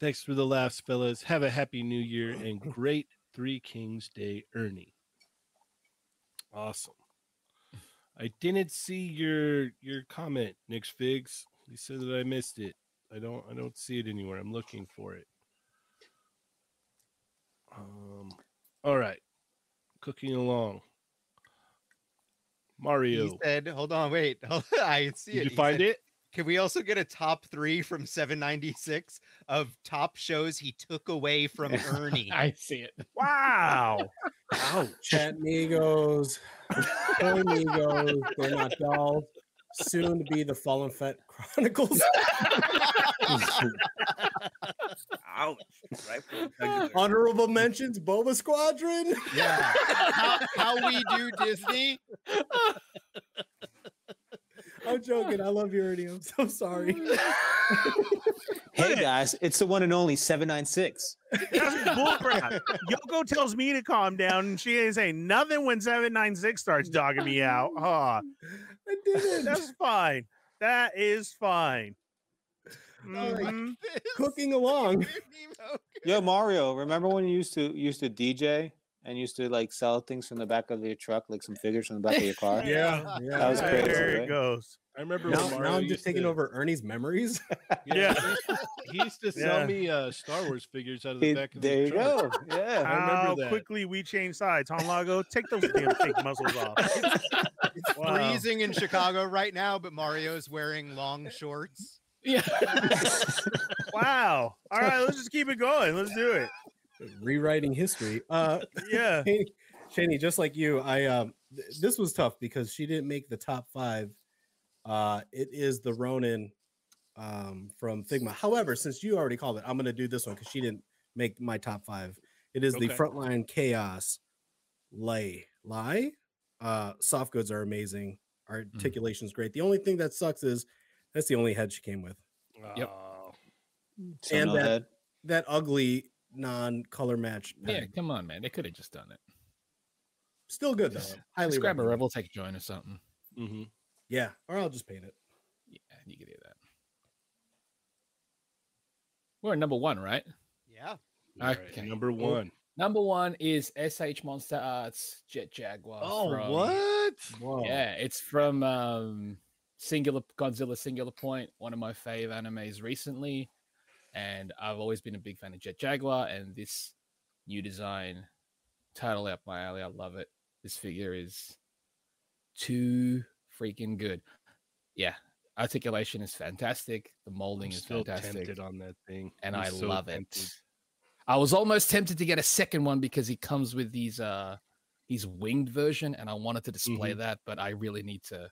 Thanks for the laughs, fellas. Have a happy new year and great Three Kings Day, Ernie. Awesome. I didn't see your your comment, Nick's Figs. You said that I missed it. I don't I don't see it anywhere. I'm looking for it. Um all right. Cooking along. Mario.
He said, "Hold on, wait. hold- I see
Did
it."
you
He
find
said,
it?
Can we also get a top three from 796 of top shows he took away from Ernie?
I see it.
Wow.
Ouch.
Chat Migos, Toy Migos, They're Not Dolls, soon to be the Fallen Fet Chronicles.
Ouch. Right? from the jugular.
Honorable mentions, Boba Squadron.
Yeah. how, how we do Disney?
I'm joking. I love you, Ernie. I'm so sorry.
Hey guys, it's the one and only 796.
That's bullcrap. Yoko tells me to calm down, and she ain't saying nothing when seven nine six starts dogging me out. Huh?
I didn't.
That's fine. That is fine. Mhm.
Cooking along.
Yo, Mario, remember when you used to used to DJ and used to like sell things from the back of your truck, like some figures from the back of your car.
Yeah, yeah.
that was crazy.
There it
right?
goes.
I remember
now,
when Mario
now I'm
used
just taking
to-
over Ernie's memories.
Yeah. He used to sell
Yeah.
me uh, Star Wars figures out of the
It-
back of
there
the
you
truck.
go. Yeah.
I remember
How
that.
quickly we change sides, Hon Lago. Take those damn fake muzzles off. Wow.
Freezing in Chicago right now, but Mario's wearing long shorts.
Yeah.
wow. All right, let's just keep it going. Let's do it.
rewriting history. Uh,
yeah,
Shani, just like you, I um, th- this was tough because she didn't make the top five. Uh, it is the Ronin um, from Figma. However, since you already called it, I'm gonna do this one because she didn't make my top five. It is the
Okay.
Frontline Chaos Lay Lie. Uh, soft goods are amazing.
Mm.
Articulation is great. The only thing that sucks is that's the only head she came with
Yep.
So
and
no
Mm, that,
head.
that ugly non-color match.
Yeah,
pattern.
come on, man. They could have just done it.
still good though.
Just, just
Highly
grab a
recommend.
Rebel Tech joint or something.
Mm-hmm.
Yeah, or I'll just paint it.
Yeah, you could do that. We're at number one, right?
Yeah.
okay.
number
Cool.
one.
Number one is SH Monster Arts Jet Jaguar.
Oh,
from-
what?
Yeah, it's from um, Singular Godzilla Singular Point, one of my fave animes recently, and I've always been a big fan of Jet Jaguar, and this new design, totally up my alley. I love it. This figure is too freaking good. Yeah, articulation is fantastic. The molding
I'm
is
still
fantastic
tempted on that thing.
and
I'm
i
so
love
tempted.
it. I was almost tempted to get a second one because he comes with these uh these winged version, and I wanted to display
Mhm.
that, but I really need to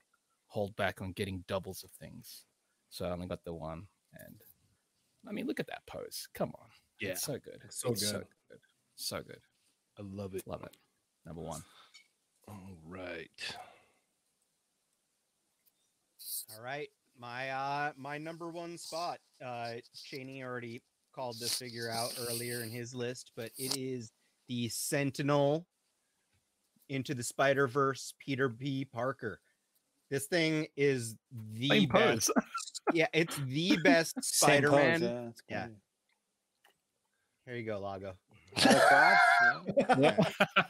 hold back on getting doubles of things. So I only got the one, and I mean, look at that pose. Come on,
Yeah.
it's so good,
So
It's so
good.
good, so good.
I love it. Oh,
Love it. Number one.
All right.
All right. My uh my number one spot. Uh Cheney already called this figure out earlier in his list, but it is the Sentinel into the Spider-Verse Peter B. Parker. This thing is the
Same
best.
pose.
yeah, it's the best
Same pose,
Spider-Man.
yeah, it's
yeah.
crazy.
Here you go, Lago.
Yeah.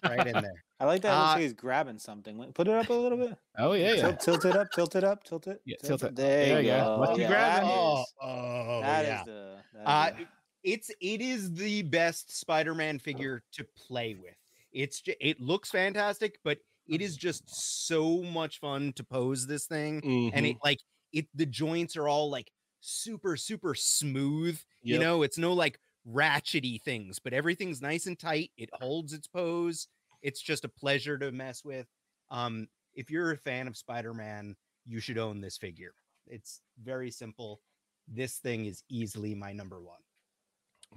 Right in there.
I like that. it looks
Uh,
like he's grabbing something. Wait, Put it up a little bit.
Oh yeah, yeah.
Tilt, tilt it up. Tilt it up. Tilt it.
Yeah, tilt it.
There,
There
you
you go.
go.
What you
yeah,
grabbing?
that
Oh,
is-
oh,
that is
yeah.
the. that is
Uh,
the-
it- it's it is the best Spider-Man figure to play with. It's ju- it looks fantastic, but it
Mm-hmm.
is just so much fun to pose this thing, and it like it the joints are all like super super smooth. You
Yep.
know, it's no like ratchety things, but everything's nice and tight. It holds its pose. It's just a pleasure to mess with. Um, if you're a fan of Spider-Man, you should own this figure. It's very simple. This thing is easily my number one.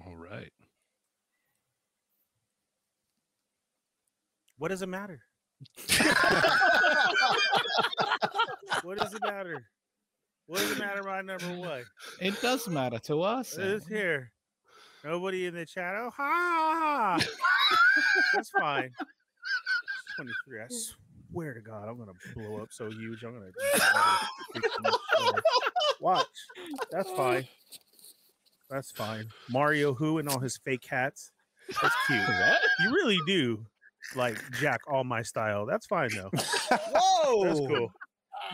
All right.
What does it matter? what does it matter? What does it matter about number one?
It does matter to us. and-
It's here. Nobody in the chat. Oh, ha! That's fine. It's 23. I swear to God, I'm gonna blow up so huge. I'm gonna. freaking explode. Watch. That's fine. That's fine. Mario, who and all his fake hats. That's cute. You really do like Jack all my style. That's fine though.
Whoa!
That's cool.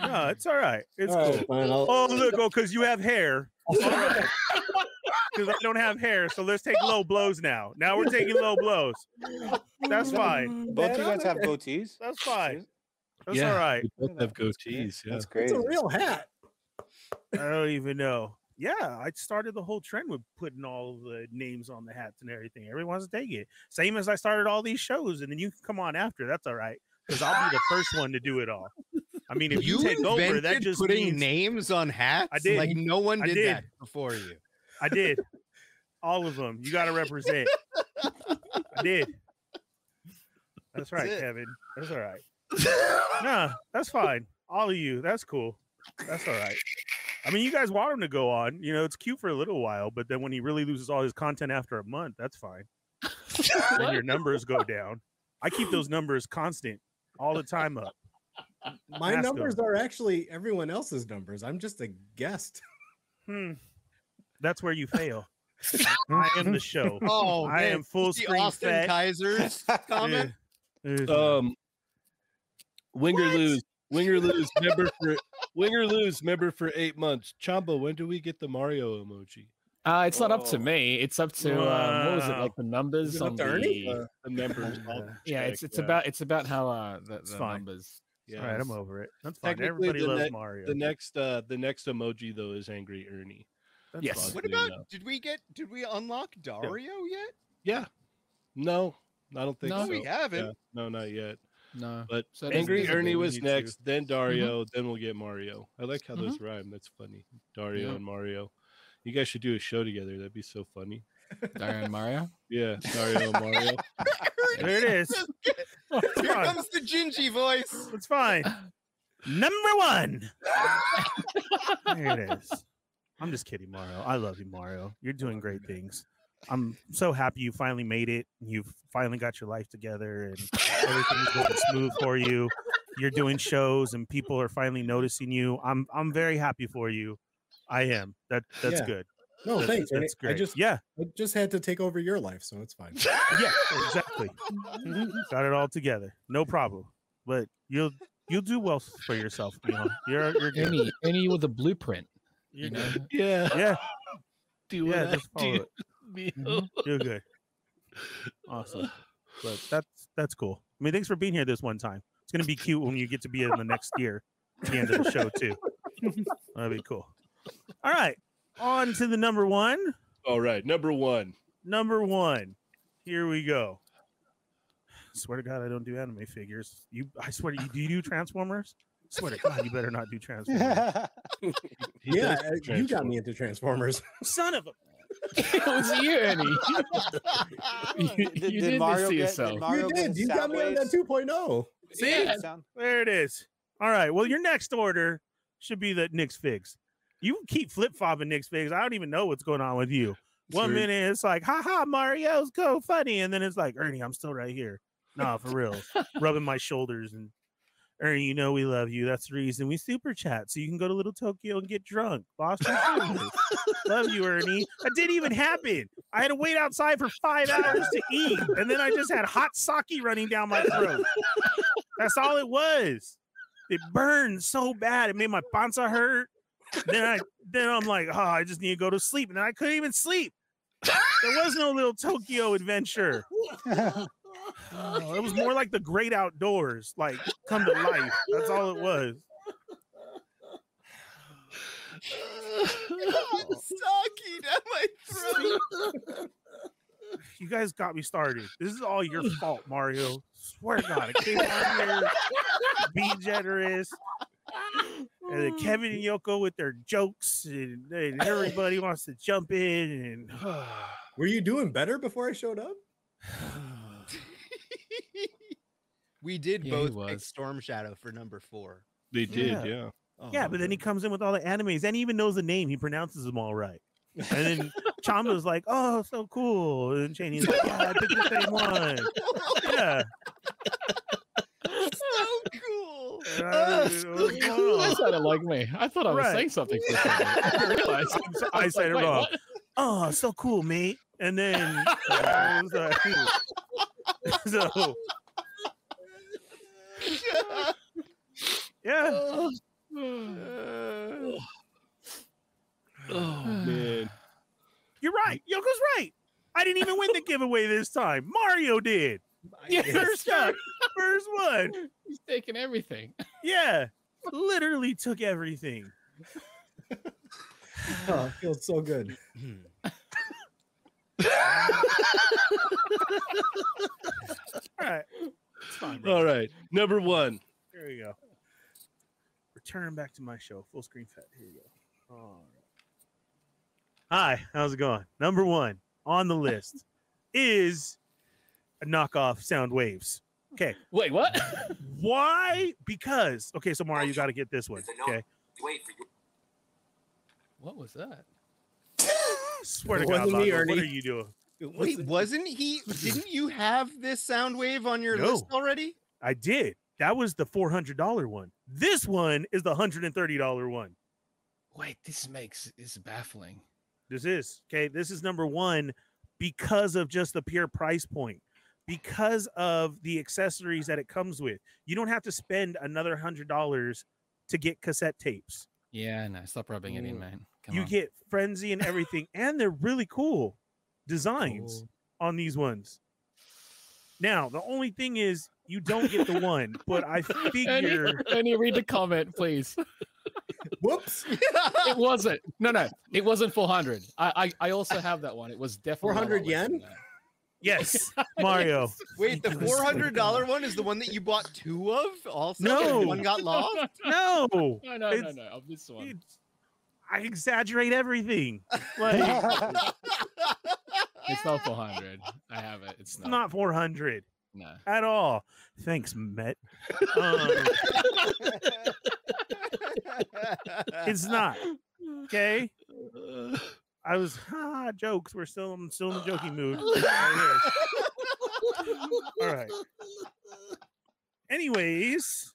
No, it's all right. It's
All right,
cool.
fine, I'll-
oh, look, oh, because you have hair. Because I don't have hair, so let's take low blows now. Now we're taking low blows. That's fine.
Both you guys have goatees.
That's fine. That's
yeah,
all right.
We both have goatees. Yeah.
That's
It's
crazy.
a real hat.
I don't even know. Yeah, I started the whole trend with putting all the names on the hats and everything. Everyone wants to take it. Same as I started all these shows, and then you can come on after. That's all right, because I'll be the first one to do it all. I mean, if you, take over, that
invented
just
putting
means
names on hats.
did.
Like no one
I
did,
did.
that before you.
I did. All of them. You got to represent. I did. That's right,
it.
Kevin. That's all right. Nah, that's fine. All of you. That's cool. That's all right. I mean, you guys want him to go on. You know, it's cute for a little while, but then when he really loses all his content after a month, that's fine. then your numbers go down. I keep those numbers constant all the time up.
My
Ask
numbers
him.
are actually everyone else's numbers. I'm just a guest.
Hmm. That's where you fail. I am the show.
Oh,
I
man,
am full
it's the
screen
Austin
fat.
Kaiser's comment?
Um, Winger lose. Winger lose member for Winger lose member for eight months. Chamba, when do we get the Mario emoji?
Uh, it's not up to me. It's up to um, what was it
Wow.
like the numbers
Is it up
on
to Ernie?
the,
Uh, the members. I'll
yeah,
check,
it's it's
yeah.
about it's about how uh the,
It's
the
fine.
numbers.
Yeah.
All right, I'm over it. That's fine.
Technically,
Everybody
the
loves
ne-
Mario.
The next uh the next emoji though is Angry Ernie.
That's Yes. fine.
What
Oddly
about
enough.
did we get did we unlock Dario yet?
Yeah. No, I don't think
No.
so.
We haven't.
Yeah, No, not yet.
No.
But
So that
Angry
doesn't- we
Ernie was
need
next,
to-
then
Mhm.
Dario, then we'll get Mario. I like how those
Mhm.
rhyme. That's funny. Dario
Yeah.
and Mario. You guys should do a show together. That'd be so funny.
Dario and Mario?
Yeah, Dario and Mario.
There it is.
Here
fine.
comes the Gingy voice.
It's fine. Number one. there it is. I'm just kidding, Mario. I love you, Mario. You're doing great things. I'm so happy you finally made it. You've finally got your life together and everything's going smooth for you. You're doing shows and people are finally noticing you. I'm I'm very happy for you. I am. That that's
Yeah.
good.
No,
That's-
thanks. Ernie.
That's great.
I just
yeah,
I just had to take over your life, so it's fine.
yeah, exactly. Got it all together. No problem. But you'll you'll do well for yourself, Neil. You're you're good.
Ernie, Ernie with a blueprint.
You're
you know?
good.
Yeah.
Yeah.
Do
yeah,
what I
just follow
do,
it. Mhm. You're good. Awesome. But that's that's cool. I mean, thanks for being here this one time. It's gonna be cute when you get to be in the next year, at the end of the show too. That'd be cool. All right, on to the number one.
All right, number one.
Number one. Here we go. Swear to God, I don't do anime figures. You, I swear to you, do you do Transformers? Swear to God, you better not do Transformers.
He
yeah,
does do
uh, you got me into Transformers.
Son of a
it was you, Ernie. you, you
did
did, this
Mario get-
to
did
yourself.
Mario-
you
goes
did. You got me on that oh.
sideways.
2.0.
Yeah,
See,
that sound-
there it is. All right. Well, your next order should be the Knicks figs. You keep flip flopping Knicks figs. I don't even know what's going on with you. One
Sure.
minute it's like, ha ha, Mario's go funny, and then it's like, Ernie, I'm still right here. Nah, for real, rubbing my shoulders and Ernie, you know we love you. That's the reason we super chat so you can go to Little Tokyo and get drunk. Boston, Cruise. love you, Ernie. That didn't even happen. I had to wait outside for five hours to eat, and then I just had hot sake running down my throat. That's all it was. It burned so bad. It made my panza hurt. Then I then I'm like, oh, I just need to go to sleep. And then I couldn't even sleep. There was no little Tokyo adventure. Oh, it was more like the great outdoors, like come to life. That's all it was.
Saki down my throat.
You guys got me started. This is all your fault, Mario. Swear to God, I came on here, be generous. And
Mm.
then Kevin and Yoko with their jokes, and, and everybody wants to jump in. And
Were you doing better before I showed up?
we
Yeah,
did
he
both pick
was.
Storm Shadow for number four.
They did,
Yeah.
yeah.
yeah, but
Oh,
then he comes in with all the animes, and he even knows the name. He pronounces them all right. And then Chamba's like, "Oh, so cool!" And Cheney's like, "Yeah, I picked the same one." Yeah.
so cool.
And I don't even know what's going on.
that sounded like me. I thought I was
Right.
saying something for a second. I didn't realize.
I
was like,
said it
"Wait,
wrong.
what?"
oh, so cool, mate. And then I was like- so yeah,
Oh man.
you're right. Yoko's right. I didn't even win the giveaway this time. Mario did.
Yeah,
First up, first one.
He's taking everything.
Yeah, literally took everything.
Oh, it feels so good.
All right, it's fine. Bro.
All right. Number one.
There we go. Return back to my show. Full screen fat. Here you go. All right. Hi, how's it going? Number one on the list is a knockoff sound waves. Okay.
Wait, what?
Why? Because okay, so Mario, you gotta get this one. Okay.
Wait for you.
What was that?
Swear to
It
God,
wasn't me,
Bobby, what
Ernie.
are you doing?
Wait, wasn't he? Didn't you have this sound wave on your
No.
list already?
I did. That was the four hundred dollar one. This one is the hundred and thirty dollar one.
Wait, this makes is baffling.
This is okay. This is number one because of just the pure price point, because of the accessories that it comes with. You don't have to spend another hundred dollars to get cassette tapes.
Yeah, no, stop rubbing it in, man. Come
you
on.
get frenzy and everything, and they're really cool designs on these ones. Now, the only thing is you don't get the one, but I
Ernie,
figure um,
Ernie, read the comment, please.
Whoops.
it wasn't. No, no. It wasn't 400. I I, I also have that one. It was definitely a lot
400
less than
yen?
that.
Yes, Mario.
Wait, the four hundred dollar one is the one that you bought two of. Also,
No.
one got lost.
No.
No, no, no,
It's-
no. Of this one.
I exaggerate everything. Like
It's not 400. I have it. It's
it's
not.
not 400
No.
at all. Thanks, Met. Um, it's not. Okay. I was ha jokes. We're still I'm still in the joking mood. Right here. All right. Anyways,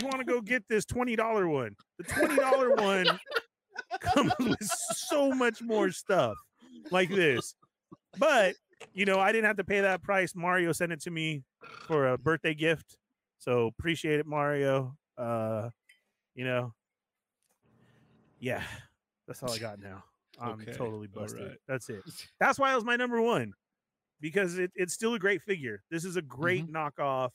you want to go get this twenty dollar one? The twenty dollar one comes with so much more stuff like this. But you know, I didn't have to pay that price. Mario sent it to me for a birthday gift, so appreciate it, Mario. Uh, you know, yeah, that's all I got now. I'm
Okay,
totally
all
busted.
right.
That's it. That's why it was my number one because it, it's still a great figure. This is a great
Mm-hmm.
knockoff,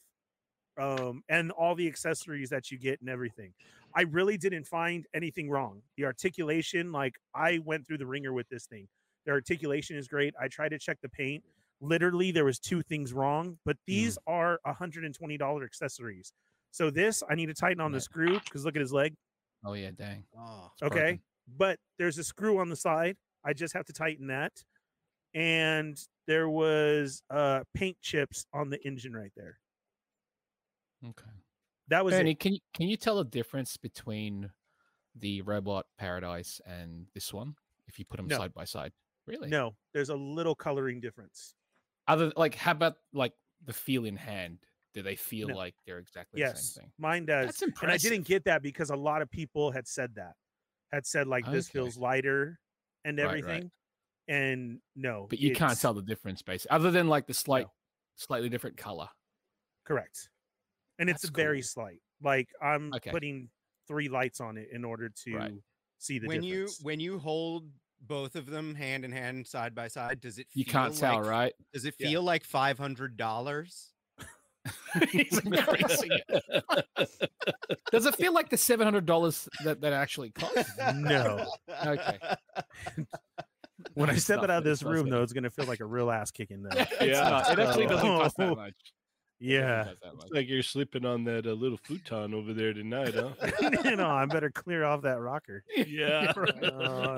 um, and all the accessories that you get and everything. I really didn't find anything wrong. The articulation, like I went through the ringer with this thing. The articulation is great. I tried to check the paint. Literally, there was two things wrong, but
Mm-hmm.
these are $120 accessories. So this, I need to tighten on the screw because look at his leg.
Oh yeah, dang.
Oh,
It's
Okay.
broken.
But there's a screw on the side. I just have to tighten that. And there was uh paint chips on the engine right there.
Okay.
That was it.
Ernie, can you can you tell the difference between the robot paradise and this one if you put them
No.
side by side? Really?
No, there's a little coloring difference.
Other like how about like the feel in hand? Do they feel
No.
like they're exactly the
yes,
same thing?
mine does.
That's
and I didn't
impressive.
get that because a lot of people had said that, had said like this
Okay.
feels lighter and
Right, right.
everything. And no,
But you can't
it's-
tell the difference basically other than like the slight slightly different color.
Correct. And it's
That's
very
cool.
slight. Like I'm
Okay.
putting three lights on it in order to
Right.
see the
when
difference.
you when you hold both of them hand in hand, side by side, does it?
You
feel
can't tell,
like-
right?
Does it
Yeah.
feel like five hundred dollars?
He's increasing it. Does it feel like the seven hundred dollars that that actually costs?
no.
Okay.
When I
It's
step
not
it out
that-
of this
it's not
room,
that-
though, it's gonna feel like a real ass kicking. Though.
It's
Yeah.
not- it actually doesn't cost
Oh,
that much. It doesn't
Yeah.
cost that much.
It's like you're sleeping on that uh, little futon over there tonight, huh?
no, I better clear off that rocker.
yeah.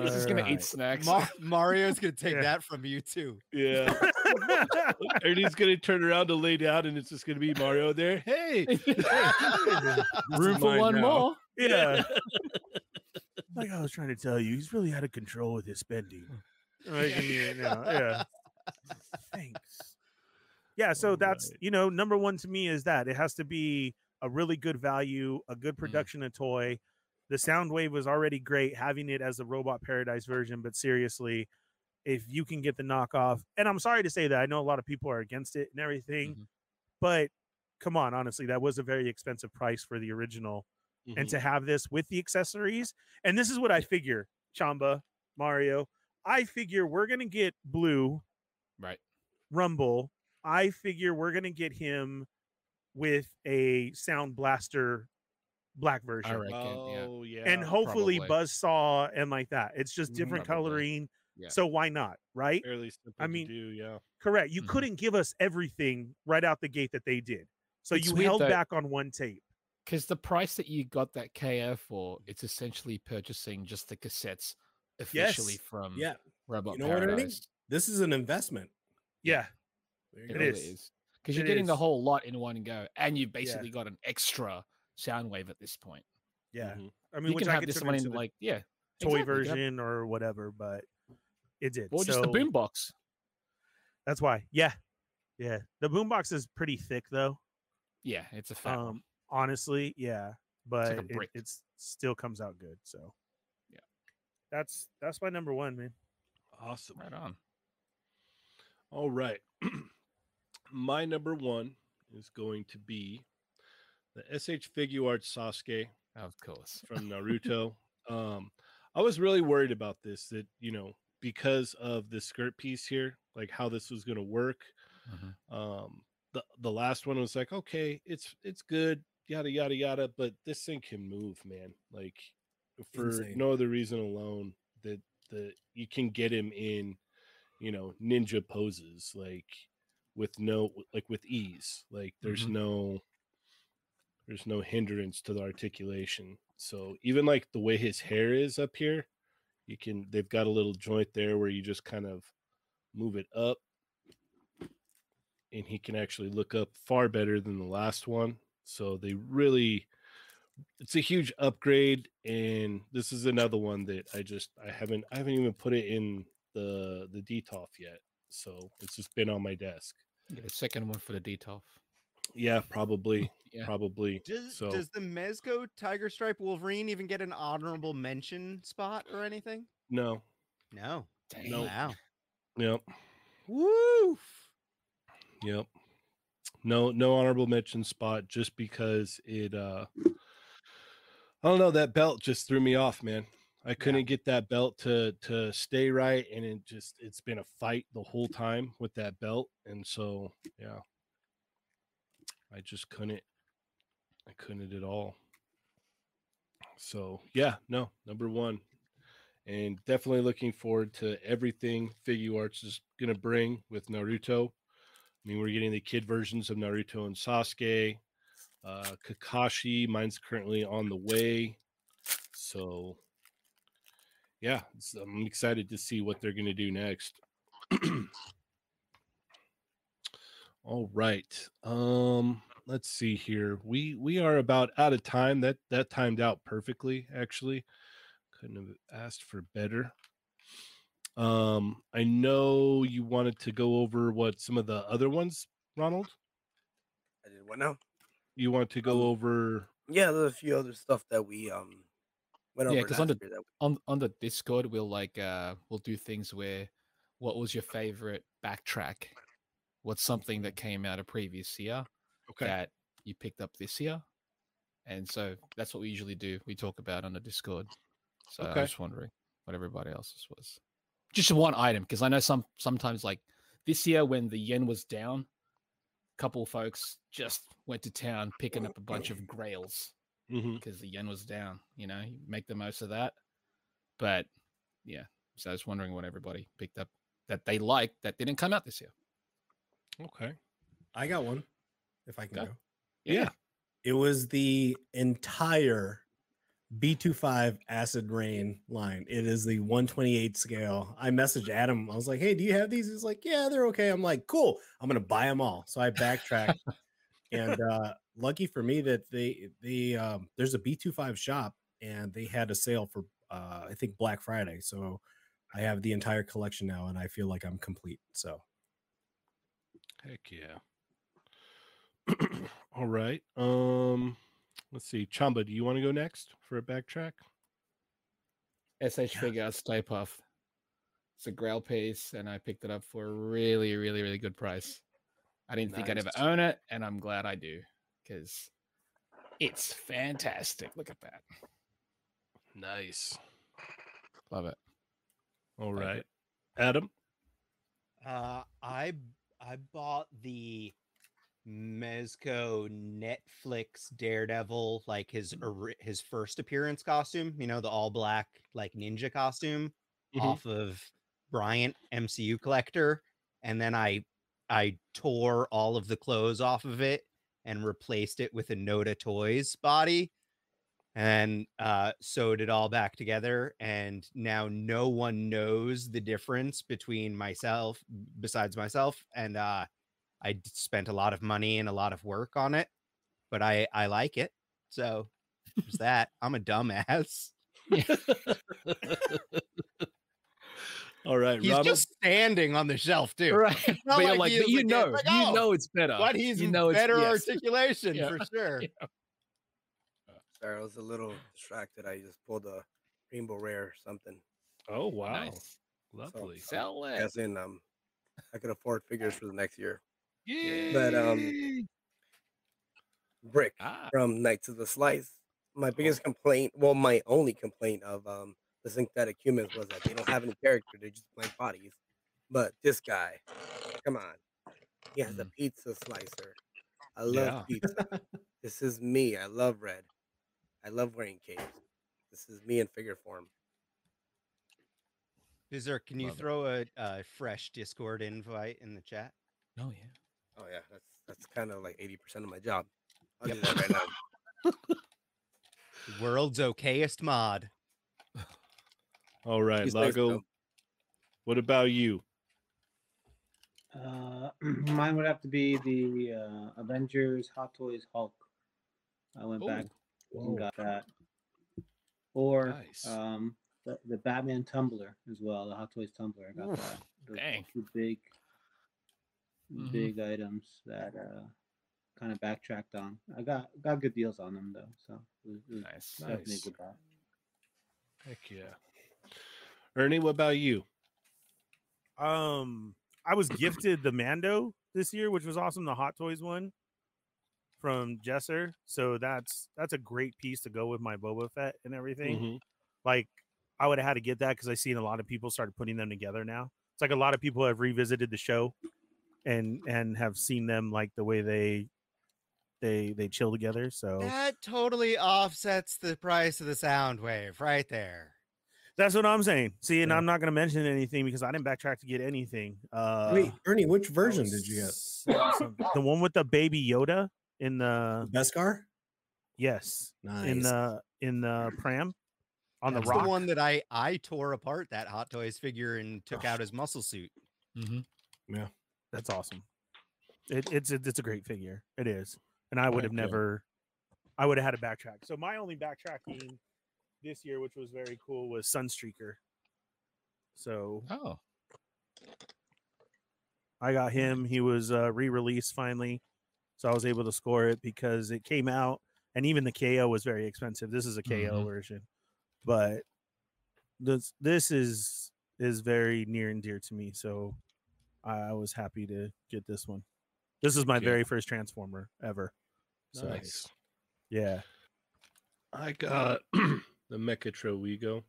He's just gonna
Alright.
eat snacks.
Mar- Mario's gonna take
Yeah.
that from you too.
Yeah. Ernie's gonna turn around to lay down, and it's just gonna be Mario there. Hey,
Room for
mine
one
now.
more.
yeah. Like I was trying to tell you, he's really out of control with his spending. Like, yeah. no, yeah. Thanks. Yeah, so that's
Alright.
you know number one to me is that it has to be a really good value, a good production of toy. The sound wave was already great having it as the Robot Paradise version, but seriously, if you can get the knockoff, and I'm sorry to say that I know a lot of people are against it and everything,
Mhm.
but come on, honestly, that was a very expensive price for the original and to have this with the accessories. And this is what I figure, Chamba, Mario. I figure we're gonna get Blue
Right.
Rumble. I figure we're gonna get him with a Sound Blaster Black version,
reckon, yeah.
oh yeah.
and hopefully
probably.
Buzzsaw and like that. It's just
Mhm.
different
Probably.
coloring.
Yeah.
So why not, right?
fairly simple.
I mean,
to do, yeah.
Correct. You
Mhm.
couldn't give us everything right out the gate that they did. So
It's
you
weird
held
that-
back on one tape.
Because the price that you got that KF for, it's essentially purchasing just the cassettes officially
Yes.
from
Yeah.
Robot
You know what, Ernie?
Paradise.
This is an investment.
Yeah.
There you
It
go.
really
is.
is. Because you're
It
getting the
is.
whole lot in one go, and you've basically got an extra sound wave at this point.
Mhm.
Yeah. I mean,
Mm-hmm. You
which
can
I
have
could
this
turn
one in
into the
like yeah,
toy
exactly, you could have-
version or whatever, but it did.
or just the
So,
boombox.
That's why. Yeah. Yeah. The boombox is pretty thick though.
Yeah, it's a fact.
Um honestly, yeah. But
a
it-
brick.
it's still comes out good. So
Yeah.
That's that's my number one, man.
Awesome.
Right on.
All right. My number one is going to be the SH Figuart Sasuke.
Of course.
From Naruto. um, I was really worried about this that, you know, because of the skirt piece here, like how this was going to work.
Mm-hmm.
Um, the, the last one was like, okay, it's it's good, yada yada yada, but this thing can move, man. Like for
Insane.
no other reason alone that the you can get him in, you know, ninja poses, like with no like with ease. Like there's
Mhm.
no there's no hindrance to the articulation. So even like the way his hair is up here, you can they've got a little joint there where you just kind of move it up and he can actually look up far better than the last one. So they really it's a huge upgrade and this is another one that I just I haven't I haven't even put it in the the detolf yet. So it's just been on my desk.
The second one for the detolf.
Yeah, probably.
Yeah.
Probably.
Does,
so
does the Mezco Tiger Stripe Wolverine even get an honorable mention spot or anything?
no.
No.
No.
Wow.
Yep.
Woo!
Yep. No, no honorable mention spot just because it uh I don't know, that belt just threw me off, man. I couldn't get that belt to to stay right and it just it's been a fight the whole time with that belt and so yeah. I just couldn't I couldn't at all. So, yeah, no, number 1 and definitely looking forward to everything Figure Arts is going to bring with Naruto. I mean, we're getting the kid versions of Naruto and Sasuke. Uh, Kakashi, mine's currently on the way. So, yeah, it's- I'm excited to see what they're going to do next. All right. Um, let's see here. We we are about out of time. That that timed out perfectly, actually. Couldn't have asked for better. Um, I know you wanted to go over what some of the other ones, Ronald.
I did what now? Um
You want to go over?
Yeah, there's a few other stuff that we um went over
yeah, because on
last
the
year that
on on the Discord we'll like uh we'll do things where what was your favorite backtrack? What's something that came out of previous year
Okay.
that you picked up this year? And so that's what we usually do. We talk about on the Discord. So I
Okay.
was just wondering what everybody else's was. Just one item, because I know some sometimes like this year when the yen was down, couple folks just went to town picking up a bunch of grails
because
the yen was down. You know, you make the most of that. But yeah, so I was wondering what everybody picked up that they liked that didn't come out this year.
Okay.
I got one. If I can
Okay.
go.
Yeah.
It was the entire B25 Acid Rain line. It is the 128 scale. I messaged Adam. I was like, hey, do you have these? He's like, yeah, they're okay. I'm like, cool. I'm going to buy them all. So I backtracked. and uh, lucky for me that they, they um, there's a B25 shop and they had a sale for, uh, I think, Black Friday. So I have the entire collection now and I feel like I'm complete. So
Heck yeah. All right. Um, let's see. Chamba, do you want to go next for a backtrack?
SH Figure Arts Stay Puft. It's a growl piece, and I picked it up for a really, really, really good price. I didn't think I'd ever
Nice.
own it, and I'm glad I do because it's fantastic. Look at that.
Nice.
Love it.
All
Thank you.
right. Adam.
Uh, I b- I bought the Mezco Netflix Daredevil, like his ori- his first appearance costume. You know, the all black like ninja costume
Mhm.
off of Bryant MCU collector, and then I I tore all of the clothes off of it and replaced it with a Noda Toys body and uh, sewed it all back together. And now no one knows the difference between myself, besides myself, and uh, I d- spent a lot of money and a lot of work on it, but I I like it. So there's that. I'm a dumbass.
All right,
He's
Robert.
just standing on the shelf too.
Right.
It's not
But you're like,
he
but
is
you
like- oh,
know- you know it's better.
But he's
You know it's-
better
yes.
articulation
Yeah.
for sure.
sorry, I was a little distracted. I just pulled a rainbow rare or something.
Oh wow. Lovely.
Sell it.
As in, um, I could afford figures for the next year.
Yeah.
But um, Brick from Knights of the Slice. My biggest complaint, well, my only complaint of um the synthetic humans was that they don't have any character; they're just blank bodies. But this guy, come on, he has a pizza slicer. I love
Yeah.
pizza. this is me. I love red. I love wearing capes. This is me in figure form.
Is there? Can you
Love it.
throw a, a fresh Discord invite in the chat?
Oh yeah.
Oh yeah, that's that's kind of like eighty percent of my job. I'll do that right now.
World's okayest mod.
All right,
These things
Lago.
don't-
What about you?
Uh, mine would have to be the uh, Avengers Hot Toys Hulk. I went
Ooh.
back
Whoa.
and got that. Or
Nice.
um, the, the Batman tumbler as well, the Hot Toys tumbler. I got
Oof,
that. Those are
dang.
Two big,
Mhm.
big items that uh, kind of backtracked on. I got got good deals on them though, so it was, it was
Nice.
definitely
Nice.
a good buy.
Heck yeah. Ernie, what about you?
Um, I was gifted the Mando this year, which was awesome. The Hot Toys one from Jesser, so that's that's a great piece to go with my Boba Fett and everything.
Mhm.
Like, I would have had to get that because I've seen a lot of people started putting them together now. It's like a lot of people have revisited the show and and have seen them like the way they they they chill together.
Oh.
So
That totally offsets the price of the sound wave right there.
that's what I'm saying. See, and I'm not going to mention anything because I didn't backtrack to get anything. Uh,
Wait, Ernie, which version did you get?
the one with the baby Yoda in the
Beskar.
Yes, in
Nice.
the in the pram on
That's
the rock.
one that I I tore apart that Hot Toys figure and took out his muscle suit.
Yeah,
that's awesome. It, it's a, it's a great figure. It is, and I would have
Okay.
never. I would have had a backtrack. So my only backtracking this year, which was very cool, was Sunstreaker. So
oh,
I got him. He was uh, re-released finally, so I was able to score it because it came out, and even the KO was very expensive. This is a KO
Mhm.
Mm-hmm.
version, but this this is is very near and dear to me. So I, I was happy to get this one. This is my
Good.
very first Transformer ever. So,
Nice.
Yeah.
I got the Mecha Troego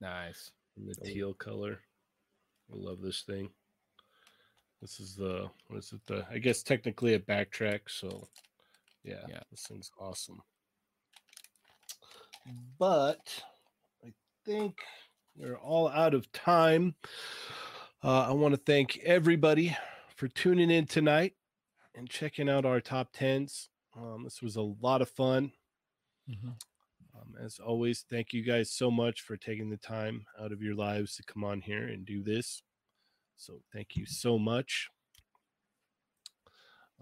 nice.
in the teal color. I love this thing. This is the what is it? The I guess technically a backtrack. So yeah,
Yeah.
this thing's awesome. But I think we're all out of time. Uh, I want to thank everybody for tuning in tonight and checking out our top tens. Um, this was a lot of fun. Um, as always, thank you guys so much for taking the time out of your lives to come on here and do this. So thank you so much.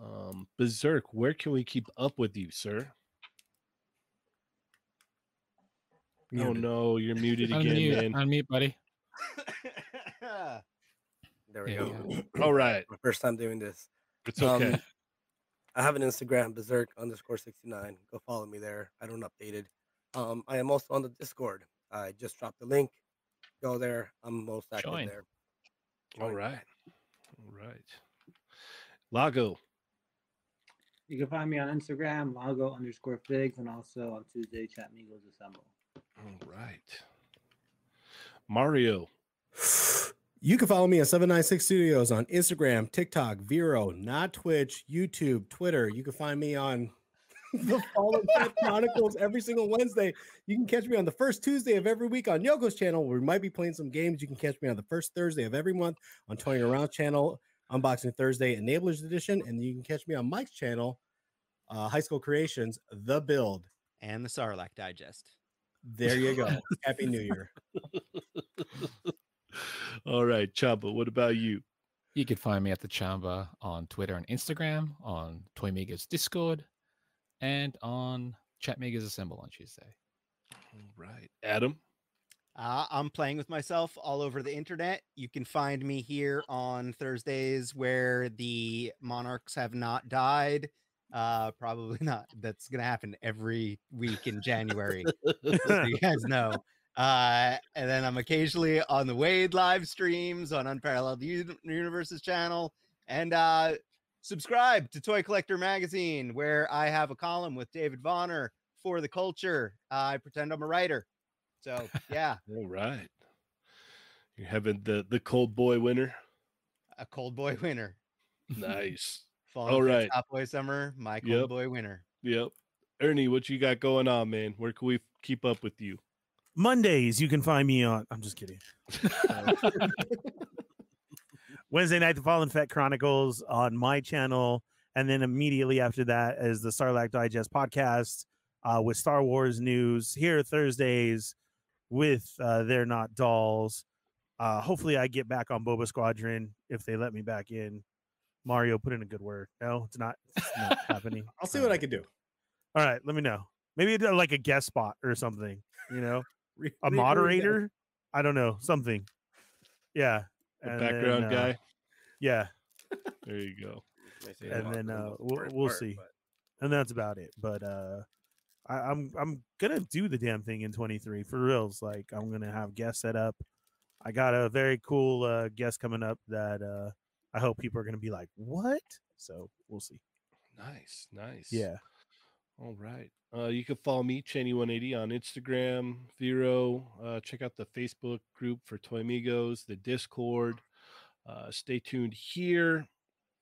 Um, Berserk, where can we keep up with you, sir? Oh
Muted.
no, you're muted again,
Unmute,
man.
unmute, buddy.
There we
Yeah.
go.
All right.
My first time doing this.
It's okay.
Um, I have an Instagram, berserk underscore 69. Go follow me there. I don't update it. Um, I am also on the Discord. I just dropped the link. Go there. I'm most active
Join.
there.
All right. All right. Lago.
You can find me on Instagram, Lago underscore figs, and also on Tuesday, Chat Migos Assemble.
All right. Mario.
You can follow me at 796 Studios on Instagram, TikTok, Vero, not Twitch, YouTube, Twitter. You can find me on the Fallen Fat Chronicles every single Wednesday. You can catch me on the first Tuesday of every week on Yoko's channel, where we might be playing some games. You can catch me on the first Thursday of every month on Tony Around channel, Unboxing Thursday, Enablers Edition. And you can catch me on Mike's channel, uh, High School Creations, The Build.
And the Sarlacc digest.
There you go. Happy New Year.
All right, Chaba, what about you?
You can find me at the Chamba on Twitter and Instagram, on Toy Makers Discord, and on Chat Makers Assemble on Tuesday.
All right. Adam.
Uh, I'm playing with myself all over the internet. You can find me here on Thursdays where the monarchs have not died. Uh, probably not. That's going to happen every week in January. just so you guys know. Uh, and then I'm occasionally on the Wade live streams on Unparalleled Uni- Universes channel. And uh, subscribe to Toy Collector Magazine, where I have a column with David Vonner for the culture. I pretend I'm a writer. So, yeah,
All right. You're having the the cold boy winner.
a cold boy winter.
Nice.
Falling
All
All
right.
right. Top Boy Summer, my cold
Yep.
boy winter.
Yep. Ernie, what you got going on, man? Where can we keep up with you?
Mondays, you can find me on. I'm just kidding. Wednesday night, the Fallen Fett Chronicles on my channel, and then immediately after that is the Sarlacc Digest podcast uh, with Star Wars news here Thursdays with uh, They're Not Dolls. Uh, hopefully, I get back on Boba Squadron if they let me back in. Mario, put in a good word. No, it's not, it's not happening.
I'll see what I can do.
All right, let me know. Maybe it's, uh, like a guest spot or something. You know,
Re-
a
reoccurring guest.
moderator. I don't know something. Yeah,
The
and then,
background
uh,
guy.
Yeah,
There you go.
and then uh, we'll, we'll see. And that's about it. But uh, I, I'm I'm gonna do the damn thing in 23 for reals. Like I'm gonna have guests set up. I got a very cool uh, guest coming up that uh, I hope people are gonna be like, "What?" So we'll see.
Nice, nice.
Yeah.
All right. Uh, you can follow me, Chenny180, on Instagram, Vero. Uh, check out the Facebook group for Toy Migos, the Discord. Uh, stay tuned here.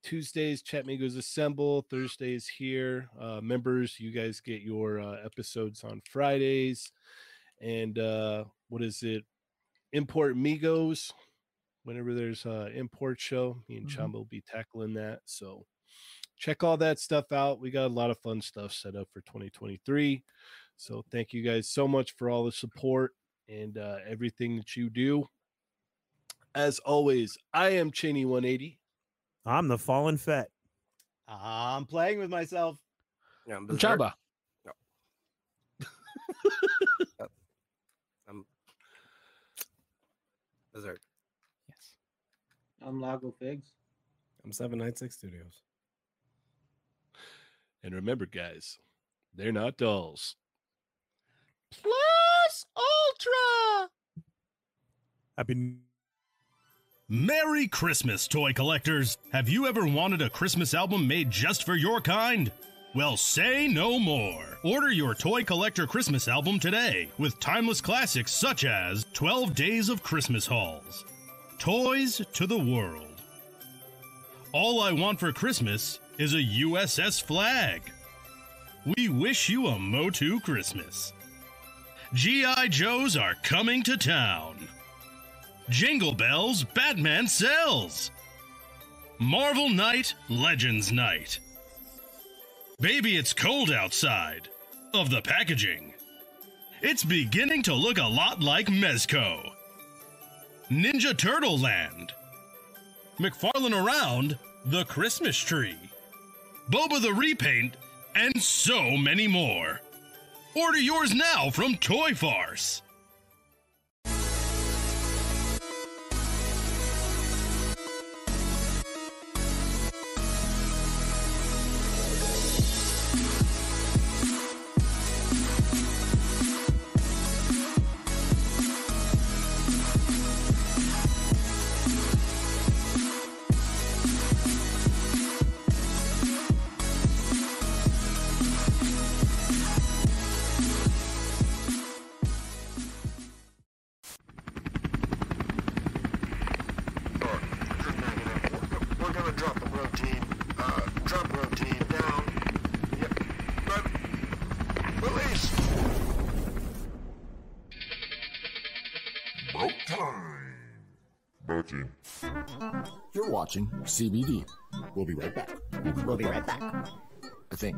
Tuesdays, Chat Migos Assemble. Thursdays, here. Uh, members, you guys get your uh, episodes on Fridays. And uh, what is it? Import Migos. Whenever there's a import show, me and Chum will be tackling that. So check all that stuff out. We got a lot of fun stuff set up for 2023. So thank you guys so much for all the support and uh, everything that you do. As always, I am Cheney 180.
I'm the fallen fet.
I'm playing with myself.
Yeah, I'm berserk.
Jabba.
I'm berserk.
I'm Lago Figs.
I'm seven nine six studios.
And remember, guys, they're not dolls.
Plus Ultra.
Happy New
Merry Christmas, toy collectors! Have you ever wanted a Christmas album made just for your kind? Well, say no more. Order your Toy Collector Christmas album today with timeless classics such as 12 Days of Christmas Hauls, Toys to the World, All I Want for Christmas is a USS Flag. We wish you a Motu Christmas. G.I. Joes are coming to town. Jingle Bells Batman Sells. Marvel Night Legends Night. Baby, it's cold outside. Of the packaging. It's beginning to look a lot like Mezco. Ninja Turtle Land. McFarlane Around The Christmas Tree. Boba the Repaint, and so many more. Order yours now from Toy Farce.
We're gonna drop the road team. Uh, drop road team down. Yep. Re- Release.
About time. You're watching CBD. We'll be right back. We'll be right, back. I think.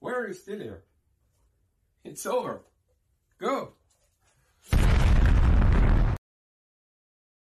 Where is Delia? It's over. Go.